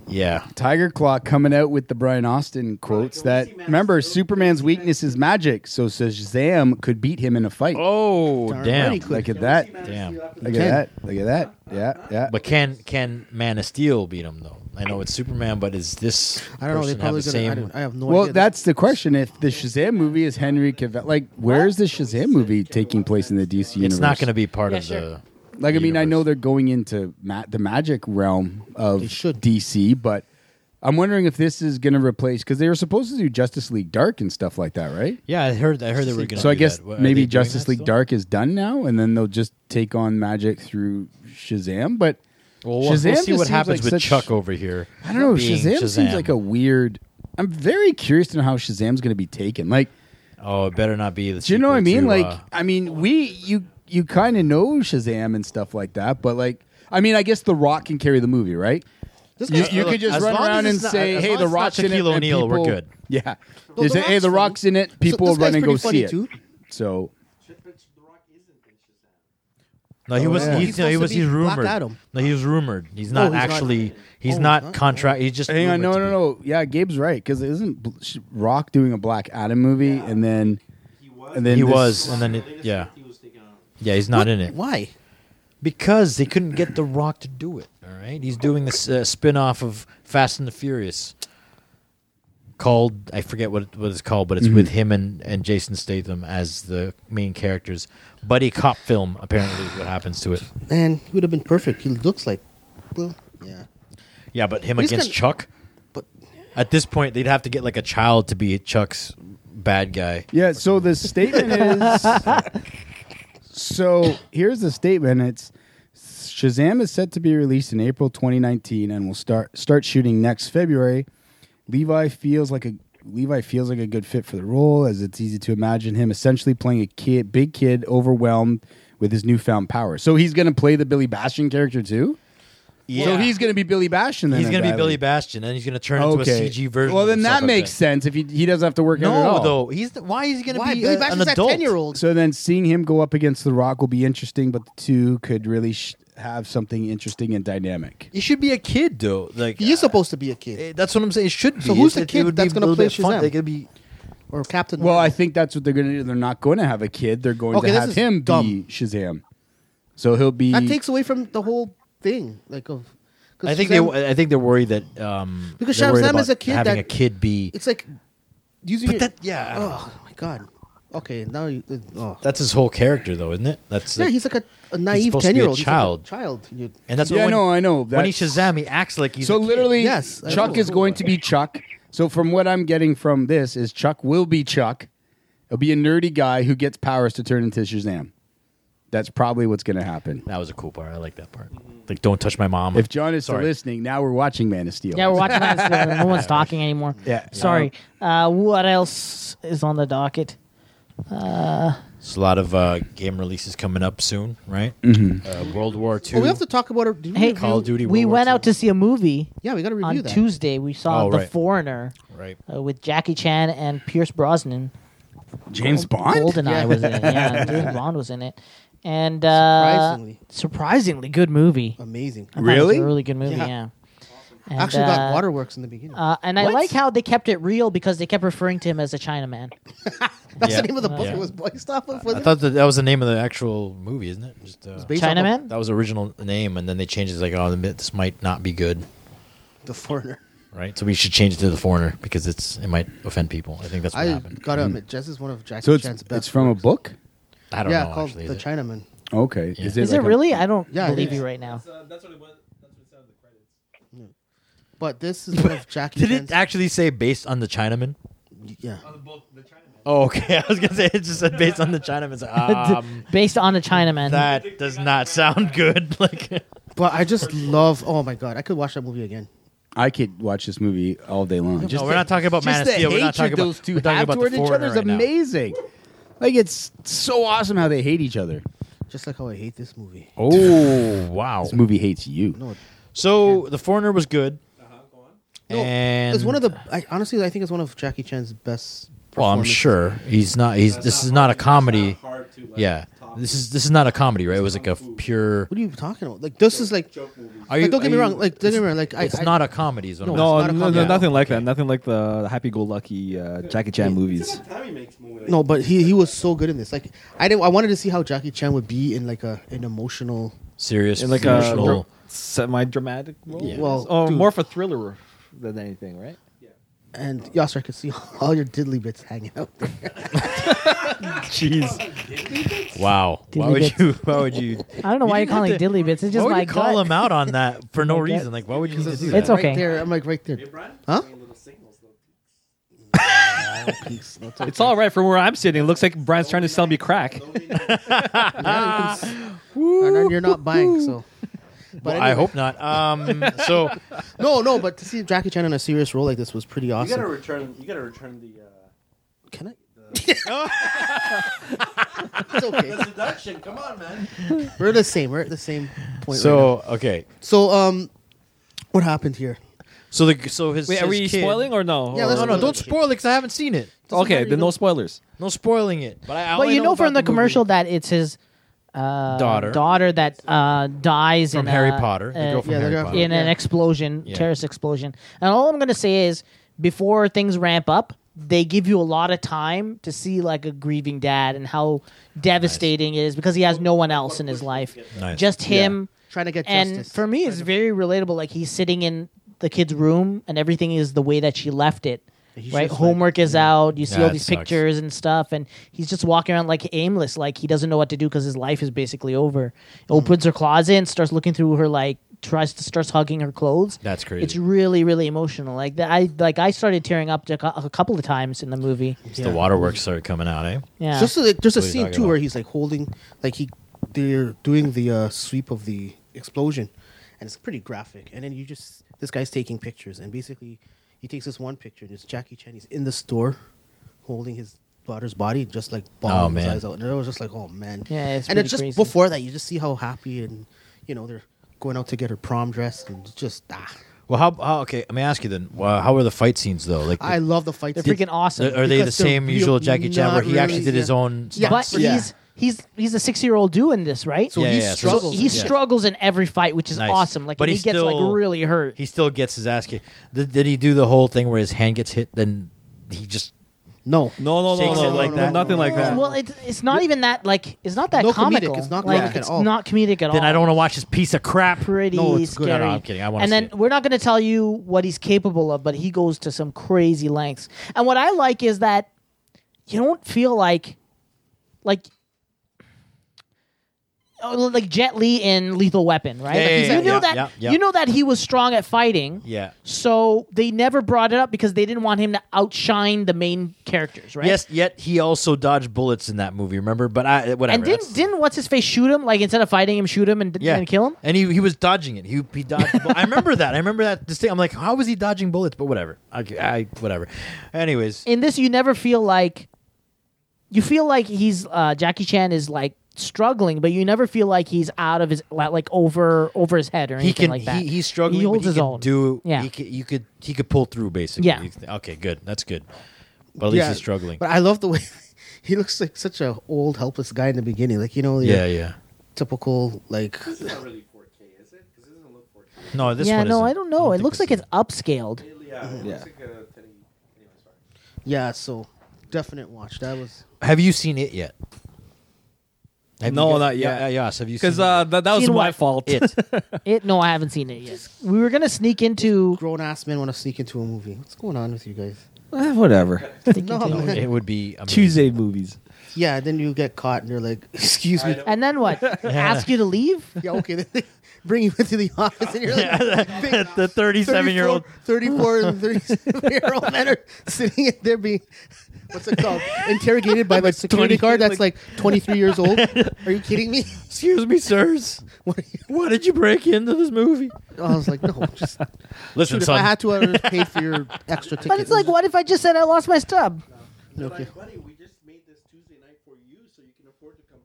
yeah.
Tiger Claw coming out with the Brian Austin quotes that remember Superman's weakness is magic, so Shazam could beat him in a fight.
Oh,
Darn
damn.
right he could.
Look at that!
Damn.
Look at
Ten.
that! Look at that! Yeah, yeah.
But can can Man of Steel beat him though? I know it's Superman, but is this
I don't know. They
person have
probably
the
gonna, I,
same?
don't, I have no idea.
Well, that's the question. If the Shazam movie is Henry Cavill, like, where is the Shazam movie taking place in the DC universe?
It's not going to be part
Yeah,
of
sure.
the.
Like, I mean, I
universe.
know they're going into ma- the magic realm of
They should.
DC, but I'm wondering if this is going to replace because they were supposed to do Justice League Dark and stuff like that, right?
Yeah, I heard. I heard they were going.
So I guess maybe Justice League Dark is done now, and then they'll just take on magic through Shazam. But
Well, we'll, we'll
Shazam
see
just
what
seems
happens
like
with
such-
Chuck over here.
I don't know.
being
Shazam, seems like a weird. I'm very curious to know how Shazam's going to be taken. Like,
Oh, it better not be the.
do you know what I mean?
sequel to,
like,
uh,
I mean, we you you kind of know Shazam and stuff like that, but like, I mean, I guess The Rock can carry the movie, right?
This
You,
guy's-
you could just
As
run
long as
around
it's
and
not-
say,
as
"Hey,
long
The
as it's not
Rock's in it."
Shaquille
and
O'Neal, we're
people-
good.
Yeah.
The-
They say,
The
hey, The
Rock's
Rock's in it.
this
People will
guy's
run and go
pretty funny
see it.
too.
So
No, he
Oh,
was.
yeah.
He's,
He's
no, he
supposed
was.
to
He's
be Black
rumored.
Adam.
No, he was rumored. He's
No,
not
he's not.
actually. He's
Oh,
not
he's not.
contract. He's just.
Hang on, no,
rumored to
no,
be.
no. Yeah, Gabe's right because isn't Bl- sh- Rock doing a Black Adam movie and then and then
He
this-
was, and then it, yeah, yeah, he's not in it
Why?
because they couldn't get The Rock to do it. All right, he's doing this uh, spin-off of Fast and the Furious called I forget what it, what it's called, but
Mm-hmm.
it's with him and and Jason Statham as the main characters. Buddy cop film apparently is what happens to it.
Man, he would have been perfect. He looks like. Well, yeah.
Yeah, but him
But he's
against
gonna-
Chuck.
But
At this point, they'd have to get like a child to be Chuck's bad guy.
Yeah, so the statement is So here's the statement. It's Shazam is set to be released in April 2019 and will start start shooting next February. Levi feels like a Levi feels like a good fit for the role as it's easy to imagine him essentially playing a kid, big kid
Yeah.
So he's going to be Billy Bastion. Then
he's going to be
undoubtedly.
Billy Bastion, and he's going to turn into a
Okay.
CG version.
Well,
of
then
himself
that
like
makes sense if he he doesn't have to work out at
No,
all.
though he's the, why is he going to
Why?
be
Billy
a-
Bastion's
an
that
adult?
10 year old.
So then seeing him go up against The Rock will be interesting, but the two could really sh- have something interesting and dynamic.
He should be a kid, though. Like
He is
uh,
supposed to be a kid
eh, That's what I'm saying. It should be.
So who's
It-
the
it
kid
would be
that's
a
gonna
little
play
bit fun.
Shazam?
It could be.
or Captain.
Well,
Marvel.
I think that's what they're going to do. They're not going to have a kid. They're going
Okay,
to
this
have
is
him be
dumb.
Shazam. So he'll be.
that takes away from the whole thing. Like of, 'cause
I think
Shazam-
they. I think they're worried that um,
Because
they're worried
Shazam is
about
a kid
Having
that-
a kid be
it's like using.
But
your-
that- yeah, I don't
Oh my god. Okay, now you. Oh.
that's his whole character, though, isn't it? That's
yeah,
like-
he's like a, a naive
supposed to
ten
be a
year old
child.
child. You-
and that's
Yeah,
what
I
when,
know, I know.
When he
That's-
Shazam, he acts like he's
so
a kid.
literally,
Yes, I
Chuck
know.
is going to be Chuck. So from what I'm getting from this is Chuck will be Chuck. He'll be a nerdy guy who gets powers to turn into Shazam. That's probably what's going to happen.
That was a cool part. I like that part. Like, don't touch my mom.
If John is still
Sorry.
listening, now we're watching Man of Steel.
Yeah, we're watching that. so no one's talking anymore.
Yeah.
Sorry. Uh, what else is on the docket?
There's a lot of uh, game releases coming up soon, right? Uh, World War II.
Mm-hmm. Oh, we have to talk about it. Did we
Hey,
review-
Call of Duty,
We
World War
went
II.
out to see a movie
Yeah, we got to review
on
that.
Tuesday. We saw
Oh,
The
right.
Foreigner
Right.
uh, with Jackie Chan and Pierce Brosnan.
James Bond.
Goldeneye was in it. Yeah, James Bond was in it. And uh,
Surprisingly.
surprisingly good movie.
Amazing.
I thought it was
Really?
a really good movie. Yeah.
Yeah.
And,
Actually, got
uh,
waterworks in the beginning.
Uh, and I
What?
like how they kept it real because they kept referring to him as a Chinaman.
That's
yeah.
the name of the book.
Yeah.
It was based off of. Was
I
it?
thought that, that was the name of the actual movie, isn't it? Just, uh,
based off of
Chinaman?
that was the original name, and then they changed it. Like, oh, this might not be good,
The foreigner.
right? So we should change it to the Foreigner because it's it might offend people. I think that's what
I
happened. Hmm.
gotta admit, Jess is one of Jackie
So it's
Chan's best.
it's from a
works.
book.
I don't
Yeah,
know.
called
actually,
the
is it?
Chinaman.
Okay.
Yeah.
Is
like
it
a-
really? I don't
Yeah, it
believe
is.
you right now.
that's what it was. That's what it said in the credits.
But this is one of Jackie
Did
Chan's.
it actually say based on the Chinaman?
yeah.
Oh, okay. I was gonna say it just said based on the Chinaman. It's like, um,
Based on a Chinaman.
that does not sound good. Like,
But I just love. Oh my god, I could watch that movie again.
I could watch this movie all day long.
no, we're not talking about Man of Steel. We're not talking about
those 2
we're talking
have
about the
toward each
Foreigner
other is
right now.
amazing. Like it's so awesome how they hate each other.
Just like how I hate this movie.
Oh wow!
This movie hates you.
No,
So the foreigner was good. And
it's one of the. I, honestly, I think it's one of Jackie Chan's best.
well, I'm
performances.
sure he's not. He's this is not a comedy.
Hard to like,
Yeah, this is this is not a comedy, right? It was like a pure.
What are you talking about? Like this is like.
Are
like, don't get
are
me
you-
wrong. Like don't get me wrong. Like I,
it's
I-
not a comedy. Is what I'm
No,
not a
no, no,
comedy.
nothing like that. Nothing like the happy-go-lucky uh, Jackie Chan movies.
No, but he he was so good in this. Like I didn't. I wanted to see how Jackie Chan would be in like a an emotional.
serious,
In like a
emotional.
dra- semi-dramatic role.
Yeah.
Well,
or
dude.
Oh, more of a thriller than anything, right?
And Yasser, I could see all your diddly bits hanging out. There.
Jeez,
wow. Why would you? Why would you?
I don't know why
You
you're calling
didn't
it diddly bits. It's just
why would
my
you call
gut.
him out on that for no
My gut.
reason? Like, why would you just do that?
It's
Right
okay.
there, I'm like right there. Huh? Peace. No, it's okay.
it's all right from where I'm sitting. It looks like Brian's trying to sell me crack.
Yeah, you can s- and then you're not buying, so. But
Well, I
anyway.
hope not. Um, so
No, no, but to see Jackie Chan in a serious role like this was pretty
You gotta
awesome.
return. You gotta return the. Uh,
Can I? it's okay.
Seduction, come on, man.
We're the same. We're at the same point. right now.
so okay.
so um, what happened here?
So the so his
Wait, are
his
we
kid-
spoiling or no?
Yeah,
Or-
let's-
No, no, don't spoil it because I haven't seen it.
Okay, then no spoilers.
No spoiling it. But I.
But
only
you know from
about
the commercial
movie.
that it's his uh,
Daughter.
daughter that uh, dies
from
in
Harry
a-
Potter. The
uh,
girl from
yeah, the
Harry
girl
Potter.
from-
in an
Yeah.
explosion,
Yeah.
terrorist explosion. And all I'm gonna say is, before things ramp up, they give you a lot of time to see like a grieving dad and how devastating it is because he has no one else in his life,
Nice.
just him.
Trying to get
and
justice.
for me, it's very relatable. Like he's sitting in the kid's room, and everything is the way that she left it.
He's
right,
just like-
homework is out. You see
Yeah,
all
it
these
sucks.
pictures and stuff, and he's just walking around like aimless, like he doesn't know what to do because his life is basically over.
Mm.
Opens her closet and starts looking through her like tries to starts hugging her clothes.
That's crazy.
It's really really emotional. Like that, I like I started tearing up a cou- a couple of times in the movie.
It's The waterworks started coming out, eh?
Yeah,
Just so, like, there's a
What are you
scene
talking
too where
about?
he's like holding, like he, they're doing the uh, sweep of the explosion, and it's pretty graphic. And then you just this guy's taking pictures, and basically, he takes this one picture, and it's Jackie Chan. He's in the store, holding his daughter's body, just like
Oh,
bawling his
man.
eyes out. And it was just like, oh man,
Yeah, it's
and
pretty
it's just
crazy.
before that, you just see how happy and you know they're going out to get her prom dress and just ah.
Well, how, how? Okay, let me ask you then. Well, how were the fight scenes though? Like,
I love the fight.
They're
scene.
freaking awesome.
are they the
because they're
same
real-
usual Jackie Chan
not
where he actually
really,
did his
yeah.
own?
Yeah.
stunts?
But he's he's he's a six year old doing this, right?
So
Yeah,
he
yeah, so-
struggles.
he
yeah.
struggles in every fight, which is
Nice.
awesome. Like,
But
and
he
he, gets
still-
like really hurt.
he still gets his ass kicked. Did, did he do the whole thing where his hand gets hit? Then he just
no,
No, no, no,
Shakes
no,
it like
no,
that.
nothing like that.
well, it's it's not even that like it's not that
No comedic.
comical.
It's not
like,
comedic at
it's
all.
not comedic at all.
then I don't want to watch this piece of crap.
pretty
No, it's good.
scary.
No, no, I'm kidding. I wanna
and
see
then
it.
we're not going to tell you what he's capable of, but he goes to some crazy lengths. And what I like is that you don't feel like, like, oh, like Jet Li in Lethal Weapon, right?
Yeah,
Like,
yeah, yeah,
you know
yeah,
that
yeah, yeah.
you know that he was strong at fighting.
Yeah.
So they never brought it up because they didn't want him to outshine the main characters, right?
Yes, yet he also dodged bullets in that movie. Remember? But I whatever.
And didn't
that's-
didn't what's his face shoot him? Like instead of fighting him, shoot him and,
yeah,
and kill him.
And he, he was dodging it. He he dodged. the bull- I remember that. I remember that distinct. I'm like, how was he dodging bullets? But whatever. I, I whatever. Anyways,
in this you never feel like you feel like he's uh, Jackie Chan is like struggling, but you never feel like he's out of his like like over over his head or anything
he can
like that.
he, he's struggling.
He
but
holds
he
his
can
own.
Do
yeah.
He could, you could he could pull through basically.
Yeah.
You- Okay. Good. That's good. But at least he's struggling.
But I love the way he looks like such a old, helpless guy in the beginning. Like you know,
yeah.
yeah,
Yeah.
typical like
No, this
yeah,
one.
no,
isn't.
I don't know. it
think
looks like it's upscaled.
yeah. So definite watch. That was
Have you seen it yet? Have
No,
you
not yet.
Yeah, yeah, yes, have you?
Because
seen
uh, that, that was
Seen
my
what?
fault.
it? it?
It no, I haven't seen it yet. We were gonna sneak into
grown ass men want to sneak into a movie. What's going on with you guys?
Eh, whatever.
No,
it would be amazing.
Tuesday movies.
yeah. Then you get caught, and they're like, "Excuse me."
and then what? Ask you to leave?
Yeah, okay. Then they bring you into the office, and you're like, big
the 37 year old.
34 and 37 year old men are sitting in there being what's it called interrogated by the security
20
guard that's like 23 years old are you kidding me
Excuse me, sirs.
What are you-
Why did you break into this movie?
i was like no just
Listen,
dude, if
son.
i had to i would have paid for your extra ticket
But it's like, what if I just said I lost my stub?
okay.
Buddy, we just made this Tuesday night for you so you can afford to come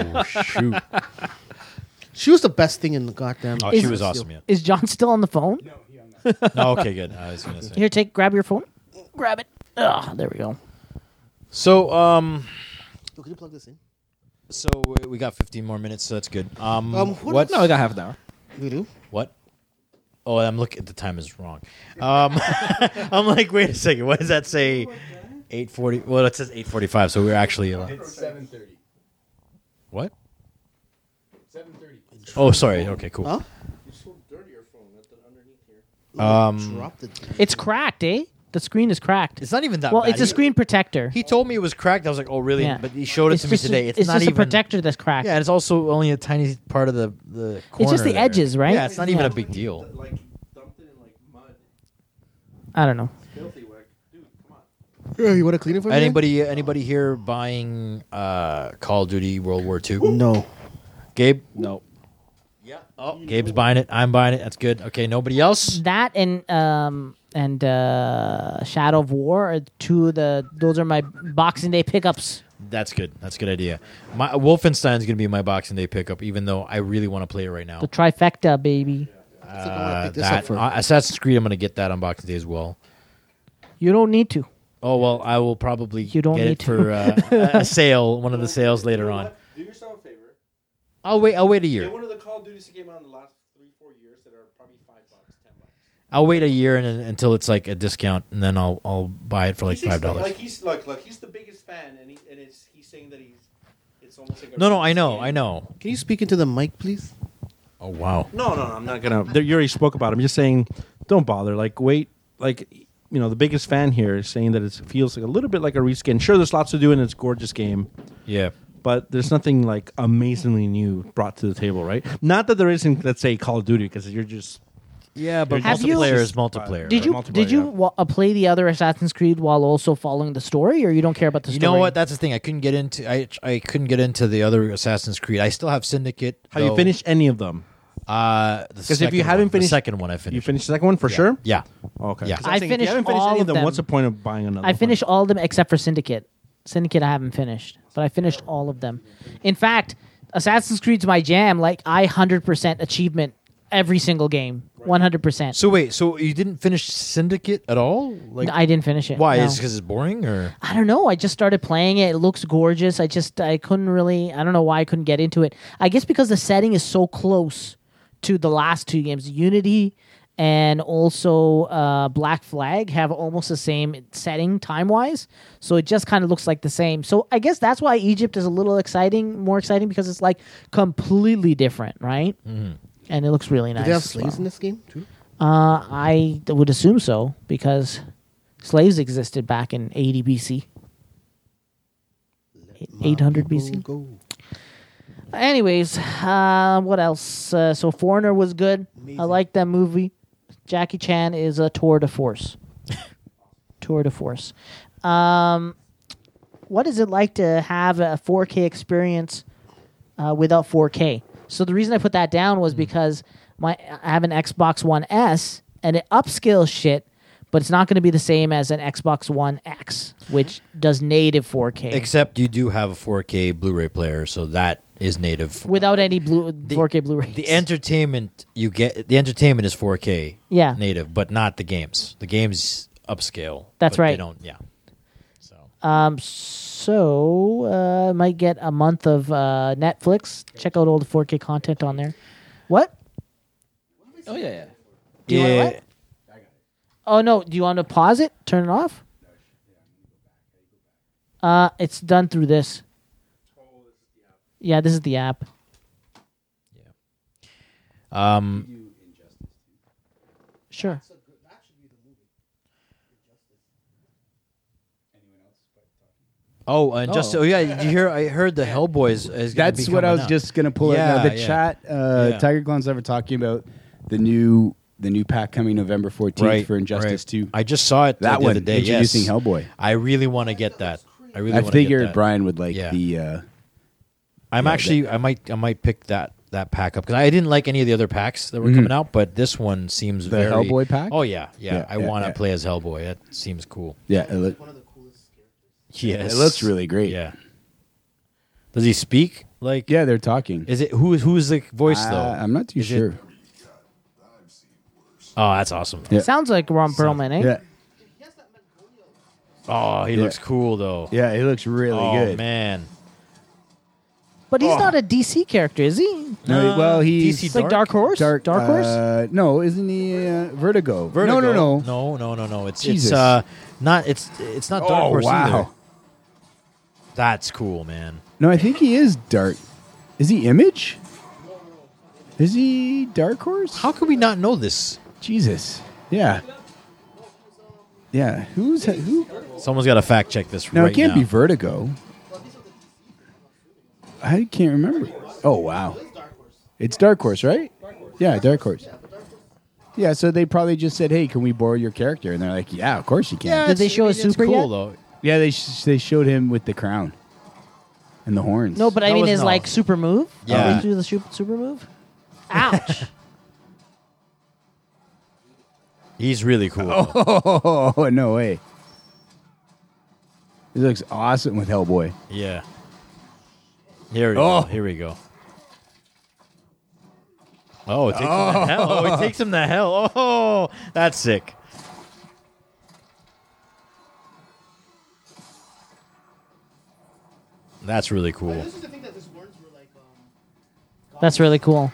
to the theater. You're still sneaking in.
oh shoot!
she was the best thing in the goddamn
Oh,
Is-
she was awesome. Yeah.
Is John still on the phone?
No, okay, good. I was gonna say.
Here, take grab your phone. Grab it. Ugh, there we go.
So, um,
Yo, could you plug this in
so we- we got 15 more minutes, so that's good. Um,
Um, who-
what?
No, I got half an hour.
we do
What? Oh, I'm looking. The time is wrong. Um, I'm like, wait a second. What does that say? 8:40. Well, it says 8:45, so we're actually. uh,
Seven thirty.
What?
Seven thirty.
Oh, sorry. Okay, cool.
Huh? drop the
It's cracked, eh? The screen is cracked.
It's not even that.
well,
bad.
it's a
He-
screen protector.
He told me it was cracked. I was like, oh, really?
Yeah.
But he showed it to me
just a-
today. It's, not
just
even
a protector that's cracked.
Yeah, and it's also only a tiny part of the the corner.
just the
there.
edges, right?
Yeah, it's not even
Yeah.
a big deal.
Like, dumped it in like mud.
I don't know.
Filthy work. Dude, come on.
Yo, you want to clean it for me
Anybody anybody here buying uh, Call of Duty World War II?
no
Gabe?
No.
Yeah. Oh, Gabe's buying it. I'm buying it. That's good. Okay, nobody else?
That and um and uh Shadow of War are two of the those are my Boxing Day pickups.
That's good. That's a good idea. My Wolfenstein's going to be my Boxing Day pickup, even though I really want to play it right now.
The trifecta, baby.
It's like, I wanna
Uh,
pick this
that-
up for
uh, Assassin's Creed, I'm going to get that on Boxing Day as well.
You don't need to.
Oh well, I will probably
You don't
get
need
it
to.
for uh, a a sale, one of the sales later on.
Do yourself a favor.
I'll wait. I'll wait a
Get
year.
one of the Call of Duties that came out in the last three, four years that are probably five bucks, ten bucks.
I'll wait a year and, until it's like a discount, and then I'll I'll buy it for like
He's
five
explaining-
dollars.
Like he's look, look, he's the biggest fan, and he, and it's he's saying that he's it's almost like a
No, no, I know, I know.
can you speak into the mic please
Oh wow.
No, no, no, I'm not gonna. There, you already spoke about. It. I'm just saying, don't bother. Like, wait, like, you know, the biggest fan here is saying that it feels like a little bit like a reskin. Sure, there's lots to do, and it's a gorgeous game,
Yeah.
but there's nothing like amazingly new brought to the table, right? Not that there isn't, let's say, Call of Duty, because you're just
Yeah, but
Have you-
multiplayer is multiplayer.
Did you
multiplayer,
did you
yeah.
wa- uh, play the other Assassin's Creed while also following the story, or you don't care about the
You
story?
know what? That's the thing. I couldn't get into. I I couldn't get into the other Assassin's Creed. I still have Syndicate.
have
though.
you finished any of them?
Uh,
if
because
you haven't finished-
the second one, I
You
finished.
finished the second one for sure. Oh,
yeah.
Okay.
Yeah.
'Cause I'm
I
saying, if
finished
you haven't finished
all
any
of
of them,
them.
What's the point of buying another?
I
one?
finished all of them except for Syndicate. Syndicate I haven't finished, but I finished all of them. In fact, Assassin's Creed's my jam. Like I hundred percent achievement every single game, one hundred percent.
So wait, so you didn't finish Syndicate at all? Like
I didn't finish it.
Why?
no.
Is because it's boring or
I don't know. I just started playing it. It looks gorgeous. I just I couldn't really I don't know why I couldn't get into it. I guess because the setting is so close to the last two games, Unity and also uh, Black Flag have almost the same setting time wise. So it just kind of looks like the same. So I guess that's why Egypt is a little exciting, more exciting because it's like completely different, right? Mm-hmm. And it looks really nice.
Do they have
as
slaves
well.
in this game too?
Uh, I d- would assume so because slaves existed back in 80 BC, Eight- 800 BC.
Go.
Anyways, uh, what else? Uh, so Foreigner was good. I like that movie. Jackie Chan is a tour de force. tour de force. Um, what is it like to have a 4K experience uh, without 4K? So the reason I put that down
Hmm.
was because my I have an Xbox One S and it upscales shit, but it's not going to be the same as an Xbox One X, which does native 4K
except you do have a 4K Blu-ray player, so that is native.
without any blue 4K Blu-ray.
The entertainment you get, the entertainment is 4K
Yeah.
native, but not the games. The games upscale.
That's
but
right.
They don't. Yeah. So
Um, so uh, might get a month of uh, Netflix. Check out all the 4K content on there. What?
Oh yeah, yeah.
Do you want what? Oh no! Do you want to pause it? Turn it off? Uh, it's done through this. Yeah, this is the app.
um,
Sure.
oh, and just
Oh.
oh yeah, you hear? I heard the Hellboys is. gonna
That's
be
what I
coming
was
out.
just gonna pull yeah,
Yeah,
The
yeah.
chat, uh,
Yeah.
Tiger Glenn's ever talking about the new the new pack coming November fourteenth for Injustice
right.
Two.
I just saw it
That
the
one,
other day.
introducing
yes.
Hellboy.
I really want to get that. I really.
I
wanna get
figured
that.
Brian would like
Yeah.
the. Uh,
I'm actually. I might. I might pick that that pack up because I didn't like any of the other packs that were coming out, but this one seems
Mm-hmm. The
very,
Hellboy pack?
Oh yeah, yeah.
Yeah,
I
yeah,
want to
yeah.
play as Hellboy. That seems cool.
yeah, it, look,
Yes,
it looks really great.
Yeah. Does he speak? Like,
yeah, they're talking.
Is it who? Who is the voice though?
Uh, I'm not too
Is it-
sure.
oh, that's awesome.
Yeah.
Sounds like Ron Perlman, eh?
Yeah,
Oh, he looks cool though.
yeah, he looks really
oh
good.
man.
But
Oh.
he's not a DC character, is he?
No, well, he's
DC
It's like Dark Horse.
Dark,
Dark Horse.
Uh, no, isn't he uh, Vertigo?
Vertigo.
No, no, no.
no, no, no, no. It's
Jesus.
it's uh, not it's it's not Dark
Oh,
Horse
wow.
either. That's cool, man.
No, I think he is Dark. Is he Image? Is he Dark Horse?
How could we not know this?
Jesus. Yeah. Yeah. Who's who?
Someone's got to fact check this
Now
right
it can't
now.
be Vertigo. I can't remember. Oh wow. It's Dark Horse, right? Yeah, Dark Horse. Yeah, so they probably just said, "Hey, can we borrow your character?" And they're like, "Yeah, of course you can."
yeah,
Did they
it's-
show a
it's
super
cool,
yet?
though.
Yeah, they sh- they showed him with the crown and the horns.
No, but I
No,
mean,
it's
his
not.
like super move.
Yeah.
Are we through the su- super move. Ouch.
He's really cool. though.
oh no way! He looks awesome with Hellboy.
Yeah. Here we
Oh.
go. Here we go. Oh, it takes him to hell. Oh, it takes him to hell. Oh, that's sick. That's really cool.
This is the thing that these words were like. Um,
That's really cool.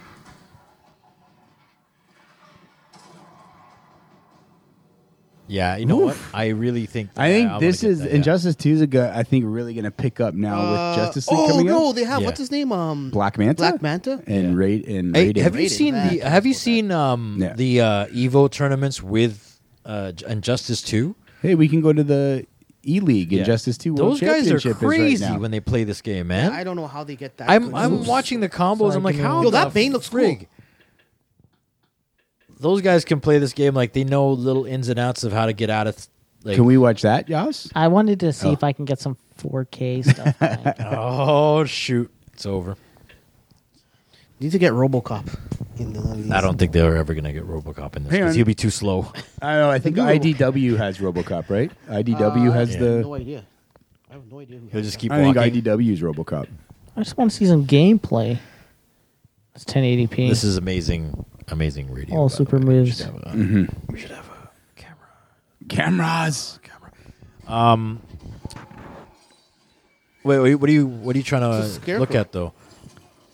Yeah, you know what? I really think.
I think
yeah, I'm
this
gonna get
is
that, yeah.
Injustice Two is a good. I think really going to pick up now with Justice League
oh,
coming
no,
up.
they have
Yeah.
what's his name? Um,
Black Manta,
Black Manta.
and Raid and
Hey,
Raiden.
have you
Rated.
seen the?
That's
Have you seen um
Yeah.
the uh, Evo tournaments with uh, J- Injustice Two?
hey, we can go to the E League
Yeah.
Injustice Two World
Those guys are
Championship is
crazy
right now.
when they play this game, man.
I don't know how they get that.
I'm
good.
I'm
Oops.
watching the combos. I'm like, how
Yo,
the
that Bane looks cool.
frig? Those guys can play this game like they know little ins and outs of how to get out of. th- Like,
can we watch that, Yas?
I wanted to see if I can get some 4K stuff. going.
Oh shoot, it's over.
Need to get RoboCop. In the
I don't think they're ever gonna get RoboCop in this
Hang
because
on.
he'll be too slow.
I don't know. I think IDW has RoboCop, right? IDW has
I have
the.
no idea. I have no idea. Who
He'll just keep
I think
walking.
IDW is RoboCop.
I just want to see some gameplay. It's 1080p.
This is amazing, amazing radio.
All
by the
super
way. We should
moves.
have a-
Mm-hmm.
We should have a camera.
Cameras.
Wait, wait. What are you? What are you trying to
scarecrow.
look at though?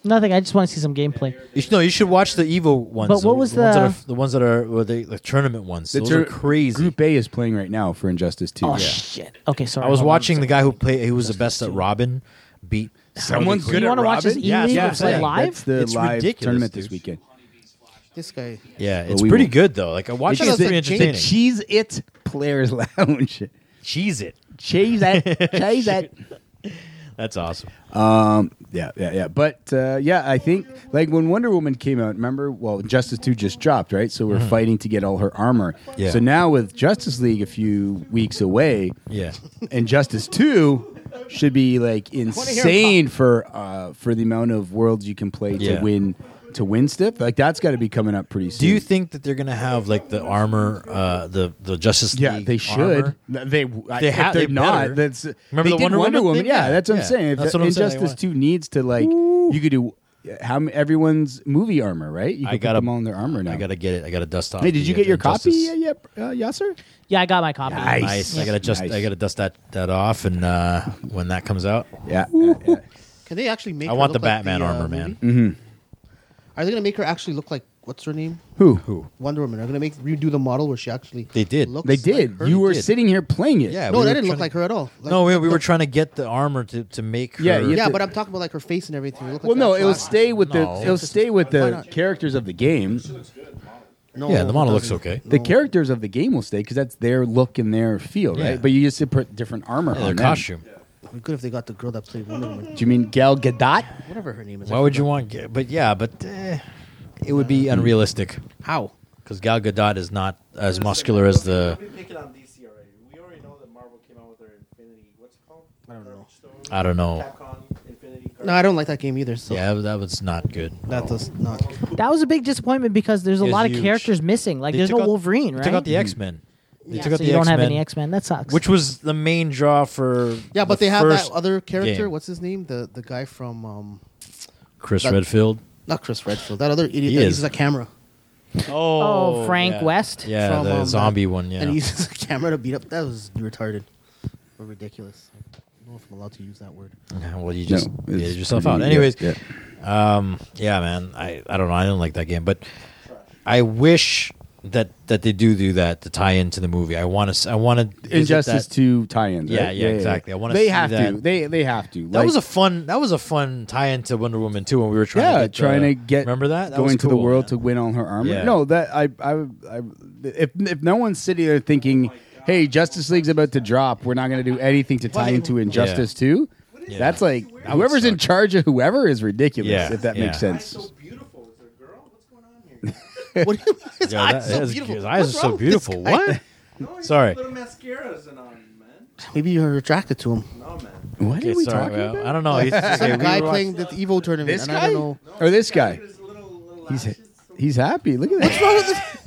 nothing. I just want to see some gameplay.
You should, no, you should watch the Evo ones.
But what was
the ones that
the-
are, the ones that are well, they, the tournament ones?
The
Those
tur-
are crazy.
Group A is playing right now for Injustice 2.
Oh shit. Okay, sorry.
I was
hold on a
watching the
second.
guy who played. Who was the best at Robin? Beat
Someone's
Do
good
you
at
want to watch this
Robin.
E-League
Yeah, that's what
play
I'm saying.
live?
That's the
It's
live
ridiculous,
tournament
dude.
this weekend.
This guy.
Yeah,
But
it's
we
pretty
won't.
good though. Like I watched it.
It's
It's pretty
the-
entertaining.
Cheese It Players Lounge.
Cheese it.
Cheese It. Cheese It.
That's awesome.
Yeah, yeah, yeah. But uh, yeah, I think like when Wonder Woman came out, remember? Well, Justice Two just dropped, right? So we're fighting to get all her armor.
Yeah.
So now with Justice League a few weeks away,
Yeah.
and Justice Two should be like insane for uh, for the amount of worlds you can play
Yeah.
to win to win stuff. Like that's got to be coming up pretty
Do
soon.
you think that they're gonna have like the armor, uh, the the Justice League?
Yeah, they
armor?
should. Th- They w- I-
They
if they're
ha- they better.
not. That's
Remember
they
the
did
Wonder Woman thing?
Yeah,
Yeah,
that's what
yeah.
I'm saying.
That's
That-
what I'm saying, they
Injustice
want.
Two needs to like you could do uh, how many, everyone's movie armor, right? You
I
could
gotta-
put them all in their armor now.
I gotta get it. I gotta dust off.
hey, did
the,
you
uh,
get your copy
Injustice.
yet, yet, uh, Yasser?
Yeah, I got my copy.
Nice.
Nice. I gotta just.
Nice.
I gotta dust that that off, and uh, when that comes out,
Yeah, yeah, yeah.
Can they actually make?
I
her
want the
look like
Batman
uh,
armor,
movie?
man.
Mm-hmm.
Are they gonna make her actually look like what's her name?
Who? Who?
Wonder Woman. Are they gonna make redo the model where she actually?
They did.
looks
They
like
did.
her?
you were
did.
sitting here playing it.
Yeah.
No,
we
that didn't
were trying
look
to-
like her at all. Like,
no, we, we
the-
were trying to get the armor to to make.
Yeah,
her,
you-
Yeah,
the-
but I'm talking about like her face and everything. It looked like
Well, no,
that
it'll
flash.
stay with
No.
the it'll stay with
Why
the
not?
characters of the game.
No,
yeah. The model
it
looks
doesn't.
okay.
The characters of the game will stay because that's their look and their feel,
Yeah.
right? But you just put different armor
Yeah,
on
their
them.
costume.
It'd be good if they got the girl that played Wonder Woman.
Do you mean Gal Gadot?
Whatever her name is.
Why would you want? ga- But yeah, but eh, it would be unrealistic
How?
because Gal Gadot is not as muscular as the.
I don't know.
I don't know.
No, I don't like that game either. So
Yeah, that- that was not good.
that does not.
That was a big disappointment because there's a
It's
lot
huge.
of characters missing. Like
They
there's
took
no
out-
Wolverine,
they
right?
Took out the X Men. Mm-hmm. They
Yeah,
took out
so
the
you don't
X-Men,
have any X Men. That sucks.
which was the main draw for.
Yeah, but
the
they have
first
that other character.
game.
What's his name? The the guy from um,
Chris
that-
Redfield.
not Chris Redfield. That other idiot.
He
that
is.
uses a camera.
Oh, Frank
yeah.
West?
Yeah,
From,
the
um,
zombie one. Yeah,
And he uses a camera to beat up. That was retarded. Or ridiculous. I don't know if I'm allowed to use that word.
Yeah, well, you just
No,
you
it's
did yourself out.
pretty-
Anyways,
yeah,
Um, yeah, man. I, I don't know. I don't like that game, but I wish that that they do do that to tie into the movie. I want to. I want to
Injustice Two tie-ins.
Yeah,
right?
yeah, exactly. I wanna
They
see
have to.
that.
They they have to.
That was a fun. That was a fun tie into Wonder Woman too when we were trying.
yeah,
to get the-
trying to get
Remember that, That was
going to the
cool,
world to
man.
win all her armor.
Yeah.
No, that I, I I if if no one's sitting there thinking, hey, Justice League's about to drop, we're not going to do anything to tie into Injustice Two.
Yeah.
That's like
would
whoever's in
suck.
charge of whoever is ridiculous.
Yeah,
If that
yeah.
makes sense.
What do you mean? His
Yeah, that-
eyes so
his-
beautiful.
His eyes
What's
are so
wrong with this
beautiful.
guy?
What? Sorry.
Maybe you're attracted to him.
What
Okay,
are we
sorry,
talking
well, uh,
about?
I don't know. He's, okay,
Some
we
guy
were watching-
playing the Evo tournament.
This
and
guy
I don't know.
or this guy? He's he's happy. Look at that.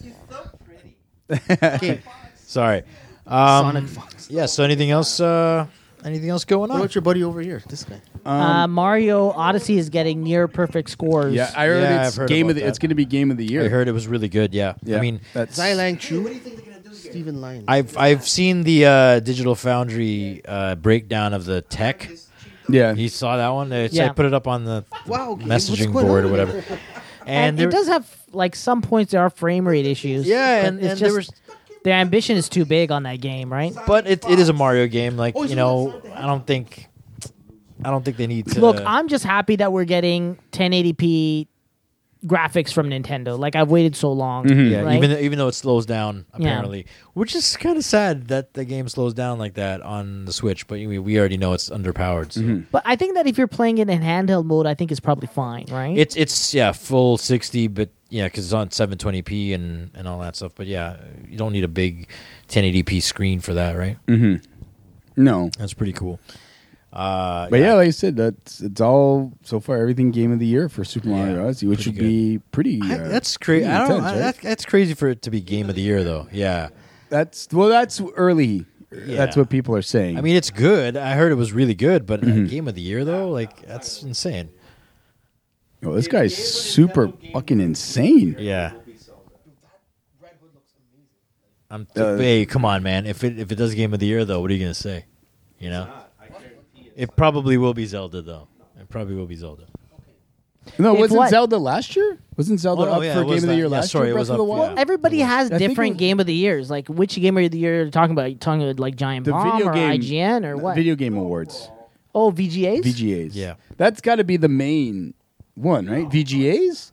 Okay,
Sorry.
Sonic
Um,
Fox.
yeah. So anything else? Uh, anything else going
What
on?
about your buddy over here? This guy.
uh, Mario Odyssey is getting near perfect scores.
Yeah, I heard
Yeah, I've
it's
heard
game
about
of the,
that.
it's going to be game of the year.
I heard it was really good. Yeah.
Yeah,
I mean,
that's
Xylang Chu. Steven Lyon.
I've I've seen the uh, Digital Foundry uh, breakdown of the tech.
yeah.
You saw that one? It's, I
Yeah.
put it up on the
Wow, okay, what's
messaging
going
board or
on?
whatever.
and,
And,
it
there-
does have like some points there are frame rate issues.
Yeah,
but
and-
it's
and there
just
was-
their ambition is too big on that game, right?
but it, it is a Mario game. Like
it's
you
a
know, I don't think I don't think they need to
Look, I'm just happy that we're getting 1080p graphics from Nintendo. Like I've waited so long.
yeah,
right?
even even though it slows down
Yeah.
apparently, which is kind of sad that the game slows down like that on the Switch. But we, we already know it's underpowered. So.
but I think that if you're playing it in handheld mode, I think it's probably fine, right?
It's it's yeah full sixty, but yeah, because it's on seven twenty p and and all that stuff. But yeah, you don't need a big ten eighty p screen for that, right?
No,
That's pretty cool. Uh,
but yeah, like I said, that's it's all so far everything game of the year for Super Mario
Yeah,
Odyssey, which
pretty
would be pretty.
I-
uh,
that's crazy.
pretty
I don't.
intense,
I-
right?
that, that's crazy for it to be game of the year, though. Yeah,
That's well, that's early That's
Yeah.
what people are saying.
I mean, it's good. I heard it was really good, but uh, game of the year though, like that's insane.
Yo, this guy's super fucking insane.
Yeah. I'm hey, come on, man. If it if it does game of the year though, what are you gonna say? You know, it probably will be Zelda though. It probably will be Zelda.
No,
If
wasn't
what?
Zelda last year? Wasn't Zelda
Oh, no,
up
yeah,
for
it
Game
was
of the
that.
Year
Yeah,
last
sorry,
year?
it
Breath
was
of the
up,
Wild?
yeah.
Everybody has
I think it
different
was-
game of the years. Like which game of the year are you talking about? Are you talking about like Giant
The
Bomb
video
or
game
IGN or
the
what?
Video game awards.
oh, VGAs.
VGAs.
Yeah.
That's got to be the main one, right? VGAs?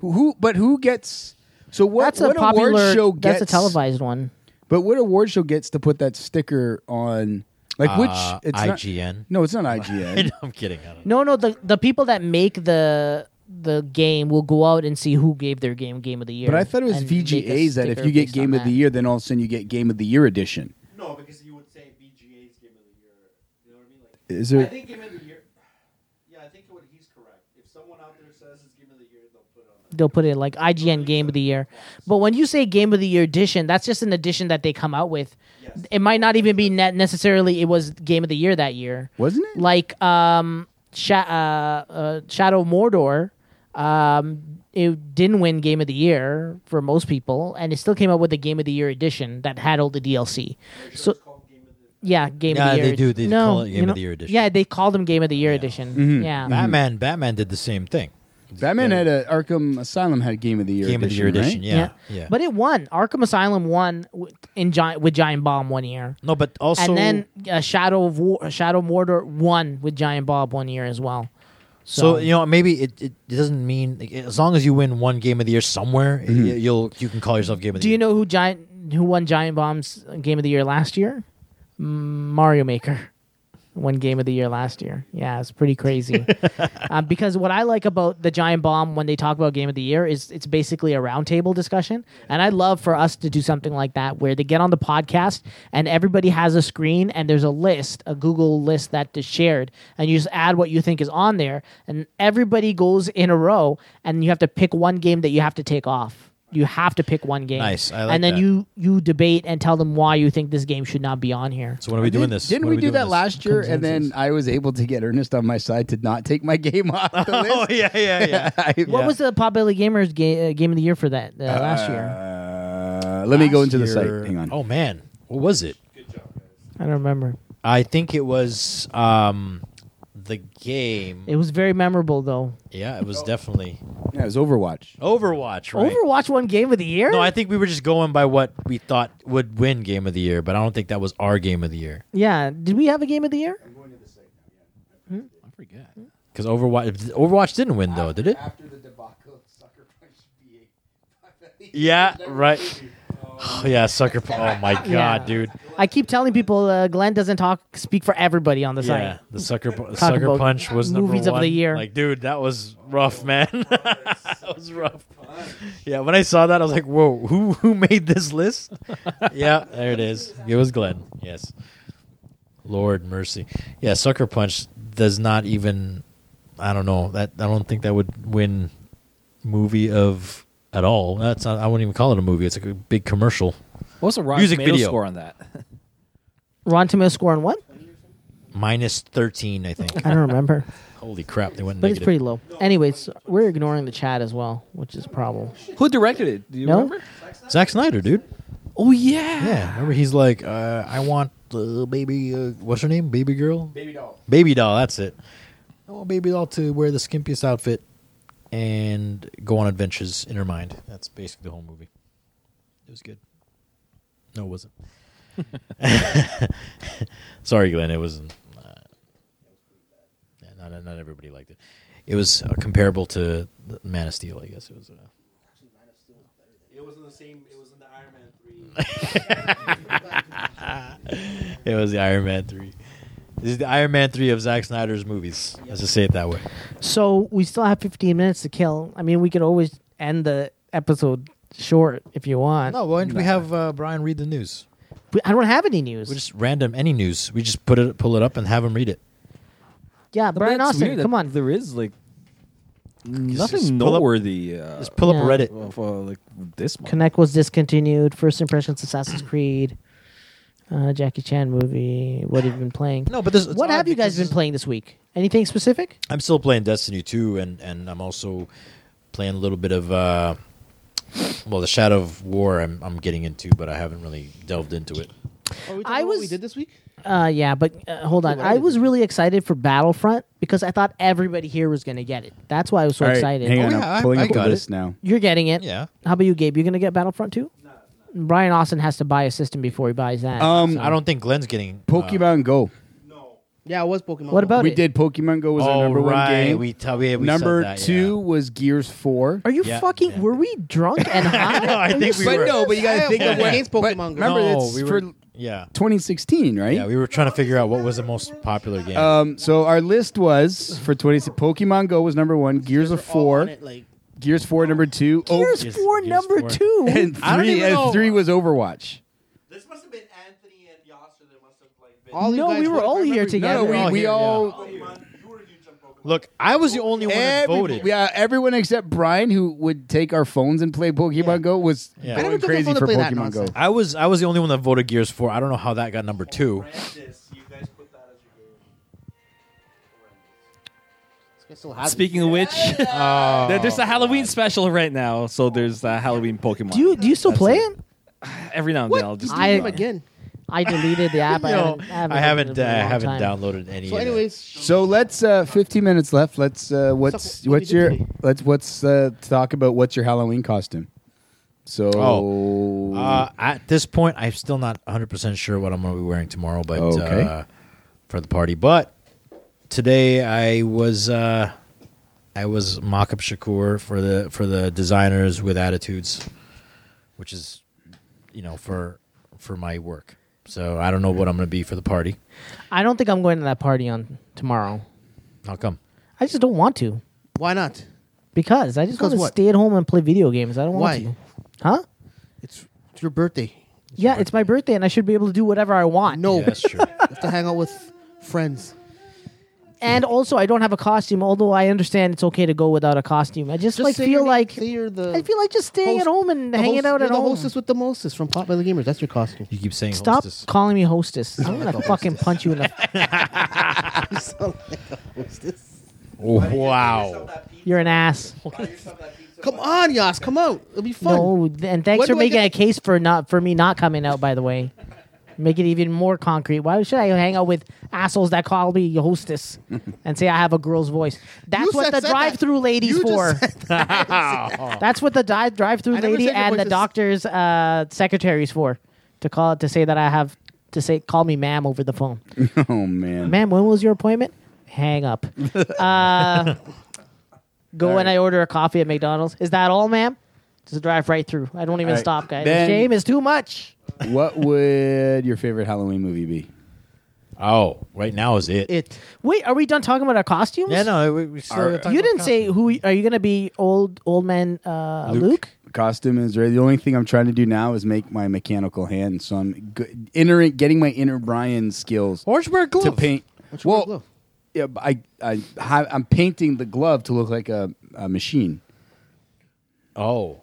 Who, who but who gets So what
That's a
what
popular.
award show gets
that's a televised one.
But what award show gets to put that sticker on like which
Uh,
not-
IGN.
no, it's not IGN.
I'm kidding. I don't know.
No, no. The the people that make the the game will go out and see who gave their game game of the year.
But I thought it was
and make a
VGAs that if
sticker
you get
based on
Game of
that.
the Year, then all of a sudden you get Game of the Year edition.
No, because you would say VGA's Game of the Year. You know what I mean? Like,
Is there?
I think Game of the Year. Yeah, I think what he's correct. If someone out there says it's Game of the Year, they'll put it on. The,
they'll put it like IGN Game of the Year. But when you say Game of the Year edition, that's just an edition that they come out with. It might not even be net necessarily. It was Game of the Year that year,
Wasn't it?
Like um, Sha- uh, uh, Shadow of Mordor, um, it didn't win Game of the Year for most people, and it still came out with a Game of the Year edition that had all the DLC. So. Yeah, game
Nah,
of the
they
year.
do- they
no,
call it Game
you
of
know-
the Year edition. Mm-hmm.
Yeah, they call them Game of the Year edition. Yeah,
Batman. Batman did the same thing.
Batman had a Arkham Asylum had Game of the Year
Game
edition,
of the year edition.
right?
Yeah. Yeah.
But it won. Arkham Asylum won w- in giant with Giant Bomb one year,
no, but also
and then uh, Shadow of War, Shadow Mordor won with Giant Bomb one year as well.
So you know, maybe it, it doesn't mean like, as long as you win one game of the year somewhere, y-
Mm-hmm.
you'll you can call yourself game of the
Do you
year.
know who giant who won Giant Bomb's Game of the Year last year? Mm, Mario Maker won Game of the Year last year. Yeah, it's pretty crazy. uh, because what I like about the Giant Bomb when they talk about Game of the Year is it's basically a roundtable discussion, and I'd love for us to do something like that where they get on the podcast and everybody has a screen and there's a list, a Google list that is shared, and you just add what you think is on there, and everybody goes in a row, and you have to pick one game that you have to take off. You have to pick one game,
Nice. I like
and then
that.
you you debate and tell them why you think this game should not be on here.
So when are we doing this?
Didn't
When
we do
are doing
that
this?
last year? And then I was able to get Ernest on my side to not take my game off the
Oh
list.
yeah, yeah, yeah.
What was the Popular Gamers ga- uh, game of the year for that uh, last year?
Uh, let me go into the site.
Year-
Hang on.
Oh man, what was it?
I don't remember.
I think it was um, the game.
It was very memorable though.
Yeah, it was
Oh.
definitely
Yeah, it was Overwatch.
Overwatch. Right.
Overwatch won game of the year.
No, I think we were just going by what we thought would win game of the year, but I don't think that was our game of the year.
yeah. Did we have a game of the year?
I forget because Overwatch Overwatch didn't win though, did it?
After the debacle, Sucker Punch
Yeah, right. Oh, yeah, sucker. pu- Oh my god,
Yeah.
dude.
I keep telling people uh, Glenn doesn't talk speak for everybody on the
Yeah,
site.
the sucker pu- the
Talk
sucker
about
punch was number
movies of
one.
the year.
Like, dude, that was rough, man. that was rough. Yeah, when I saw that, I was like, whoa, who who made this list? yeah, there it is. It was Glenn. Yes. Lord mercy. Yeah, sucker punch does not even. I don't know that. I don't think that would win movie of at all. That's not, I wouldn't even call it a movie. It's like a big commercial.
what's the Rotten
Music
Tomato
video.
score on that?
Ron Tomatoes score on what?
Minus thirteen, I think.
I don't remember,
Holy crap, they went
but it's
negative.
pretty low. Anyways, we're ignoring the chat as well, which is a problem.
Who directed it? Do you
No?
remember?
Zack Snyder, dude.
Oh yeah.
Yeah, remember he's like, uh, I want uh, baby. Uh, what's her name? Baby girl. Baby doll. Baby doll. That's it. I want baby doll to wear the skimpiest outfit and go on adventures in her mind. That's basically the whole movie. It was good. No, it wasn't. Sorry, Glenn. It wasn't. Uh, yeah, not not everybody liked it. It was uh, comparable to the Man of Steel, I guess. It was. Uh,
it wasn't the same. It was in the Iron Man three.
It was the Iron Man three. This is the Iron Man three of Zack Snyder's movies. Let's just say it that way.
So we still have 15 minutes to kill. I mean, we could always end the episode short if you want.
No, why don't we have uh, Brian read the news?
We- I don't have any news.
We just random any news. We just put it, pull it up, and have him read it.
yeah,
But
Brian
that's
Austin,
weird that
come on.
There is like
just
nothing
pull up-
noteworthy. Uh,
Just pull
Yeah.
up Reddit.
well, for, like this month.
Connect was discontinued. First impressions, Assassin's Creed. Uh, Jackie Chan movie. What have you been playing?
No, but this- it's
what have
odd
you guys
because-
been playing this week? Anything specific?
I'm still playing Destiny 2, and, and I'm also playing a little bit of, uh, well, the Shadow of War I'm, I'm getting into, but I haven't really delved into it.
Oh, we
I
I was. What we
was-
did this week.
Uh, yeah, but uh, hold on.
what I
I
did.
was really excited for Battlefront because I thought everybody here was going to get it. That's why I was so
All right,
excited.
Hang on,
Oh, yeah, I-
I'm pulling
I
up
got
a
it.
list now.
You're getting it.
Yeah.
How about you, Gabe? You're going to get Battlefront too? Brian Austin has to buy a system before he buys that.
Um,
I don't think Glenn's getting. uh,
Pokemon Go.
Yeah, it was Pokemon.
What about
We
it?
did Pokemon Go was
Oh,
our number
right.
one game.
We tell we, we said
number
that, yeah.
two was Gears Four.
Are you
Yeah,
fucking?
yeah.
Were we drunk and high?
No, I
Are you
think we
serious?
were-
no, but you gotta think of
Yeah.
what
Against
but
Pokemon Go.
Remember,
No,
it's
we
for
were- Yeah.
2016, right?
Yeah, we were trying to figure out what was the most popular game.
Uh,
Um, so our list was for 20. Pokemon Go was number one. Gears of
all on
four.
it, like,
Gears four number two. O-
Gears
Gears-
four
Gears
number
four.
two.
and
I don't
three.
even know.
And three was Overwatch.
This must have been Anthony and Yasser. They must have like
Oh,
been.
all you
No,
guys
we were
voted-
all
I
here
remember
together.
No, no,
we're
we,
all
we
here,
all
Look, I was the only one that
every-
voted.
yeah everyone except Brian who would take our phones and play Pokemon Go was
Yeah. I
going
never took my
crazy
phone to
for
play that
Pokemon Go.
nonsense.
I was I was the only one that voted Gears Four. I don't know how that got number
You
two.
guys put that as your game.
This guy still has it.
Speaking of which,
Oh.
there- there's a Halloween special right now, so there's a Halloween Pokemon.
do you do you still play it?
Every now and then I'll just.
I-
do
Him
that.
again.
I deleted the app. I haven't. I haven't,
I haven't
opened it
uh,
in a long
haven't
time.
downloaded any.
So,
of it.
anyways,
So let's uh, 15 minutes left. Let's uh, what's
So, what
what's
do you
your
do today?
let's what's uh, talk about what's your Halloween costume. So
Oh. Uh, at this point, I'm still not 100 percent sure what I'm going to be wearing tomorrow, but
Okay.
uh, for the party. But today I was uh, I was mock-up Shakur for the for the designers with attitudes, which is you know for for my work. So I don't know what I'm going to be for the party.
I don't think I'm going to that party on tomorrow.
How come?
I just don't want to
why not?
because I just
Because
want to
what?
stay at home and play video games. I don't
Why?
want to. Huh?
It's, it's your birthday.
Yeah, it's my birthday and I should be able to do whatever I want.
No,
Yeah, that's true.
you have to hang out with friends.
And also, I don't have a costume. Although I understand it's okay to go without a costume. I just,
Just
like
say
feel
your name-
like
say you're the
I feel like just staying at
host-
home and
the
hanging
host-
out
you're
at
the
home.
hostess with the mostest from Pop by the Gamers. That's your costume.
You keep saying
Stop
hostess.
calling me hostess. I'm gonna fucking punch you in the.
You sound like a hostess.
Wow.
You're an ass.
Come on, Yas. Come out. It'll be fun.
No, th- and thanks
When
for
do I
making
get-
a case for not for me not coming out. By the way, make it even more concrete. Why should I hang out with assholes that call me hostess and say I have a girl's voice? That's
You
what
said-
the
said that.
drive-through ladies
You just
for.
said
That's what the di- drive-through
I never
lady
said your
and
voice
the
is-
doctor's uh, secretaries for to call it to say that I have to say call me ma'am over the phone.
Uh,
oh man.
Ma'am, when was your appointment? Hang up. Uh, go and I order a coffee at McDonald's. Is that all, ma'am? Just drive right through. I don't even
All right.
stop, guys.
Then-
the shame is too much.
what would your favorite Halloween movie be?
Oh, right now is it.
It.
Wait, are we done talking about our costumes?
Yeah, no, we, we still gotta talk
You
about
didn't say who are you going to be, old old man uh, Luke.
Costume is ready. The only thing I'm trying to do now is make my mechanical hand, so I'm g- inner getting my inner Brian skills
Orange wear gloves.
to paint.
What's your
well,
glove?
yeah, but I I ha- I'm painting the glove to look like a, a machine
Oh.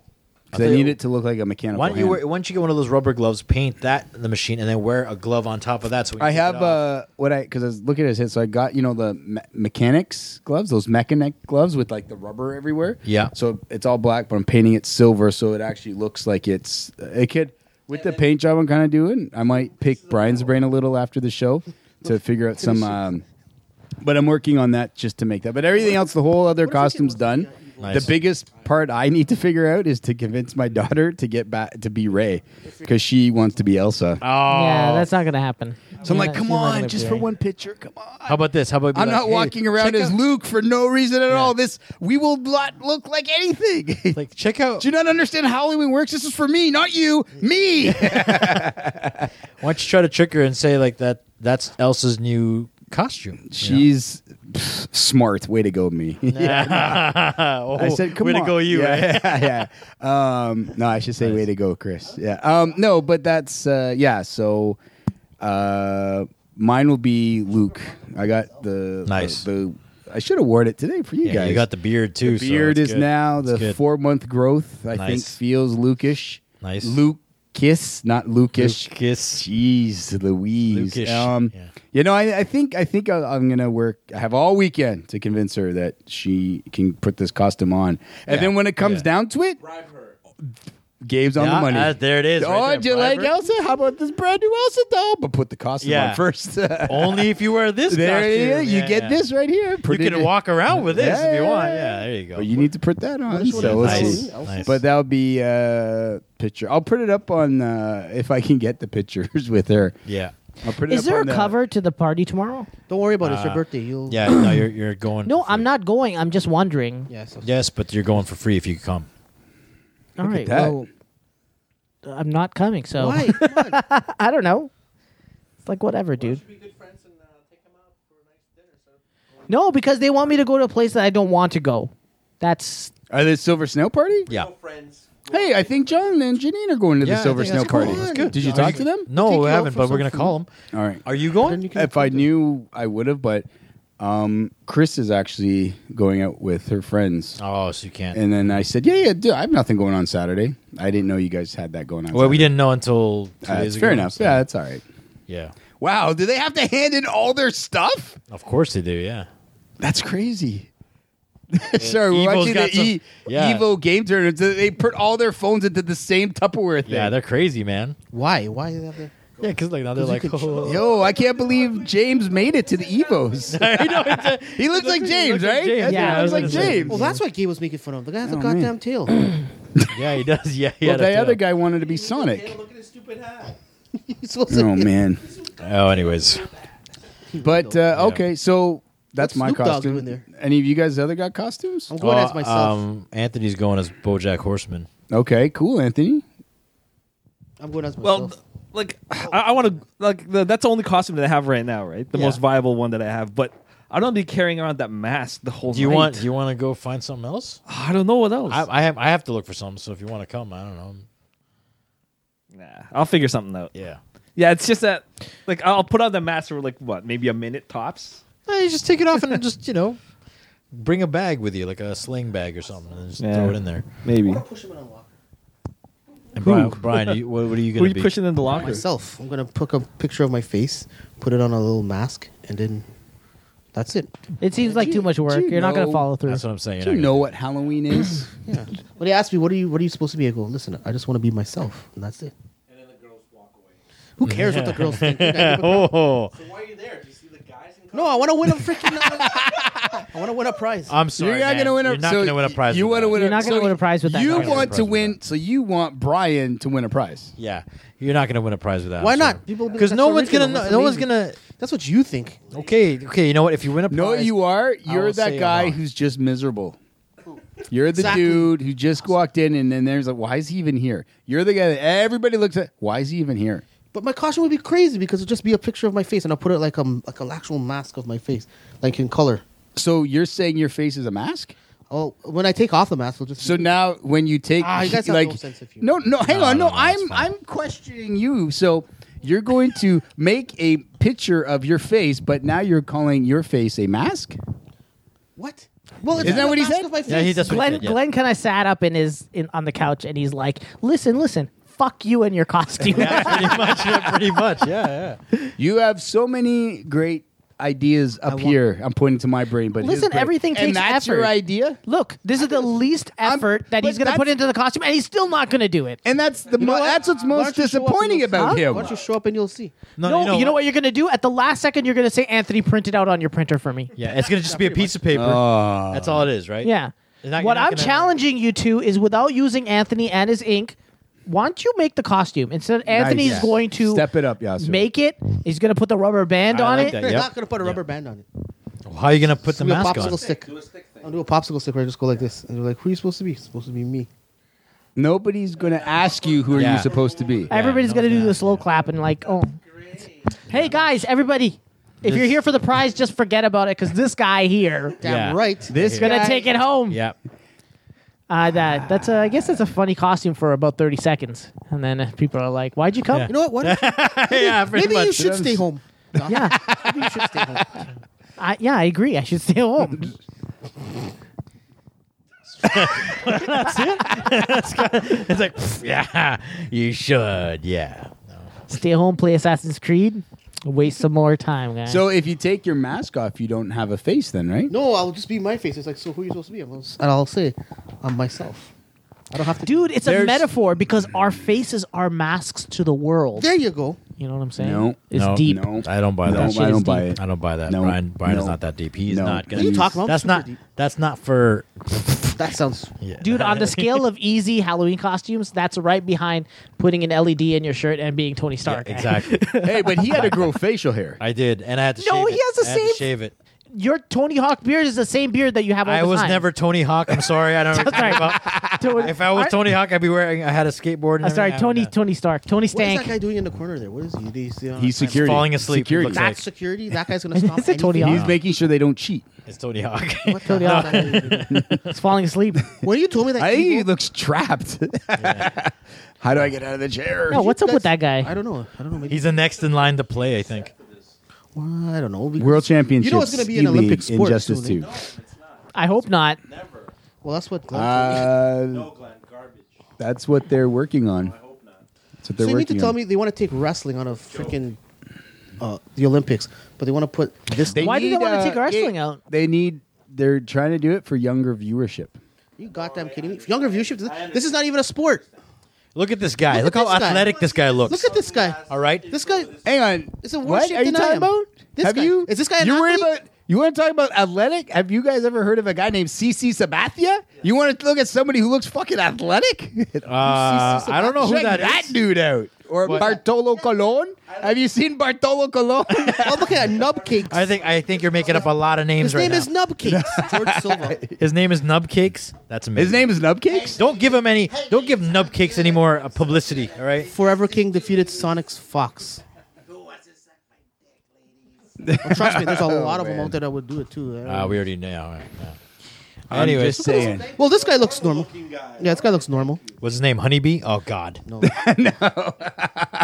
because I need it to look like a mechanical.
Why don't you
hand.
wear, why don't you get one of those rubber gloves, paint that in the machine, and then wear a glove on top of that? So when you
I
take
have
it off-
uh, what I because I was looking at his head, so I got you know the me- mechanics gloves, those mechanic gloves with like the rubber everywhere.
Yeah.
So it's all black, but I'm painting it silver, so it actually looks like it's it could with the paint job I'm kind of doing. I might pick Brian's brain a little after the show to figure out some. Um, but I'm working on that just to make that. But everything else, the whole other costume's done.
Nice.
The biggest part I need to figure out is to convince my daughter to get back to be Ray because she wants to be Elsa.
Yeah, that's not going to happen.
Oh. So I'm
You're
like,
not-
come
you're not
on,
gonna
just
be
for
right."
one picture. Come on.
How about this? How about be
I'm
like,
not
hey,
walking around
check
as
out-
Luke for no reason at all.
Yeah.
This we will not look like anything.
Like check out.
Do you not understand how Halloween works? This is for me, not you. Me.
Why don't you try to trick her and say like that? That's Elsa's new costume. you know?
She's pff, smart. Way to go, me.
Oh,
I said, "Come
way
on,
to go, you. eh?
Yeah, yeah. yeah. Um, no, I should say, "Way to go, Chris." Yeah. Um, no, but that's uh, yeah. So, uh, mine will be Luke. I got the uh,
Nice.
The, the I should have worn it today for you
Yeah,
guys.
you got the beard too. so
beard
it's
is
good.
now
It's
the
good.
four month growth. I think
Nice.
feels Lukish.
Nice.
Luke Kiss, not Lucas.
Lucas.
Jeez, Louise.
Lucas,
Um,
yeah.
You know, I, I think I think I, I'm gonna work. I have all weekend to convince her that she can put this costume on, and then when it comes
yeah.
down to it, Gabe's on the
Yeah,
money.
uh, there it is,
Oh,
right there,
do you like
bribe her.
Elsa? How about this brand new Elsa doll? But put the costume
Yeah.
on first.
Only if you wear this
there it
costume.
is. You
Yeah,
get
yeah.
this right here.
You
Pretty
can walk around with this if you want.
Yeah.
Yeah, there you go.
But you need to put that on. So we'll
nice.
see.
nice.
But that'll be a picture. I'll put it up on uh, if I can get the pictures with her.
yeah,
I'll put it
Is
up
there a
on the-
cover to the party tomorrow?
Don't worry about it. It's your birthday. You'll
yeah. No, you're you're going.
No,
for free.
I'm not going. I'm just wondering.
Yeah, so-
Yes, but you're going for free if you come.
All right.
that.
Well, I'm not coming. So
Why? Come on.
I don't know. It's like whatever, dude.
uh,
No, because they want me to go to a place that I don't want to go. That's
Are there Silver Snow Party?
Yeah.
Hey, I think John and Janine are going to
Yeah,
the
I
Silver
think
Snow
that's cool.
Party.
That's good.
Did you
Are
talk
you-
to them?
No,
Take you
we
out
haven't,
for
but we're
some
gonna
food.
call them.
All right.
Are you
Then you
going?
can-
If I knew, I would have. But um, Chris is actually going out with her friends.
Oh, so you can't.
And then I said, "Yeah, yeah, dude, I have nothing going on Saturday. I didn't know you guys had that going on."
well, we
Saturday.
didn't know until two
Uh,
days
it's
ago.
fair enough.
so-
Yeah, that's all right.
yeah.
Wow, do they have to hand in all their stuff?
Of course they do. Yeah.
That's crazy. Sorry,
Evo's
we're watching the
got some-
e-
yeah.
Evo game tournaments. They put all their phones into the same Tupperware thing.
Yeah, they're crazy, man.
Why? Why is that? there?
Yeah, because like now they're like, oh.
Yo, I can't believe James made it to the Evos. he looks like James, right?
James.
That's
Yeah,
what
I
he
was
looks like
gonna say.
James.
Well, that's why Gabe was making fun of. him. The guy has a
Oh,
goddamn
man.
tail.
yeah, he does. Yeah, he
well,
had a
that other
tail.
guy wanted to be Sonic.
He's supposed to
Oh man!
Oh, anyways,
But uh, okay, so that's
What's
my
Snoop Dogg
costume.
doing there?
Any of you guys other got costumes?
I'm going
Oh,
as myself.
Um, Anthony's going as BoJack Horseman.
Oh. Okay, cool, Anthony.
I'm going as
Well,
myself.
th- like I, I want to like the, that's the only costume that I have right now, right? The
Yeah.
most viable one that I have, but I don't be carrying around that mask the whole.
Do you
night.
want? Do you want to go find something else?
I don't know what else.
I, I have. I have to look for something. So if you want to come, I don't know.
nah, I'll figure something out.
Yeah.
Yeah, it's just that like I'll put on the mask for like what, maybe a minute tops.
No, you just take it off and then just you know, bring a bag with you, like a sling bag or something, and just
Yeah.
throw it in there.
Maybe.
push him in a locker.
And Brian, Brian, are you, what, what are you
Who
going
are
to
you
be?
pushing in the locker?
Myself. I'm gonna pick a picture of my face, put it on a little mask, and then that's it.
it seems like too much work.
do you
You're not going
know-
to follow through.
That's what I'm saying.
Do you
You're not
know
gonna-
what Halloween is?
Yeah. When they asked me, "What are you? What are you supposed to be?" I go, "Listen, I just want to be myself, and that's it." And then the girls walk away. Who cares what the girls think?
Oh,
No, I want to win a freaking. I want to win a prize.
I'm sorry.
You're not
man.
gonna win a.
You're not
so
gonna win a
y-
prize.
You
with
want to
that.
win.
You're not
so
gonna win a prize with that. You're
You
not gonna
win a
want
prize
to
with
win. So you want Brian to win a prize.
Yeah, you're not going to win a prize with that.
Why not? People will be like,
Because
"That's
no
so
one's going to.
original. That's
No one's
amazing."
going to.
That's what you think.
Okay, okay. You know what? If you win a prize,
No, you are.
I
You're
will say
that
I'm
guy
wrong.
who's just miserable. You're the
Exactly.
dude who just walked in and then there's like, why is he even here? You're the guy that everybody looks at. Why is he even here?
But my costume would be crazy because it'd just be a picture of my face, and I'll put it like a like an actual mask of my face, like in color.
So you're saying your face is a mask?
Oh, when I take off the mask, it'll just
So now when you take
Ah, you guys have
like
no sense of humor.
no no hang
No,
on
no,
no,
no,
I'm
it's
I'm
fine.
questioning you. So you're going to make a picture of your face, but now you're calling your face a mask?
what? Well, it's
Isn't that
a
what he
mask
said?
of my face.
Yeah, he does.
Glenn,
yeah.
Glenn kind of sat up in his in on the couch and he's like, "Listen, listen, fuck you and your costume."
pretty much. Yeah, pretty much. Yeah, yeah.
You have so many great ideas up here. I'm pointing to my brain, but his
Listen,
brain.
everything
and
takes
that's your
effort.
idea,
Look, this is the least effort that
but
he's going to put
that's-
into the costume, and he's still not going to do it.
and that's the mo-
what?
that's what's
Why
most
don't you show up and
disappointing
you'll
about
see?
him.
Why don't you show up and you'll see?
No,
no,
you know,
what you're going to do? At the last second, you're going to say, "Anthony, print it out on your printer for me."
Yeah, it's going to just be a piece of paper. That's all it is, right?
Yeah.
You're not-
what
you're not
I'm
gonna-
challenging you to is without using Anthony and his ink, why don't you make the costume? Instead, Anthony's
Nice.
going to
step it up, Yasu.
make it. He's going to put the rubber band
I
on
like
it.
that.
You're
Yep.
not gonna put a rubber band on it.
How are you going to put the
It'll be a
mask
popsicle
on?
stick. I'll do a popsicle stick where I just go like this, and they're like, "Who are you supposed to be? It's supposed to be me."
Nobody's going to ask you who are
Yeah.
you supposed to be.
Everybody's
no
going to do
one's gonna
the
ask
slow clap and like, oh. Hey guys, everybody. If you're here for the prize, just forget about it because this guy here
Damn
Yeah.
right.
This
is gonna
guy-
take it home.
Yeah.
Uh, that that's a, I guess that's a funny costume for about thirty seconds, and then uh, people are like, "Why'd you come?"
Yeah.
You know what? Why don't you-
yeah, pretty
maybe you
much.
should stay home. No,
yeah,
maybe you should stay home.
I, yeah, I agree. I should stay home.
it's like, pff, yeah, you should, yeah.
Stay home, play Assassin's Creed, waste some more time, guys.
So if you take your mask off, you don't have a face, then, right?
No, I'll just be my face. It's like, so who are you supposed to be? I'm gonna s- and I'll say, I'm myself. I don't have to.
Dude, it's a
There's-
metaphor because our faces are masks to the world.
there you go.
You know what I'm saying?
No.
it's
No,
deep.
No,
I don't buy
no,
that.
I
is
don't buy
deep.
it.
I don't buy that.
No,
Brian Brian is
no.
not that deep. He's
No.
not gonna.
What are you talking about?
That's
Super
not.
deep.
That's not for.
That sounds.
Yeah.
Dude, on the scale of easy Halloween costumes, that's right behind putting an LED in your shirt and being Tony
Yeah,
Stark.
exactly.
hey, but he had to grow facial hair.
I did, and I had to.
No,
shave
he
it.
has the
I had to
same-
shave it.
Your Tony Hawk beard is the same beard that you have all
I
the
was
time.
never Tony Hawk. I'm sorry. I don't. know what you're
That's
talking
right.
about.
Tony-
If I was Tony Hawk, I'd be wearing. I had a skateboard. And
I'm sorry,
everything. I
Tony
don't know.
Tony Stark. Tony
What is
Stank.
that guy doing in the corner there? What is he? He's, uh,
He's security.
falling asleep.
Security.
He looks
That's security. That guy's gonna stop.
Is it Tony
anything?
He's making sure they don't cheat.
It's Tony Hawk.
What the hell?
It's falling asleep.
When you told me that,
I think he
evil-
looks trapped. How do I get out of the chair?
No, what's up
guys-
with that
I
guy?
don't know. I don't know. Maybe,
He's the next in line to play. I think.
well, I don't know. because-
World Championships.
You know it's gonna be an Olympic sport.
Injustice
soon,
too.
eh?
I hope not.
Well, that's what.
Uh, that's what they're working on. That's what
So
they're
they need
working
to tell
on.
me they want to take wrestling out of freaking uh, the Olympics, but they want to put this.
They
Why do they
need,
wanna
uh,
take wrestling
they-
out?
They need. They're trying to do it for younger viewership.
you goddamn kidding me? Younger viewership. This is not even a sport.
Look at this guy.
Look
Look,
at
how
this guy.
athletic this guy looks.
Look at this guy.
All right.
This guy.
Hang on.
It's a worse
what
shape
are you
than I
talking
am.
about?
This
Have
guy-
you?
is this guy an
you worried
athlete?
about? You want to talk about athletic? Have you guys ever heard of a guy named CC Sabathia? You want to look at somebody who looks fucking athletic?
Uh, I don't know who
Check
that
that
is.
dude out. Or
But-
Bartolo Colon. Have you seen Bartolo Colon?
I'm looking Oh, at Nubcakes.
I think I think you're making up a lot of names
His
right
name
now.
is Nubcakes. George Silva.
His name is Nubcakes. That's amazing.
His name is Nubcakes.
Don't give him any. Don't give Nubcakes any more uh, publicity. All right.
Forever King defeated Sonic's Fox. Oh, trust me, there's a lot of them out there that would do it too.
Uh, we already know. yeah, yeah.
I'm
Anyways,
just saying.
well, this guy looks normal. Yeah, this guy looks normal.
what's his name? Honeybee. Oh God. No.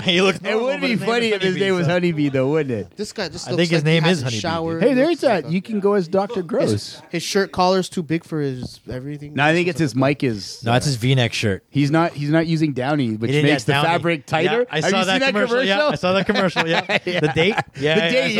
he looks.
It would be funny if his name was Honeybee, though, wouldn't it?
This guy just.
I
looks
think his
like he
name is
hasn't
Honeybee, dude.
showered.
Hey, there's
Looks
uh,
like
that.
a-
You can go as Dr. Gross.
His shirt collar's too big for his everything.
No, I think it's his mic is.
No, that's his V-neck shirt.
He's not. He's not using Downy, which
He didn't
makes
get
the
downy.
fabric tighter.
Yeah, I
Have
saw
you
that,
seen that
commercial. Yeah, I saw that commercial. Yeah, the date. Yeah,
The
I- I
date, yeah,
saw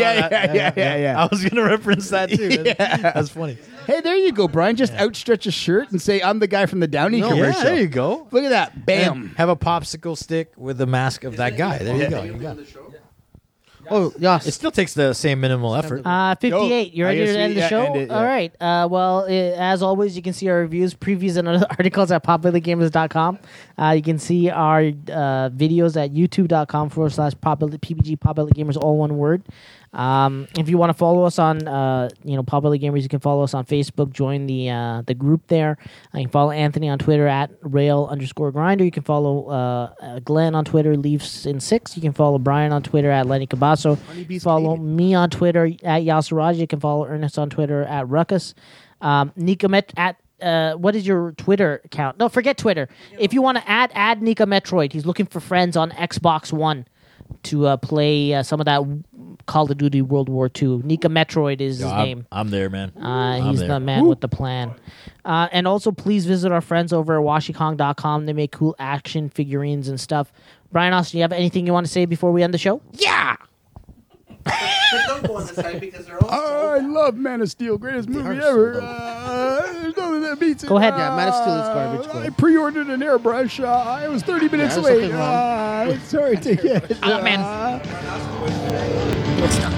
yeah,
that.
yeah, yeah, yeah.
I was gonna reference that too. That's, that's funny.
Hey, there you go, Brian. Just outstretch a shirt and say, "I'm the guy from the Downy
No,
commercial."
yeah, there you go.
Look at that.
And
Bam.
Have a popsicle stick with the mask of that guy. There you go. You got it.
Oh, yes.
It still takes the same minimal effort.
Uh, 58. You
I
ready
guess
to end
we-
the
yeah,
show?
end it, yeah.
All right. Uh, well, i as always, you can see our reviews, previews, and other articles at popbellygamers.com. Uh, you can see our uh, videos at youtube.com forward slash popbelly- PBG Potbelly Gamers, all one word. Um, if you want to follow us on, uh, you know, Potbelly Gamers, you can follow us on Facebook. Join the uh, the group there. Uh, you can follow Anthony on Twitter at rail underscore grinder. You can follow uh, uh, Glenn on Twitter, Leafs in six. You can follow Brian on Twitter at Lenny Cabasso. Follow me on Twitter at Yasiraj. You can follow Ernest on Twitter at Ruckus. Um, Nicomet at uh, what is your Twitter account? No, forget Twitter. If you want to add add Nico Metroid, he's looking for friends on Xbox One to uh, play uh, some of that Call of Duty World War II. Nika Metroid is his
I'm,
name.
I'm there, man.
Uh,
I'm
he's
there.
the man with the plan. Uh, and also, please visit our friends over at washikong.com. They make cool action figurines and stuff. Brian Austin, you have anything you want to say before we end the show?
Yeah. Oh, I love Man of Steel, greatest movie
are so
ever.
dope.
Uh, there's nothing that beats it.
Go ahead.
Yeah, Man of Steel is garbage, go
I
ahead.
pre-ordered an airbrush. Uh, I was 30 minutes
there's
late. Ah,
Ah,
something wrong.
Uh, sorry to get.
Oh, man.
Uh,
It's not.